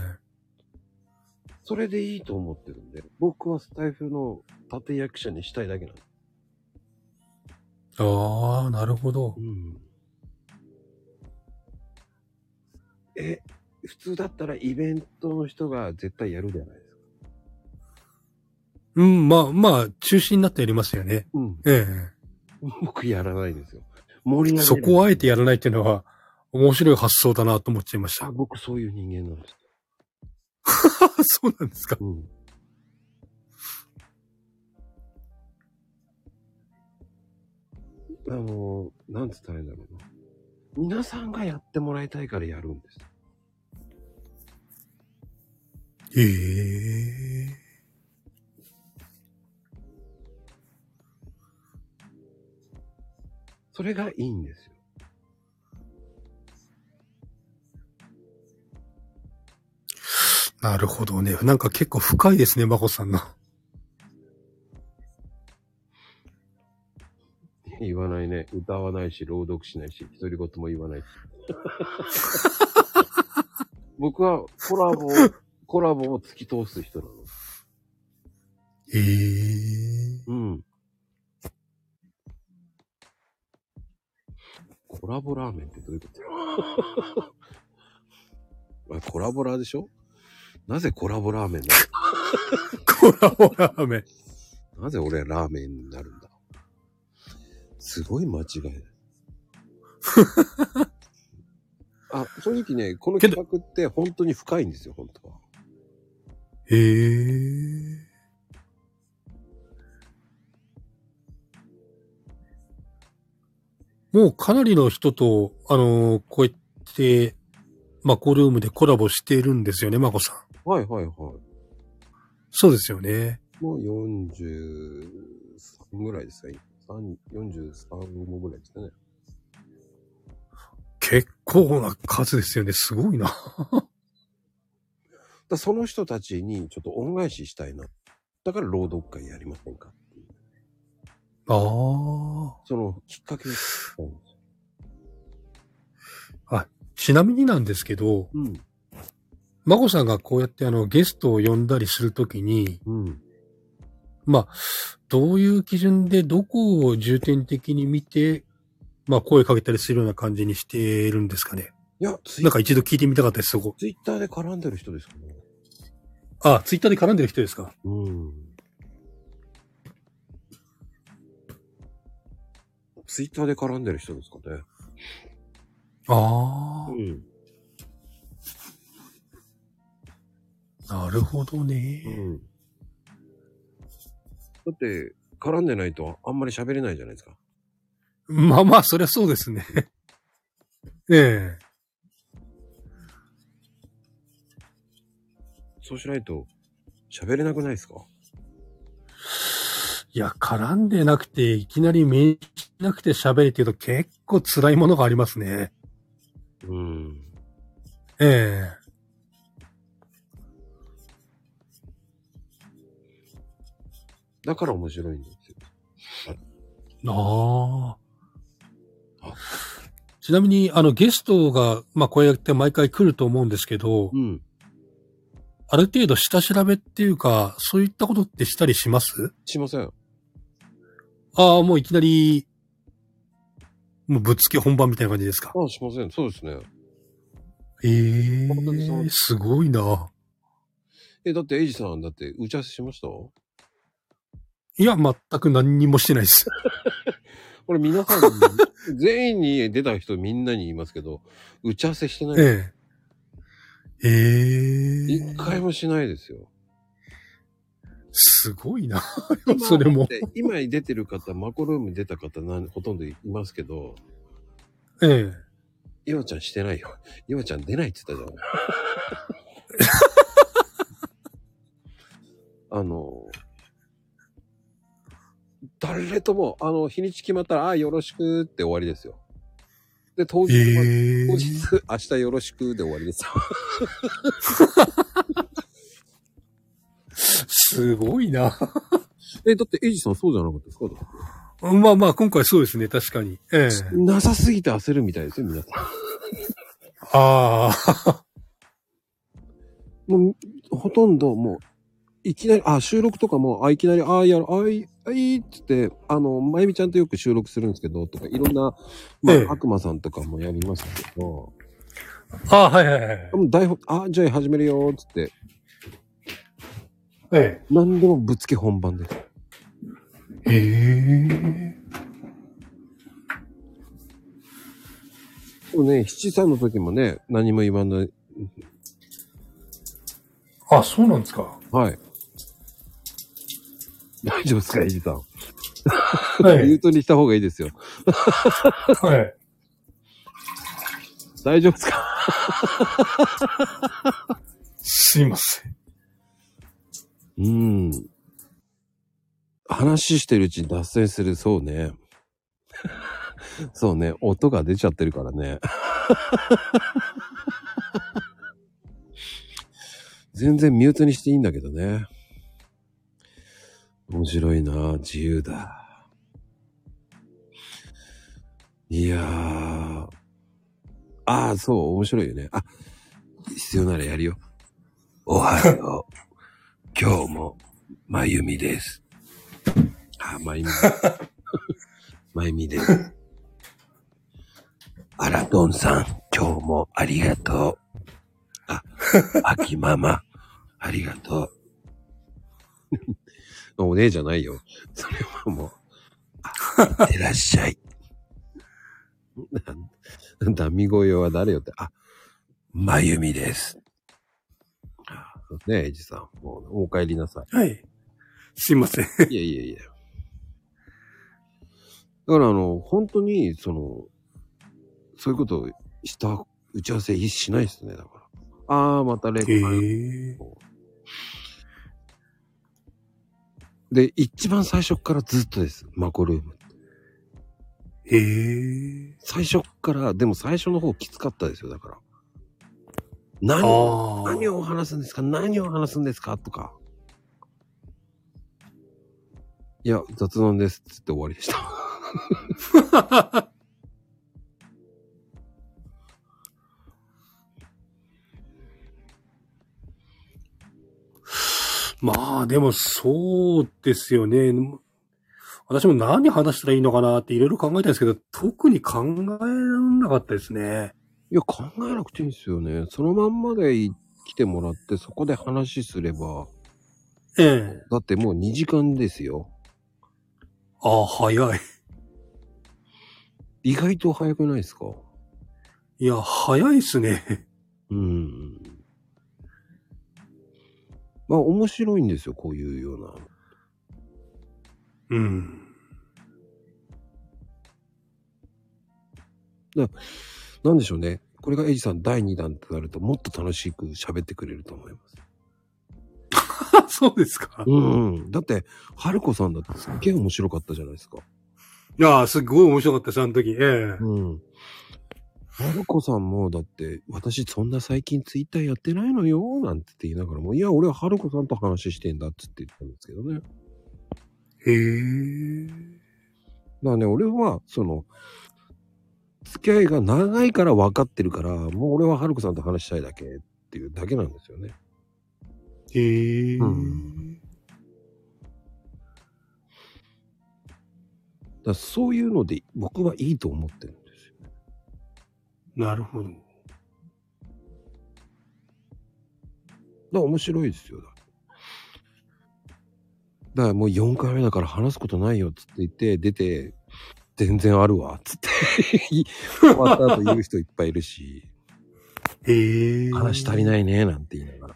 Speaker 1: それでいいと思ってるんで、僕はスタイフの立役者にしたいだけなんです。
Speaker 3: ああ、なるほど。
Speaker 1: ん。え、普通だったらイベントの人が絶対やるじゃないですか。
Speaker 3: うん、まあまあ、中心になってやりますよね。
Speaker 1: うん。
Speaker 3: え
Speaker 1: 僕やらないんですよ。盛り
Speaker 3: え。
Speaker 1: 上げる
Speaker 3: そこをあえてやらないっていうのは、面白い発想だなと思っちゃいました
Speaker 1: あ、。僕そういう人間なんです。
Speaker 3: (laughs) そうなんですか。
Speaker 1: うん。あの、なんつったらいいんだろうな。皆さんがやってもらいたいからやるんです。
Speaker 3: ええ
Speaker 1: それがいいんですよ。
Speaker 3: なるほどね。なんか結構深いですね、まこさんの。
Speaker 1: 言わないね。歌わないし、朗読しないし、独り言も言わないし。僕はコラボを、コラボを突き通す人なの。
Speaker 3: ええ
Speaker 1: うん。コラボラーメンってどういうことあコラボラーでしょなぜコラボラーメンな
Speaker 3: コラボラーメン。
Speaker 1: のなぜ俺ラーメンになるんだすごい間違い (laughs) だ。あ、正直ね、この
Speaker 3: けど
Speaker 1: 企画って本当に深いんですよ、本当は。
Speaker 3: ええもうかなりの人と、あのーこうやって、マコルームでコラボしているんですよね、まこさん。
Speaker 1: はいはいはい。
Speaker 3: そうですよね。
Speaker 1: もう43ぐらいですかね。3 43もぐらいですかね。
Speaker 3: 結構な数ですよね。すごいな。
Speaker 1: だその人たちにちょっと恩返ししたいな。だから朗読会やりませんかっていう。
Speaker 3: ああ。
Speaker 1: そのきっかけを作ったんですよ。
Speaker 3: ちなみになんですけど、
Speaker 1: うん。
Speaker 3: まこさんがこうやってあのゲストを呼んだりするときに、
Speaker 1: うん。
Speaker 3: まあ、どういう基準でどこを重点的に見て、まあ声かけたりするような感じにしているんですかね。
Speaker 1: いや、ツイ
Speaker 3: なんか一度聞いてみたかったです、そこ。
Speaker 1: ツイッターで絡んでる人ですかね。
Speaker 3: あ、ツイッターで絡んでる人ですか
Speaker 1: うん。ツイッターで絡んでる人ですかね。
Speaker 3: あ
Speaker 1: ん。
Speaker 3: あ、なるほど
Speaker 1: う
Speaker 3: ね。
Speaker 1: ん。だって、絡んでないとあんまり喋れないじゃないですか。
Speaker 3: まあまあ、そりゃそうで
Speaker 1: (laughs)
Speaker 3: すね。ええ。
Speaker 1: そうしないと喋れなくないですか
Speaker 3: いや、絡んでなくて、いきなり面しなくて喋るっていうと結構辛いものがありますね。
Speaker 1: うん。
Speaker 3: ええ。
Speaker 1: だから面白いんですよ。
Speaker 3: ああ。ちなみに、あの、ゲストが、まあ、こうやって毎回来ると思うんですけど、
Speaker 1: ん。
Speaker 3: ある程度下調べっていうか、そういったことってしたりします
Speaker 1: しません。
Speaker 3: ああ、もういきなり、もうぶっつけ本番みたいな感じですか。
Speaker 1: あ、しません。そうですね。
Speaker 3: ええ
Speaker 1: 本当にそう
Speaker 3: ー、すごいな。
Speaker 1: え、だって、エイジさん、だって、打ち合わせしました
Speaker 3: いや、全く何にもしてないです。
Speaker 1: 俺、皆
Speaker 3: (laughs)
Speaker 1: さんに、全員に出た人みんなに言いますけど、打ち合わせしてない。
Speaker 3: ええ。ええ
Speaker 1: 一回もしないですよ。
Speaker 3: すごいな。
Speaker 1: (laughs)
Speaker 3: それも。
Speaker 1: で今出てる方、マコルームに出た方なん、ほとんどいますけど、
Speaker 3: ええ
Speaker 1: イワちゃんしてないよ。 (laughs) イワちゃん出ないって言ったじ (laughs) ゃん。あの、誰とも、あの、日にち決まったら、ああ、よろしくって終わりですよ。で、当
Speaker 3: え
Speaker 1: 日、
Speaker 3: え
Speaker 1: 当日、明日よろしくで終わりですよ。
Speaker 3: すごいな。
Speaker 1: (laughs) え、だって、エイジさんそうじゃなかったですか
Speaker 3: まあまあ、今回そうですね、確かに。ええ
Speaker 1: なさすぎて焦るみたいですよ、皆さ
Speaker 3: ああ、
Speaker 1: ん。もう、ほとんどもう、いきなり、あ、収録とかも、あ、いきなり、あ、やる、あい、あい、つって、あの、まゆみちゃんとよく収録するんですけど、とか、いろんな、まあ、
Speaker 3: ええ
Speaker 1: 悪魔さんとかもやりますけど、
Speaker 3: ああ、はいはいはい。
Speaker 1: もう台本、あ、じゃあ始めるよ、つって、
Speaker 3: え
Speaker 1: 何でもぶっつけ本番です。
Speaker 3: ええ
Speaker 1: でもね、七三の時もね、何も言わない。
Speaker 3: あ、そうなんですか。
Speaker 1: はい。 (laughs) 大丈夫ですか、エイジさん。
Speaker 3: は
Speaker 1: ミュー。トにした方がいいですよ。
Speaker 3: はい。
Speaker 1: 大丈夫ですか
Speaker 3: すいません。
Speaker 1: うん。話してるうちに脱線する、そうね。そうね、音が出ちゃってるからね。全然ミュートにしていいんだけどね。面白いな自由だ。いやー。ああ、そう、面白いよね。あ、必要ならやるよ。おはよう。今日も、まゆみです。あ、まゆ (laughs) み。まゆみです。あらどんさん、今日もありがとう。あ、あきママ、ありがとう。 (laughs) お姉じゃないよ。それはもう、あいってらっしゃい。なダミ声は誰よって、あ、まゆみです。あねえ、エイジさん、もう、お帰りなさい。
Speaker 3: はい。すいません。
Speaker 1: いやいやいや。だからあの、本当に、その、そういうことをした打ち合わせしないですね、だから。ああ、またレ
Speaker 3: ええ
Speaker 1: で、一番最初からずっとです、マコルーム。
Speaker 3: ええ
Speaker 1: 最初から、でも最初の方きつかったですよ、だから。何を、
Speaker 3: ああ。
Speaker 1: 何を話すんですか何を話すんですかとか。いや、雑談です、つって終わりでした。
Speaker 3: まあでもそうですよね。私も何話したらいいのかなっていろいろ考えたんですけど、特に考えなかったですね。
Speaker 1: いや、考えなくていいんですよね。そのまんまでい来てもらって、そこで話すれば、
Speaker 3: ええ。
Speaker 1: だってもう2時間ですよ。
Speaker 3: ああ、早い。
Speaker 1: 意外と早くないですか
Speaker 3: いや、早いですね。
Speaker 1: うん。まあ、面白いんですよ、こういうような。
Speaker 3: うん。 (laughs)
Speaker 1: なんでしょうね。これがエイジさん第2弾となると、もっと楽しく喋ってくれると思います。
Speaker 3: そうですか。
Speaker 1: うん、うん。だって、春子さんだってすっげえ面白かったじゃないですか。
Speaker 3: いや、すっごい面白かったです、あの時。ええ。
Speaker 1: うん。春子さんも、だって、私そんな最近ツイッターやってないのよ、なんて言いながらも、いや、俺は春子さんと話してんだっつって言ったんですけどね。だか
Speaker 3: へえ。
Speaker 1: らね、俺は、その、付き合いが長いから分かってるから、もう俺は春子さんと話したいだけっていうだけなんですよね。
Speaker 3: へえ、
Speaker 1: うんだからそういうので僕はいいと思ってるんですよ。
Speaker 3: なるほど。
Speaker 1: だから面白いですよ。だからだからもう4回目だから話すことないよっつって言って出て、全然あるわっつって、終わった後言う人いっぱいいるし、
Speaker 3: へえ。
Speaker 1: 話足りないねなんて言いながら。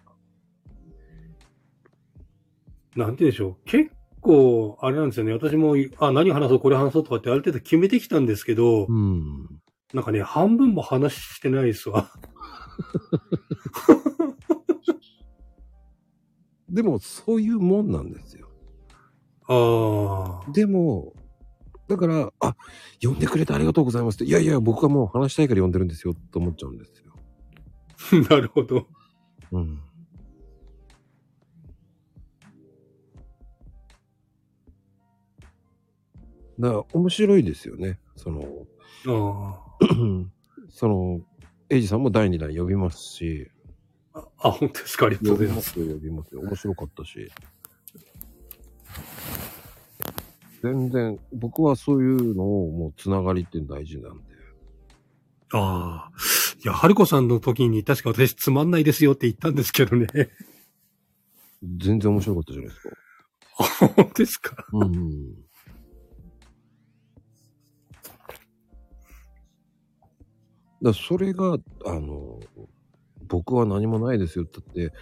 Speaker 3: なんて言うんでしょう。結構、あれなんですよね。私も、あ、何話そう、これ話そうとかってある程度決めてきたんですけど、
Speaker 1: うん。
Speaker 3: なんかね、半分も話してないですわ。
Speaker 1: でもそういうもんなんですよ。
Speaker 3: ああ。
Speaker 1: でも、だから、あ、呼んでくれてありがとうございますって、いやいや、僕はもう話したいから呼んでるんですよと思っちゃうんですよ。
Speaker 3: (laughs) なるほど。
Speaker 1: うん。だから面白いですよね。その、 (clears throat)
Speaker 3: あ
Speaker 1: その、エイジさんも第2弾呼びますし、
Speaker 3: ーあ。あ、本当ですか。ありがとう
Speaker 1: 呼
Speaker 3: ござ
Speaker 1: び
Speaker 3: いま。
Speaker 1: ますすよ、呼びますよ。面白かったし。全然、僕はそういうのをもうつながりって大事なんで。
Speaker 3: ああ。いや、はるこさんの時に確か私つまんないですよって言ったんですけどね。 (laughs)
Speaker 1: 全然面白かったじゃないですか。
Speaker 3: 本当ですか。
Speaker 1: うんうん。だそれが、あの、僕は何もないですよって言って、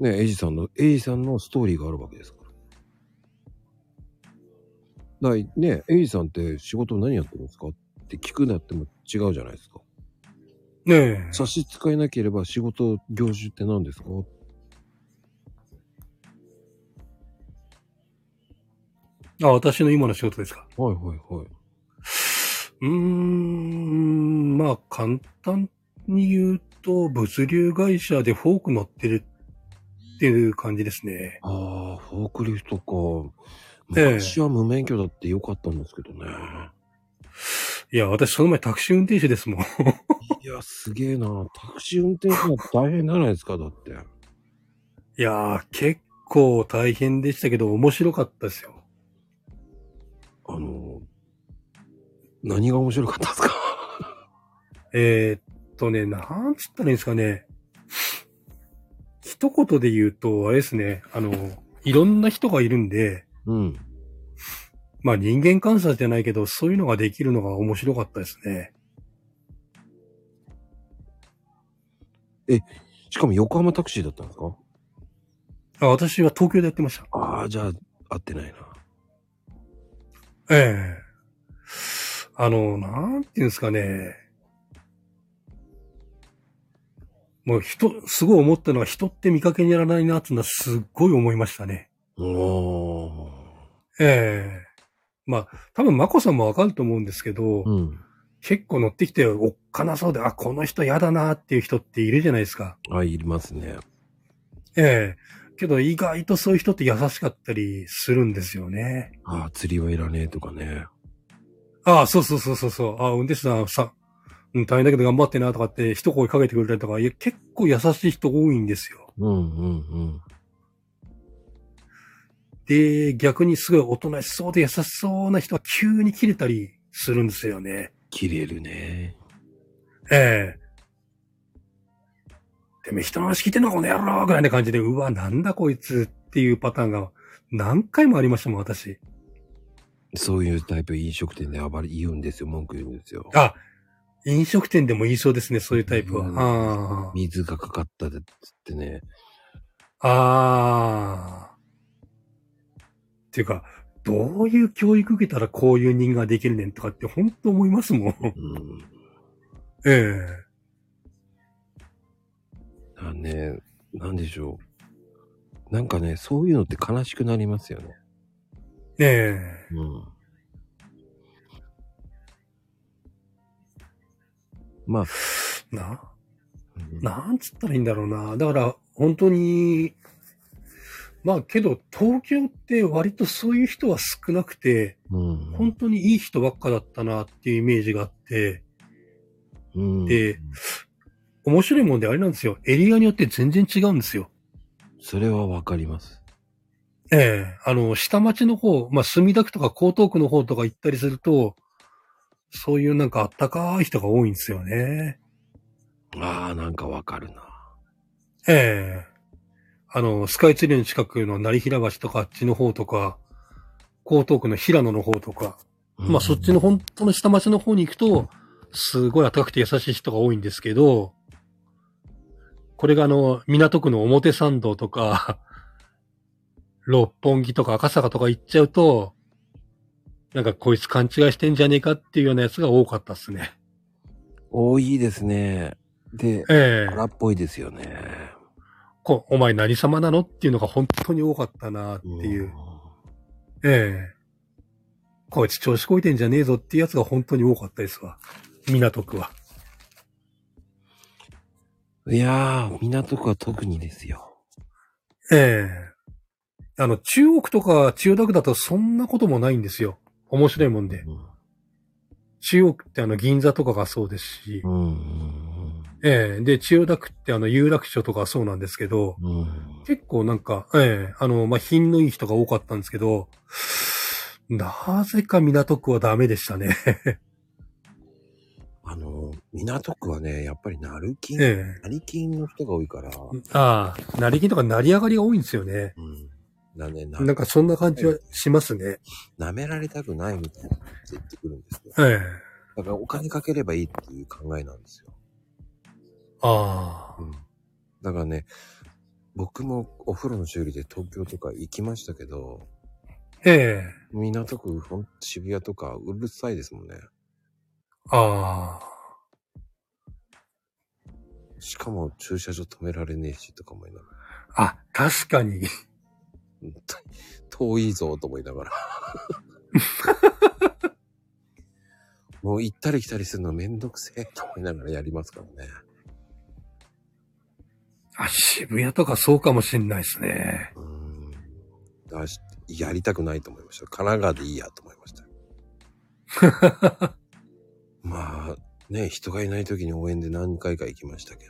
Speaker 1: ね、エイジさんの、エイジさんのストーリーがあるわけですから。だいね、エイジさんって仕事何やってるんですかって聞くなっても違うじゃないですか。
Speaker 3: ねえ。
Speaker 1: 差し支えなければ仕事、業種って何ですか
Speaker 3: あ、私の今の仕事ですか。
Speaker 1: はいはいはい。
Speaker 3: うーん、まあ簡単に言うと、物流会社でフォーク乗ってるっていう感じですね。
Speaker 1: ああ、フォークリフトか。
Speaker 3: ええ
Speaker 1: 昔は無免許だってよかったんですけど (laughs) ね。
Speaker 3: いや、私その前タクシー運転手ですもん。
Speaker 1: いや、すげえな。タクシー運転手は大変じゃないですか、だって。
Speaker 3: いやー、結構大変でしたけど、面白かったですよ。
Speaker 1: あの、何が面白かった (laughs) ですか
Speaker 3: えーっとね、なんつったらいいんですかね。一言で言うと、あれですね、あの、いろんな人がいるんで、
Speaker 1: うん。
Speaker 3: まあ人間観察じゃないけど、そういうのができるのが面白かったですね。
Speaker 1: しかも横浜タクシーだったんですか
Speaker 3: あ私は東京でやってました。
Speaker 1: ああ、じゃあ、合ってないな。
Speaker 3: ええあの、なんていうんですかね。もう人、すごい思ったのは人って見かけにやらないなっていうのはすっごい思いましたね。
Speaker 1: おー。
Speaker 3: ええまあ、多分、まこさんもわかると思うんですけど、
Speaker 1: うん。
Speaker 3: 結構乗ってきておっかなそうで、あ、この人嫌だなっていう人っているじゃないですか。
Speaker 1: あ、いりますね。
Speaker 3: ええけど、意外とそういう人って優しかったりするんですよね。
Speaker 1: ああ、釣りはいらねえとかね。
Speaker 3: ああ、そうそうそうそうそう。ああ、運転手さん、さ、うん、大変だけど頑張ってなとかって一声かけてくれたりとか、いや、結構優しい人多いんですよ。
Speaker 1: うんうん
Speaker 3: で、逆にすごい大人しそうで優しそうな人は急に切れたりするんですよね。
Speaker 1: うん。切れるね。
Speaker 3: ええでも人の話聞いてんのかこの野郎ぐらいな感じで、うわ、なんだこいつっていうパターンが何回もありましたもん、私。
Speaker 1: そういうタイプ飲食店で暴れ言うんですよ、文句言うんですよ。
Speaker 3: あ、飲食店でも言いそうですね、そういうタイプは。
Speaker 1: うん
Speaker 3: あ
Speaker 1: 水がかかったでっつってね。
Speaker 3: あ。ああ。っていうか、どういう教育受けたらこういう人間ができるねんとかって本当思いますもん。 (laughs)
Speaker 1: うん。
Speaker 3: ええ
Speaker 1: あね、なんでしょう。なんかね、そういうのって悲しくなりますよね。
Speaker 3: ねえ
Speaker 1: うん。まあ、
Speaker 3: な、
Speaker 1: うん
Speaker 3: なんつったらいいんだろうな。だから、本当に、まあけど、東京って割とそういう人は少なくて、
Speaker 1: うん
Speaker 3: 本当にいい人ばっかだったなっていうイメージがあって、
Speaker 1: うん
Speaker 3: で面白いもんであれなんですよ。エリアによって全然違うんですよ。
Speaker 1: それはわかります。
Speaker 3: ええあの、下町の方、まあ、墨田区とか江東区の方とか行ったりすると、そういうなんかあったかい人が多いんですよね。
Speaker 1: ああ、なんかわかるな。
Speaker 3: ええあの、スカイツリーの近くの成平橋とかあっちの方とか、江東区の平野の方とか、まあそっちの本当の下町の方に行くと、すごい暖かくて優しい人が多いんですけど、これがあの、港区の表参道とか、 (laughs) 六本木とか赤坂とか行っちゃうと、なんかこいつ勘違いしてんじゃねえかっていうようなやつが多かったっすね。
Speaker 1: 多いですね。で、
Speaker 3: ええ
Speaker 1: 荒っぽいですよね。
Speaker 3: こお前何様なのっていうのが本当に多かったなっていう。
Speaker 1: ん。
Speaker 3: ええこいつ調子こいてんじゃねえぞっていうやつが本当に多かったですわ。港区は。
Speaker 1: いやー、港区は特にですよ。
Speaker 3: ええあの、中国とか千代田区だとそんなこともないんですよ。面白いもんで。
Speaker 1: うん
Speaker 3: 中国ってあの銀座とかがそうですし、
Speaker 1: うん。
Speaker 3: ええで、千代田区ってあの有楽町とかはそうなんですけど、
Speaker 1: うん。
Speaker 3: 結構なんか、ええあの、まあ、品のいい人が多かったんですけど、なぜか港区はダメでしたね。 (laughs)
Speaker 1: あの、港区はね、やっぱり成金、
Speaker 3: え
Speaker 1: 成金の人が多いから、
Speaker 3: えああ、成金とか成り上がりが多いんですよね。
Speaker 1: うん。なね、な
Speaker 3: なんかそんな感じはしますね。
Speaker 1: 舐められたくないみたいなこと言ってくるんですよ。
Speaker 3: ええ
Speaker 1: だからお金かければいいっていう考えなんですよ。
Speaker 3: ああ、
Speaker 1: うん。だからね、僕もお風呂の修理で東京とか行きましたけど、
Speaker 3: ええ
Speaker 1: 港区、ほん渋谷とかうるさいですもんね。
Speaker 3: ああ。
Speaker 1: しかも駐車場止められねえしとか思いながら。
Speaker 3: あ、確かに。
Speaker 1: うん遠いぞと思いなが
Speaker 3: (laughs)
Speaker 1: ら。もう行ったり来たりするのめんどくせえと思いながらやりますからね。
Speaker 3: あ、渋谷とかそうかもしんないですね。
Speaker 1: うーん。だしやりたくないと思いました。神奈川でいいやと思いました。
Speaker 3: (laughs)
Speaker 1: まあ、ね、人がいない時に応援で何回か行きましたけ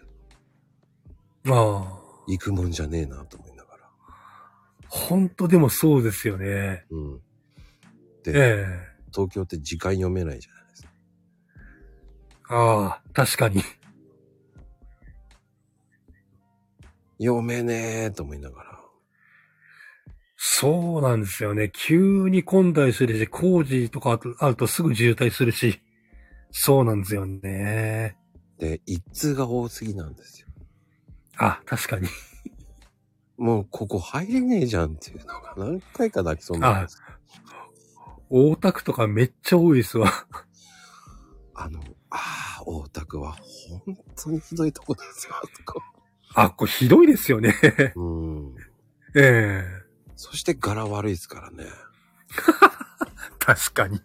Speaker 1: ど、
Speaker 3: ああ。
Speaker 1: 行くもんじゃねえなと思いながら。
Speaker 3: ほんとでもそうですよね。
Speaker 1: うん。
Speaker 3: え
Speaker 1: で、
Speaker 3: え
Speaker 1: 東京って時間読めないじゃないですか。
Speaker 3: ああ、確かに。
Speaker 1: 読めねえと思いながら。
Speaker 3: そうなんですよね。急に混んだりするし、工事とかあとあるとすぐ渋滞するし。そうなんですよね。
Speaker 1: で、一通が多すぎなんですよ。
Speaker 3: あ、確かに。
Speaker 1: もうここ入れねえじゃんっていうのが何回かだけそうになんですけど
Speaker 3: 大田区とかめっちゃ多いですわ。 (laughs)
Speaker 1: あの、ああ、大田区は本当にひどいとこですよ、とか。
Speaker 3: あ、これひどいですよね。 (laughs)
Speaker 1: うん。
Speaker 3: ええ
Speaker 1: そして柄悪いですからね。
Speaker 3: 確かに。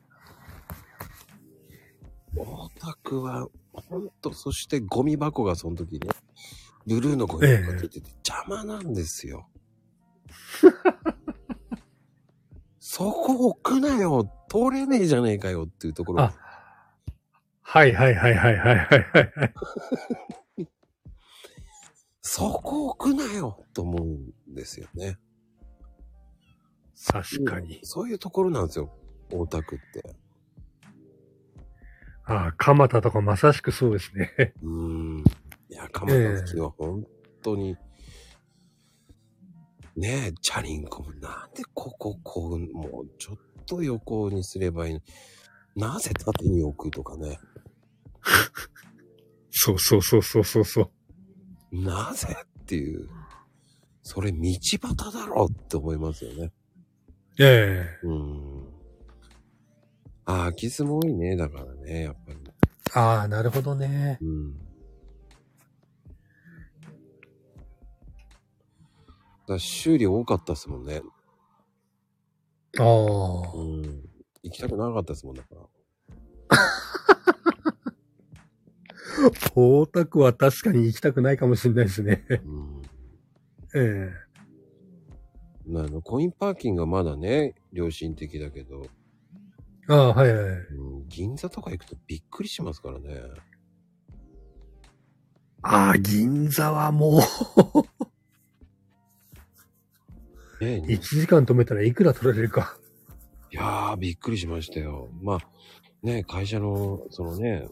Speaker 1: 大田区は、ほんと、そしてゴミ箱がその時ね、ブルーのゴミ箱が出てて邪魔なんですよ。 (laughs) そこ置くなよ通れねえじゃねえかよっていうところ
Speaker 3: あはいはいはいはいはいはいはい。
Speaker 1: そこ置くなよと思うんですよね。
Speaker 3: 確かに。
Speaker 1: そういうところなんですよ、大田区って。
Speaker 3: ああ、蒲田とかまさしくそうですね。 (laughs)
Speaker 1: うーん。いや、鎌田付きは本当に、ねえ、チャリンコもなんでこここう、もうちょっと横にすればいいのなぜ縦に置くとかね。
Speaker 3: そうそうそうそうそうそう。
Speaker 1: なぜっていう。それ道端だろって思いますよね。
Speaker 3: ええ
Speaker 1: うーん。ああ、空き巣も多いね。だからね、やっぱり。
Speaker 3: ああ、なるほどね。
Speaker 1: うん。だから修理多かったですもんね。
Speaker 3: ああ。
Speaker 1: うん。行きたくなかったですもん、だから。
Speaker 3: 大田区は確かに行きたくないかもしれないですね。 (laughs) え
Speaker 1: うん。
Speaker 3: え
Speaker 1: あの、コインパーキングがまだね、良心的だけど、
Speaker 3: ああ、はいはい。
Speaker 1: うん、銀座とか行くとびっくりしますからね。
Speaker 3: ああ、銀座はもう。
Speaker 1: ね
Speaker 3: 1時間止めたらいくら取られるか。
Speaker 1: いやー、びっくりしましたよ。まあ、ね、会社の、そのね、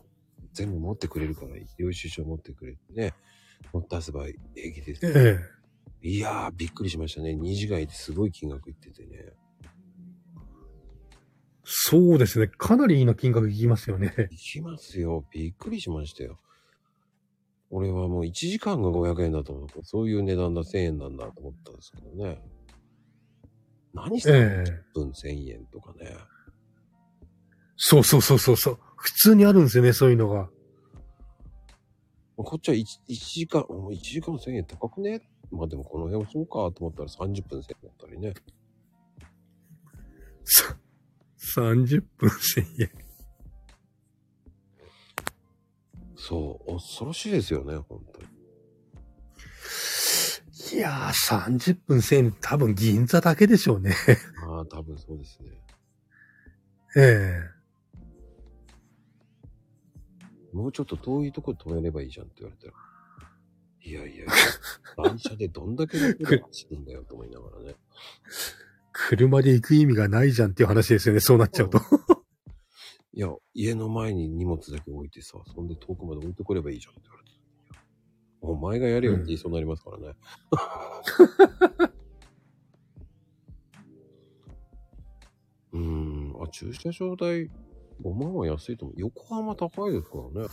Speaker 1: 全部持ってくれるから、領収書持ってくれてね、持って出せば平気
Speaker 3: (laughs)
Speaker 1: です。
Speaker 3: え
Speaker 1: いやー、びっくりしましたね。二次外ですごい金額いっててね。
Speaker 3: そうですね。かなりの金額いきますよね。
Speaker 1: いきますよ。びっくりしましたよ。俺はもう1時間が500円だと思う。そういう値段だ、1000円なんだと思ったんですけどね。何してんの
Speaker 3: ええ
Speaker 1: 1分1000円とかね。
Speaker 3: そうそうそうそうそう。普通にあるんですよね、そういうのが。
Speaker 1: こっちは 1, 時間、もう1時間1000円高くねまあでもこの辺もそうかと思ったら30分1000円だったりね。
Speaker 3: さ30分1000円。
Speaker 1: そう、恐ろしいですよね、本当に。
Speaker 3: いやー、30分1000円、多分銀座だけでしょうね。
Speaker 1: まあ多分そうですね。
Speaker 3: え
Speaker 1: もうちょっと遠いとこ止めればいいじゃんって言われたら。いやい
Speaker 3: (laughs)
Speaker 1: やいや、電車でどんだけの距離走るんだよと思いながらね。
Speaker 3: え車で行く意味がないじゃんっていう話ですよね、そうなっちゃうと。
Speaker 1: いや、家の前に荷物だけ置いてさ、そんで遠くまで置いてこればいいじゃんって言われて。お前がやれよって言いそうになりますからね。
Speaker 3: (laughs)
Speaker 1: うーん、あ、駐車場代5万は安いと思う。横浜高いですからね。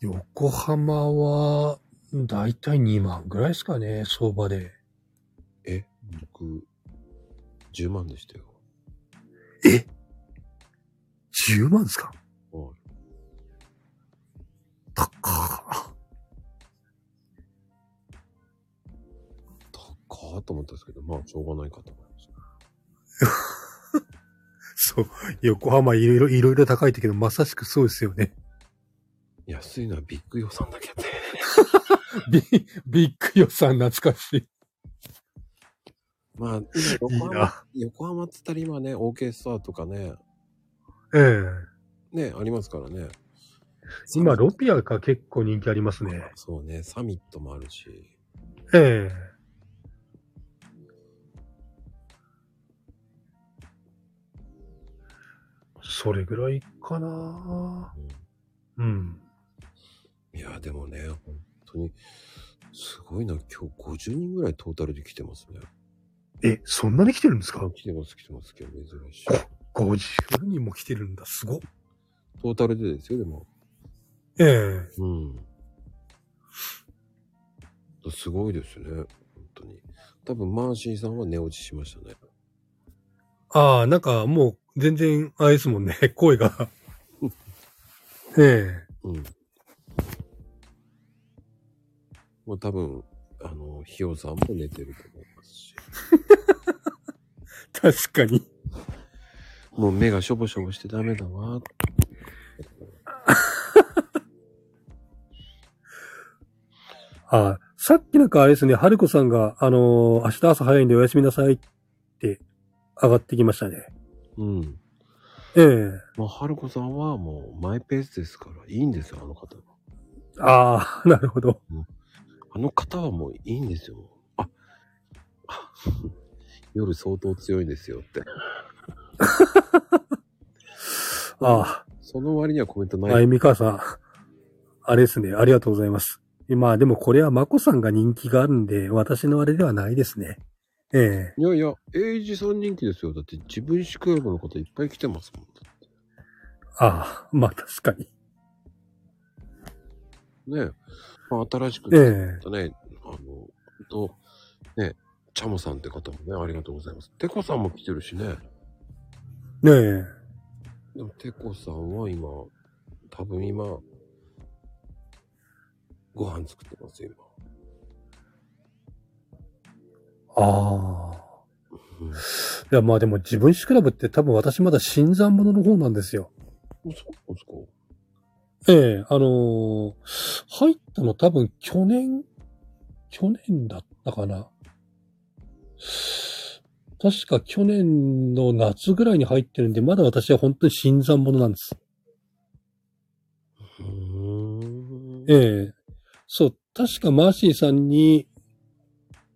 Speaker 3: 横浜は、だいたい2万ぐらいですかね、相場で。
Speaker 1: え、僕、10万でしたよ。
Speaker 3: 10万ですか
Speaker 1: はい
Speaker 3: 高っ
Speaker 1: 高っと思ったんですけど、まあ、しょうがないかと思います。
Speaker 3: そう。横浜いろいろ、いろいろ高いってけど、まさしくそうですよ (laughs) ね。
Speaker 1: 安いのはビッグ予算だけやって。
Speaker 3: ビビッグ予算懐かしい。
Speaker 1: (laughs) まあ、今
Speaker 3: いい
Speaker 1: 横浜、
Speaker 3: な。
Speaker 1: 横浜って言ったら今ね、OK スターとかね、
Speaker 3: ええ
Speaker 1: ね、ありますからね。
Speaker 3: 今、ロピアが結構人気ありますね。
Speaker 1: そうね、サミットもあるし。
Speaker 3: ええそれぐらいかなうん。
Speaker 1: いや、でもね、本当に、すごいな、今日50人ぐらいトータルで来てますね。
Speaker 3: え、そんなに来てるんですか
Speaker 1: 来てます、来てます、今日珍しい。
Speaker 3: ?50 人も来てるんだ。すごっ。
Speaker 1: トータルでですよ、でも。
Speaker 3: ええ
Speaker 1: うん。すごいですね、本当に。多分、マーシーさんは寝落ちしましたね。
Speaker 3: ああ、なんかもう全然あれですもんね、 (laughs) 声が。え
Speaker 1: うん。もう多分、あの、ひよさんも寝てると思いますし。
Speaker 3: え確かに。
Speaker 1: もう目がしょぼしょぼしてダメだわ。
Speaker 3: ああ、さっきなんかあれですね、春子さんが、あのー明日朝早いんでおやすみなさいって上がってきましたね。
Speaker 1: うん。
Speaker 3: ええ
Speaker 1: まあ、はるこさんはもうマイペースですから、いいんですよ、あの方は。
Speaker 3: ああ、 (laughs) なるほど。
Speaker 1: あの方はもういいんですよ。あ、あ (laughs) 夜相当強いんですよって。
Speaker 3: あ
Speaker 1: その割にはコメント
Speaker 3: あ、
Speaker 1: ない。
Speaker 3: はい、みかさん。あれですね、ありがとうございます。まあでもこれはまこさんが人気があるんで、私のあれではないですね。ええ
Speaker 1: いやいや、エイジさん人気ですよ。だって自分宿泊の方いっぱい来てますもん。
Speaker 3: ああ、まあ確かに。
Speaker 1: ねえ。まあ、新しく
Speaker 3: ええ
Speaker 1: 来たね、あの、と、ね、チャモさんって方もね、ありがとうございます。テコさんも来てるしね。
Speaker 3: ねえ。
Speaker 1: でも、テコさんは今、多分今、ご飯作ってますよ、今。うん。
Speaker 3: ああ。いや、まあでも自分史クラブって多分私まだ新参者の方なんですよ。
Speaker 1: おそおそこ。
Speaker 3: ええあのー入ったの多分去年、去年だったかな。確か去年の夏ぐらいに入ってるんで、まだ私は本当に新参者なんです。
Speaker 1: うーん。
Speaker 3: ええそう、確かマーシーさんに、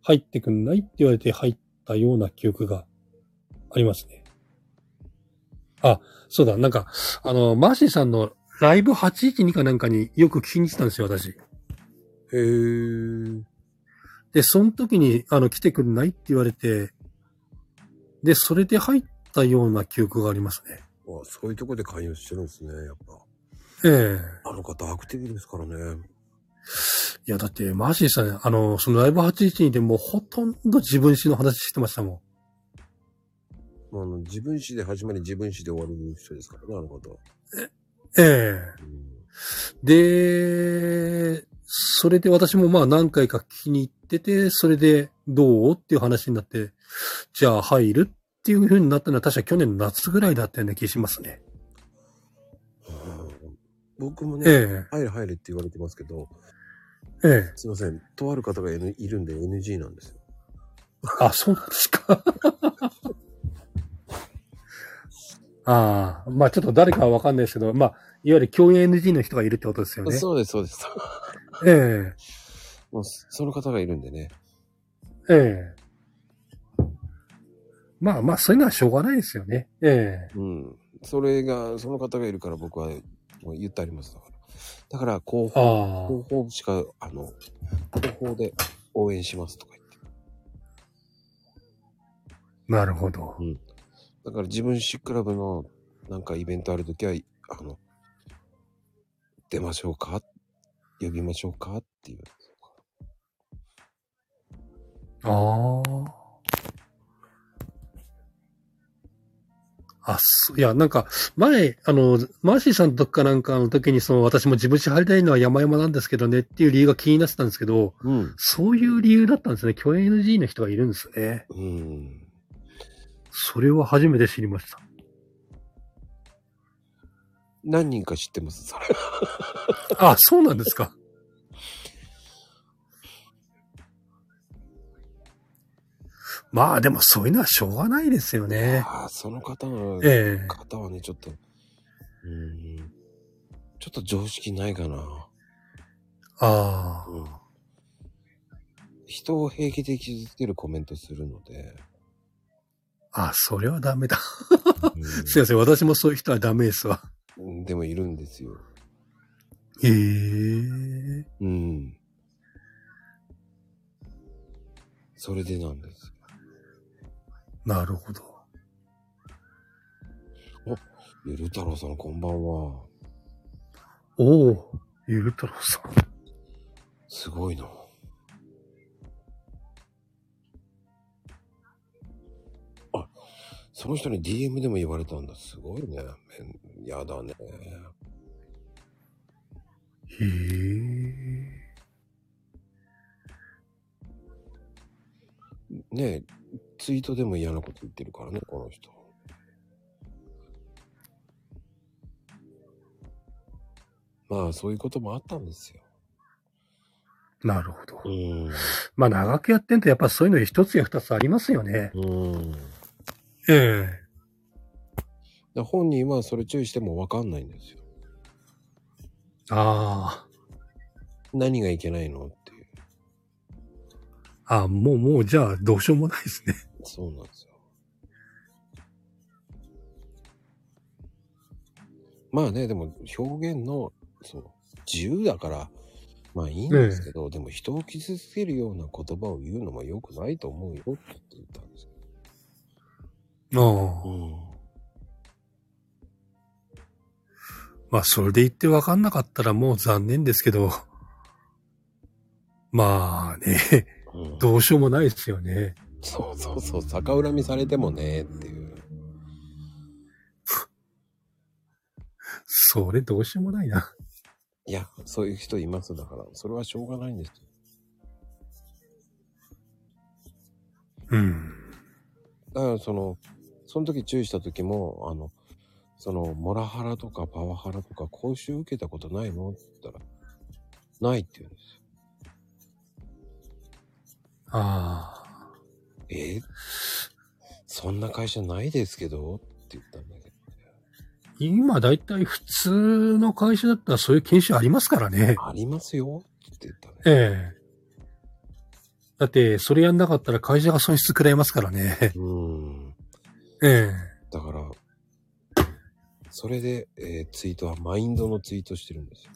Speaker 3: 入ってくんないって言われて入ったような記憶がありますね。あ、そうだ、なんか、あの、マーシーさんのライブ812かなんかによく聞きに来たんですよ、私。
Speaker 1: へー。
Speaker 3: で、その時に、あの、来てくんないって言われて、で、それで入ったような記憶がありますね。
Speaker 1: あそういうとこで勧誘してるんですね、やっぱ。
Speaker 3: ええ
Speaker 1: あの方アクティブですからね。
Speaker 3: いや、だって、マーシーさん、あの、そのライブ812でもうほとんど自分史の話してましたも
Speaker 1: まあ、あの自分史で始まり自分史で終わる人ですからね、あの方。
Speaker 3: ん。え
Speaker 1: うん
Speaker 3: えで、それで私もまあ何回か聞きに行ってて、それでどうっていう話になって、じゃあ入るっていう風になったのは確か去年の夏ぐらいだったような気しますね。
Speaker 1: うん僕もね、
Speaker 3: え
Speaker 1: 入れ入れって言われてますけど、
Speaker 3: えええ
Speaker 1: すいません、とある方が N いるんで NG なんですよ。
Speaker 3: あ、そうなんですか。 (laughs) ああ、まあちょっと誰かはわかんないですけど、まあ、いわゆる共演 NG の人がいるってことですよね。
Speaker 1: うです、そうです。
Speaker 3: え
Speaker 1: もうその方がいるんでね。
Speaker 3: えええまあまあ、そういうのはしょうがないですよね。え
Speaker 1: うん。それが、その方がいるから僕はもう言ってありますだから。だから、広
Speaker 3: え
Speaker 1: 報、
Speaker 3: ああ。
Speaker 1: 広報しか、あの、広報で応援しますとか言って。
Speaker 3: なるほど。
Speaker 1: だから自分史クラブのなんかイベントあるときは、あの、出ましょうか呼びましょうかっていう。
Speaker 3: ああ。あ、そういや、なんか、前、あの、マーシーさんとかなんかの時に、その、私も自分支入りたいのは山々なんですけどねっていう理由が気になってたんですけど、
Speaker 1: うん。
Speaker 3: そういう理由だったんですね。共演 NG の人がいるんですね。
Speaker 1: うん。
Speaker 3: それは初めて知りました。
Speaker 1: 何人か知ってます、それ。
Speaker 3: あ、そうなんですか。 (laughs) まあでもそういうのはしょうがないですよね。
Speaker 1: ああ、その方の、
Speaker 3: ええ
Speaker 1: 方はね、ちょっと、うん。ちょっと常識ないかな。
Speaker 3: ああ。
Speaker 1: うん。人を平気で傷つけるコメントするの (laughs) で。
Speaker 3: あ、それはダメだ。
Speaker 1: うん
Speaker 3: すいません。私もそういう人はダメですわ。
Speaker 1: うん、でもいるんですよ。
Speaker 3: へえ
Speaker 1: うん。それでなんです。
Speaker 3: なるほど。
Speaker 1: ゆる太郎さん、こんばんは。
Speaker 3: おお。ゆる太郎さん。
Speaker 1: すごいな。あ、その人に DM でも言われたんだ。すごいね。めんやだね。
Speaker 3: へえ。
Speaker 1: ねえ、ツイートでも嫌なこと言ってるからね、この人。まあ、そういうこともあったんですよ。
Speaker 3: なるほど。
Speaker 1: うん。
Speaker 3: まあ長くやってんとやっぱそういうの一つや二つありますよね。
Speaker 1: うん。
Speaker 3: ええ
Speaker 1: で本人はそれ注意してもわかんないんですよ。
Speaker 3: あ
Speaker 1: 何がいけないのっていう。
Speaker 3: あ。あもうもうじゃあどうしようもないですね。
Speaker 1: そうなんですよ。まあね、でも表現の、そう、自由だから、まあいいんですけど、でも人を傷つけるような言葉を言うのも良くないと思うよって言ったんですよ。
Speaker 3: ああ。まあそれで言って分かんなかったらもう残念ですけど。まあね、
Speaker 1: うん。うん、
Speaker 3: どうしようもないですよね。
Speaker 1: そうそうそう、逆恨みされてもね、っていう。
Speaker 3: それどうしようもないな。
Speaker 1: いや、そういう人います。だから、それはしょうがないんですよ。
Speaker 3: うん。
Speaker 1: だからその、その時注意した時も、あの、その、モラハラとかパワハラとか講習受けたことないのって言ったら、ないって言うんですよ。
Speaker 3: あ
Speaker 1: えーそんな会社ないですけどって言ったんだけど。
Speaker 3: あ。今だいたい普通の会社だったらそういう研修ありますからね。
Speaker 1: ありますよって言ったね。
Speaker 3: ええだって、それやんなかったら会社が損失食らいますからね。
Speaker 1: うん。
Speaker 3: ええ。
Speaker 1: だから、それで、えーツイートはマインドのツイートしてるんですよ。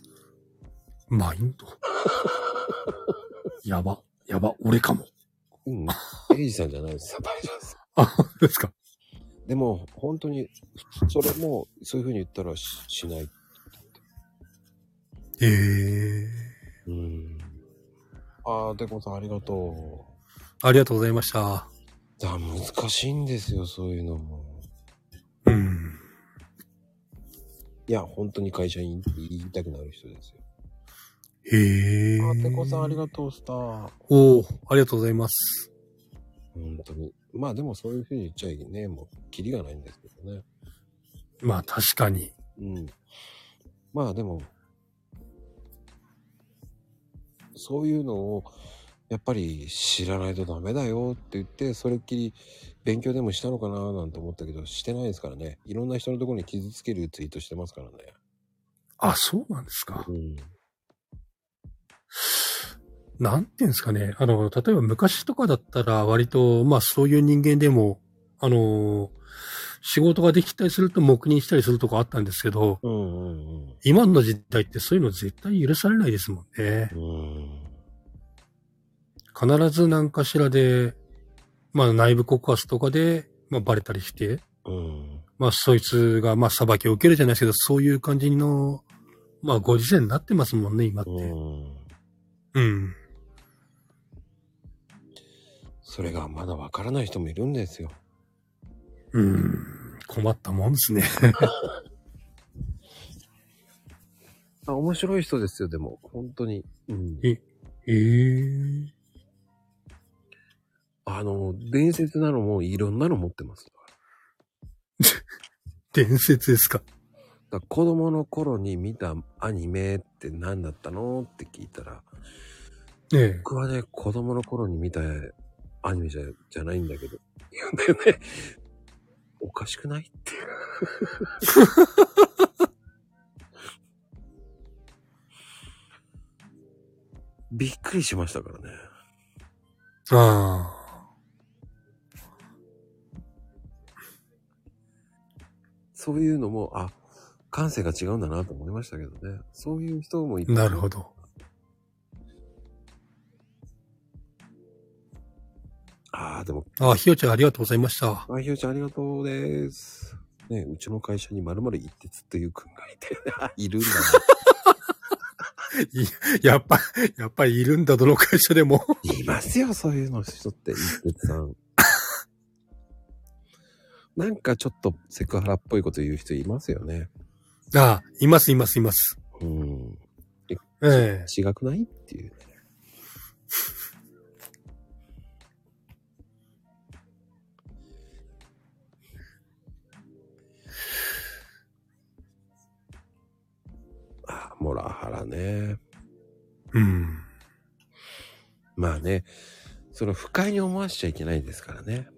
Speaker 3: マインド。やば。やば。俺かも。
Speaker 1: うん。エイジさんじゃないです。サバイバーです。
Speaker 3: あ、本当ですか。
Speaker 1: でも、本当に、それも、そういう風に言ったらししない。
Speaker 3: ええ
Speaker 1: うん。ああ、デコさんありがと
Speaker 3: ありがとうございました。
Speaker 1: う。だ難しいんですよ、そういうのも。
Speaker 3: うん。
Speaker 1: いや、本当に会社員って言いたくなる人ですよ。
Speaker 3: へえ。
Speaker 1: あー、テコさんありがとう、スター。
Speaker 3: おお、ありがとうございます。
Speaker 1: 本当に。まあでもそういう風に言っちゃいけね、もう、キリがないんですけどね。
Speaker 3: まあ確かに。
Speaker 1: うん。まあでも、そういうのを、やっぱり知らないとダメだよって言って、それっきり勉強でもしたのかななんて思ったけど、してないですからね。いろんな人のところに傷つけるツイートしてますからね。
Speaker 3: あ、そうなんですか。
Speaker 1: うん。
Speaker 3: なんていうんですかね。あの、例えば昔とかだったら割と、まあそういう人間でも、あの、仕事ができたりすると黙認したりするとかあったんですけど、
Speaker 1: うんうん
Speaker 3: 今の時代ってそういうの絶対許されないですもんね。
Speaker 1: うん。うん。
Speaker 3: 必ず何かしらで、まあ内部告発とかで、まあバレたりして、
Speaker 1: うん。
Speaker 3: まあそいつが、まあ裁きを受けるじゃないですけど、そういう感じの、まあご時世になってますもんね、今って。
Speaker 1: うん。
Speaker 3: うん。
Speaker 1: それがまだわからない人もいるんですよ。
Speaker 3: うん。困ったもんですね。
Speaker 1: あ面白い人ですよ、でも。本当に。うん
Speaker 3: え (laughs) ええ
Speaker 1: あの、伝説なのもいろんなの持ってます。
Speaker 3: 伝説ですか。
Speaker 1: だから子供の頃に見たアニメって何だったのって聞いたら、
Speaker 3: ええ。
Speaker 1: 僕はね、子供の頃に見たアニメじゃじゃないんだけど、言うんだよね。おかしくないって。 (laughs) びっくりしましたからね。
Speaker 3: ああ。
Speaker 1: そういうのも、あ、感性が違うんだなと思いましたけどね。そういう人もいて
Speaker 3: なるほど。
Speaker 1: ああ、でも
Speaker 3: ああ、ひよちゃんありがとうございました。
Speaker 1: あ、ひよちゃんありがとうです。ね、うちの会社にまるまる一徹という君がいて、あいるんだ
Speaker 3: やっぱ、やっぱりいるんだ、どの会社でも。
Speaker 1: な。いますよ、そういうの人って、一徹さん。なんかちょっとセクハラっぽいこと言う人いますよね。
Speaker 3: ああ、います、います、います。
Speaker 1: うん。
Speaker 3: ええ
Speaker 1: 違くないっていう、ね。あ、モラハラね。
Speaker 3: うん。
Speaker 1: まあね、その不快に思わしちゃいけないですからね。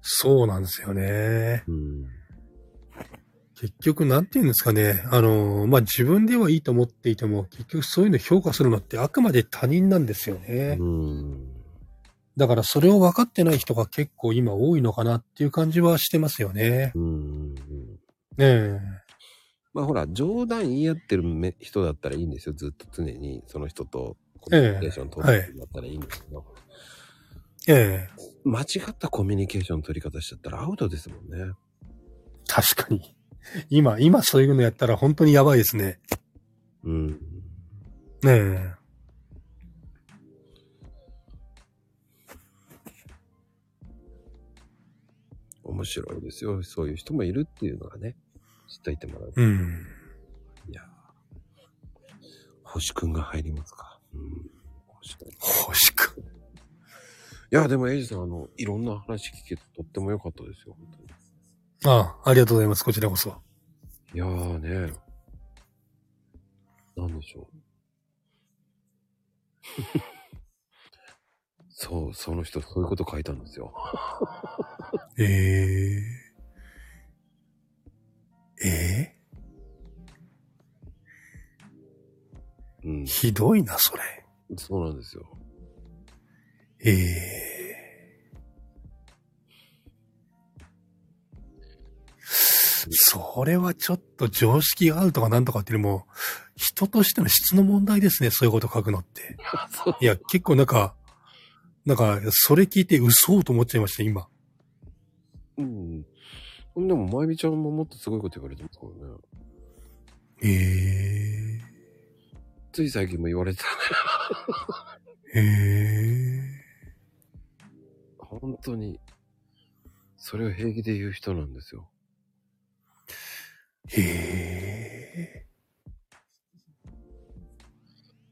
Speaker 3: そうなんですよね。
Speaker 1: うん。
Speaker 3: 結局、なんていうんですかね。あの、まあ、自分ではいいと思っていても、結局そういうの評価するのってあくまで他人なんですよね。
Speaker 1: うん。
Speaker 3: だからそれを分かってない人が結構今多いのかなっていう感じはしてますよね。
Speaker 1: うん。
Speaker 3: ねえ。
Speaker 1: まあほら、冗談言い合ってるめ人だったらいいんですよ。ずっと常にその人とコミ
Speaker 3: ええ
Speaker 1: ュニケーション取ってるんだったらいいんですけど、
Speaker 3: ええ。
Speaker 1: 間違ったコミュニケーション取り方しちゃったらアウトですもんね。
Speaker 3: 確かに。今、今そういうのやったら本当にやばいですね。
Speaker 1: うん。
Speaker 3: ねえ。
Speaker 1: 面白いですよ。そういう人もいるっていうのがね、知っていてもらう。
Speaker 3: うん。
Speaker 1: いやー星くんが入りますか。うん。星くん
Speaker 3: 欲しく。
Speaker 1: いや、でもエイジさん、あの、いろんな話聞けてとっても良かったですよ、本当に。
Speaker 3: ああ、ありがとうございます。こちらこそ。
Speaker 1: いやーね。なんでし (laughs) ょう。そう、その人、そういうこと書いたんですよ。
Speaker 3: ええええ
Speaker 1: うん、
Speaker 3: ひどいな、それ。
Speaker 1: そうなんですよ。
Speaker 3: ええそれはちょっと常識があるとかなんとかっていうよりも、人としての質の問題ですね、そういうこと書くのって。
Speaker 1: (laughs) そう。
Speaker 3: いや、結構なんか、なんか、それ聞いて嘘と思っちゃいました、今。
Speaker 1: うん。でも、まゆみちゃんももっとすごいこと言われてますからね。
Speaker 3: ええ
Speaker 1: つい最近も言われてたね。
Speaker 3: ええ
Speaker 1: 本当に。それを平気で言う人なんですよ。
Speaker 3: へえ。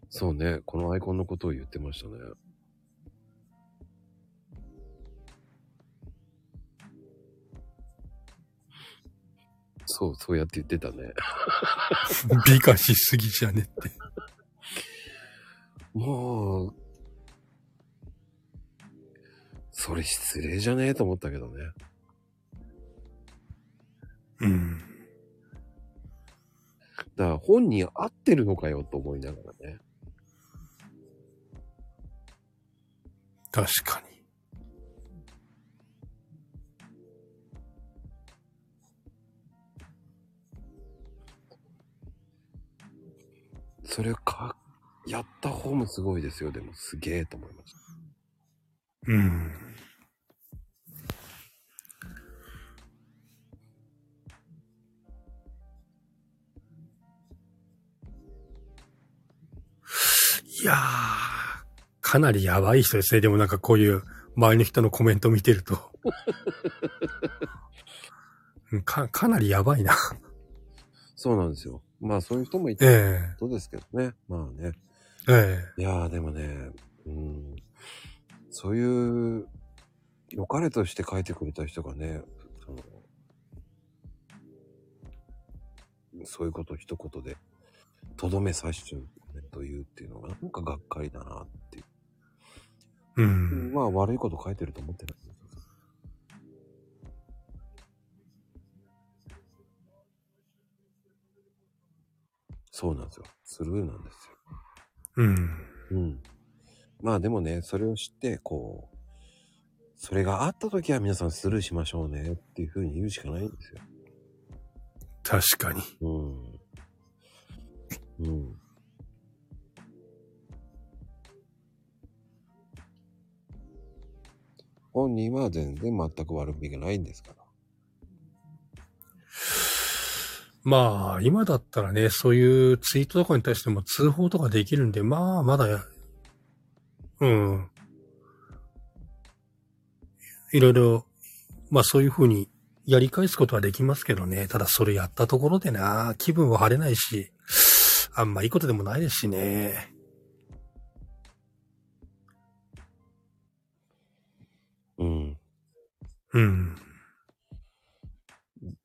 Speaker 1: そうね。このアイコンのことを言ってましたね。そう、そうやって言ってたね。 (laughs)
Speaker 3: 美化しすぎじゃねって。
Speaker 1: もう、それ失礼じゃねえと思ったけどね。
Speaker 3: うん。
Speaker 1: だから本人合ってるのかよと思いながらね。
Speaker 3: 確かに。
Speaker 1: それか、やった方もすごいですよ。でもすげえと思いました。
Speaker 3: うん。いやー、かなりやばい人ですね。でもなんかこういう周りの人のコメント見てると。うんか、かなりやばいな。
Speaker 1: そうなんですよ。まあそういう人もいた
Speaker 3: え
Speaker 1: ことですけどね。まあね。
Speaker 3: ええ
Speaker 1: いやーでもね、うん。そういう、良かれとして書いてくれた人がね、その、そういうこと一言で、とどめ刺しちゃうというっていうのが、なんかがっかりだなっていう。
Speaker 3: え。うん。
Speaker 1: まあ悪いこと書いてると思ってないんですよ。そうなんですよ。スルーなんですよ。
Speaker 3: うん。
Speaker 1: うん。まあでもね、それを知って、こう、それがあった時は皆さんスルーしましょうねっていう風に言うしかないんですよ。
Speaker 3: 確かに。
Speaker 1: うん。うん。本人は全然全く悪みがないんですから。
Speaker 3: まあ、今だったらね、そういうツイートとかに対しても通報とかできるんで、まあ、まだや、うん。いろいろ、まあそういうふうにやり返すことはできますけどね。ただそれやったところでな、気分は晴れないし、あんまいいことでもないですしね。
Speaker 1: うん。
Speaker 3: うん。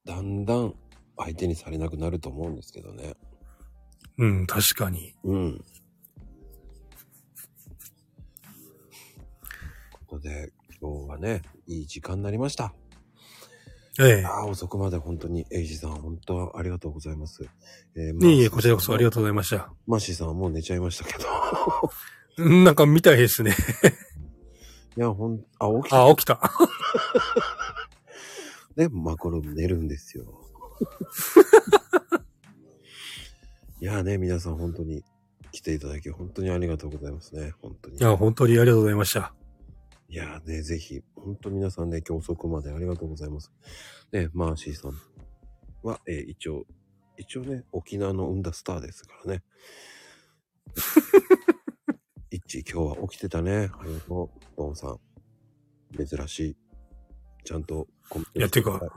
Speaker 1: だんだん相手にされなくなると思うんですけどね。
Speaker 3: うん、確かに。
Speaker 1: うん。ここで、今日はね、いい時間になりました。
Speaker 3: え
Speaker 1: ああ、遅くまで本当に、エイジさん、本当ありがとうございます。え
Speaker 3: え。いえいえ、こちらこそありが
Speaker 1: と
Speaker 3: とうございました。
Speaker 1: う。マーシーさんはもう寝ちゃいましたけど。 (laughs)
Speaker 3: うんなんか見たいですね。
Speaker 1: いや、ほん、あ、起きた。
Speaker 3: あ、起きた。
Speaker 1: ね、マコロ寝るん
Speaker 3: (laughs)
Speaker 1: ですよ。いやね、皆さん本当に来ていただき、本当にありがとうございますね。本当に。
Speaker 3: いや、本当にありがとうございました。
Speaker 1: いやーね、ぜひ、ほんと皆さんね、今日遅くまでありがとうございます。ね、マーシーさんは、えー一応、一応ね、沖縄の生んだスターですからね。 (laughs) いっち、今日は起きてたね。ありがとう、ボンさん。珍しい。ちゃんとコメント
Speaker 3: いや
Speaker 1: してくださ
Speaker 3: て
Speaker 1: い。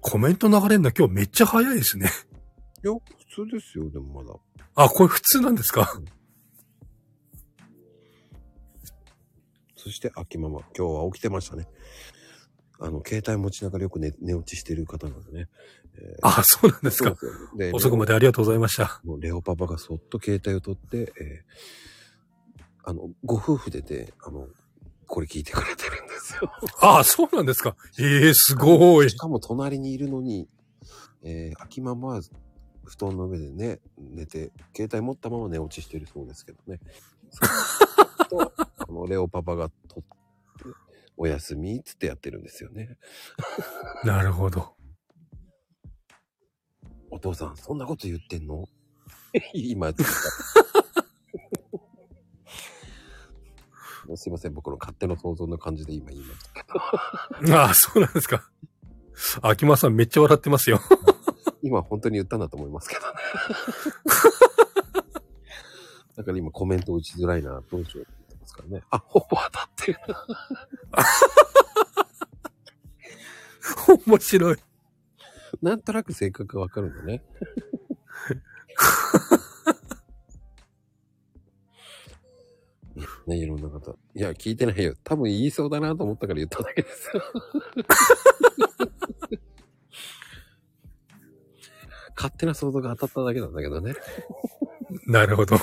Speaker 3: コメント流れるの今日めっちゃ早いですね。 (laughs)
Speaker 1: いや、普通ですよ、でもまだ。
Speaker 3: あ、これ普通なんですか (laughs)
Speaker 1: そして、秋ママ、今日は起きてましたね。あの、携帯持ちながらよく寝寝落ちしてる方なんでね。えー
Speaker 3: あ、そうなんですか。
Speaker 1: そうなんですよで
Speaker 3: 遅くまでありがとうございました。
Speaker 1: もうレオパパがそっと携帯を取って、えーあの、ご夫婦でね、あの、これ聞いてくれてるんですよ。
Speaker 3: あ、そうなんですか。ええすごい
Speaker 1: し。かも隣にいるのに、えー、秋ママは布団の上でね、寝て、携帯持ったまま寝落ちしてるそうですけどね。そうすると、あの、レオパパがと、お休みっつってやってるんですよね。
Speaker 3: なるほど。
Speaker 1: お父さん、そんなこと言ってんの今つったすいません、僕の勝手な想像の感じで今言いました。
Speaker 3: ああ、そうなんですか。秋間さんめっちゃ笑ってますよ。 (laughs)
Speaker 1: 今本当に言ったんだと思いますけどね。だから今コメント打ちづらいな、文章を言ってますからね。あ、ほぼ当たってる。
Speaker 3: 面白い。
Speaker 1: なんとなく性格がわかるんだね。いやね、いろんな方。いや、聞いてないよ。多分言いそうだなと思ったから言っただけですよ。勝手な想像が当たっただけなんだけどね。
Speaker 3: なるほど。
Speaker 1: い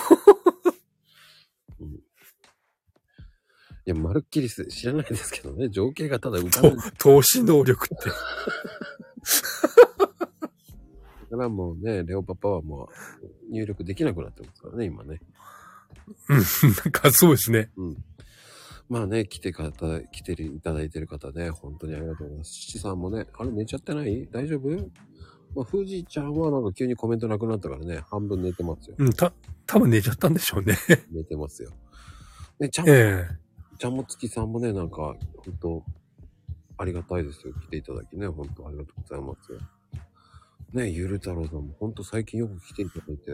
Speaker 1: や、まるっきりす知らないですけどね。情景がただ浮かんでる
Speaker 3: 投資能力って。
Speaker 1: からもうね、レオパパはもう入力できなくなってますからね、今ね。
Speaker 3: なんかそうですね。
Speaker 1: まあね、来てかた、来ていただいてる方ね、本当にありがとうございます。七さんもね、あれ寝ちゃってない大丈夫まあ、富士ちゃんはなんか急にコメントなくなったからね、半分寝てますよ。
Speaker 3: (laughs) うん、た、多分寝ちゃったんでしょうね。
Speaker 1: 寝てますよ。ね、ちゃん、
Speaker 3: ええ
Speaker 1: ちゃんもつきさんもね、なんか、本当ありがたいですよ。来ていただきね、本当ありがとうございますよ。ね、ゆる太郎さんも本当最近よく来ていただいて、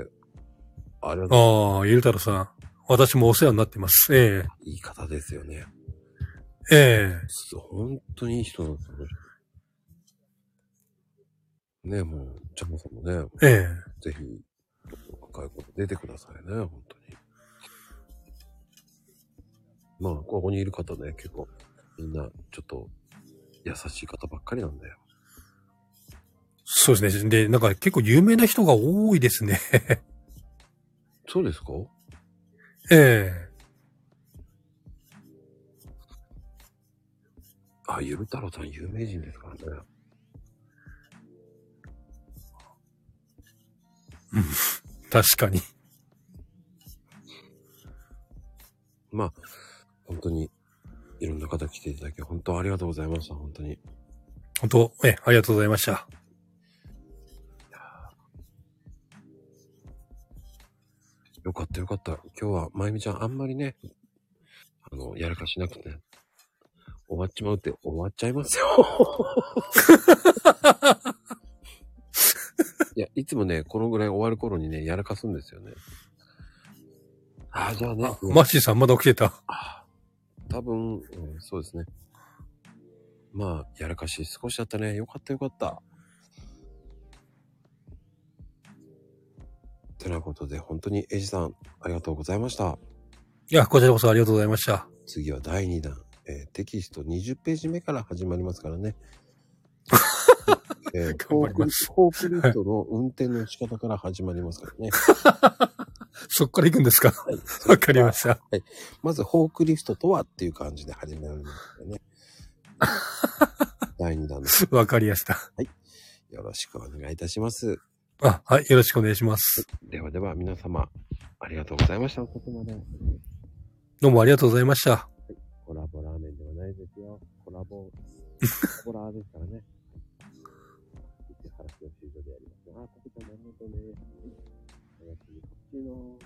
Speaker 1: ありがとう
Speaker 3: ああ、ゆるたろさん。私もお世話になってます。え
Speaker 1: いい方ですよね。
Speaker 3: ええ
Speaker 1: す本当にいい人なんですよね。ねえ、もう、ちゃんさんもね、
Speaker 3: ええ
Speaker 1: ぜひ、若い子出てくださいね、本当に。まあ、ここにいる方ね、結構、みんな、ちょっと、優しい方ばっかりなんだよ。
Speaker 3: そうですね。で、なんか結構有名な人が多いですね。
Speaker 1: そうですか
Speaker 3: え
Speaker 1: あ、ゆる太郎さん有名人ですからね。
Speaker 3: え確かに。
Speaker 1: まあ、本当に、いろんな方来ていただき、本当ありがとうございました、本当に。
Speaker 3: 本当、ええありがとうございました。
Speaker 1: よかったよかった。今日は、まゆみちゃんあんまりね、あの、やらかしなくて、終わっちまうって終わっちゃいます (laughs) よ。いや、いつもね、このぐらい終わる頃にね、やらかすんですよね。ああ、じゃあね、うん
Speaker 3: マッシーさんまだ起きてた。
Speaker 1: 多分、うんそうですね。まあ、やらかし少しだったね。よかったよかった。てなことで、本当にエイジさん、ありがとうございました。
Speaker 3: いや、こちらこそありがとうございました。
Speaker 1: 次は第2弾、えーテキスト20ページ目から始まりますから
Speaker 3: (laughs)
Speaker 1: ね。えー
Speaker 3: 頑張ります
Speaker 1: フォークリフォークリフトの運転の仕方から始まりますからね。
Speaker 3: そっから行くんですか
Speaker 1: はい、
Speaker 3: わかりました。
Speaker 1: まず、フォークリフトとはっていう感じで始められますからね。第2弾です。
Speaker 3: わかりました。
Speaker 1: よろしくお願いいたします。
Speaker 3: あ、はい、よろしくお願いします。
Speaker 1: ではでは皆様、ありがとうございました。ここまで。
Speaker 3: どうもありがとうございました。
Speaker 1: コラボラーメンではないですよ。コラボ、コラーですからね。一原清水でやります。あ、食べたもんねとね。おやすみ、こっちの。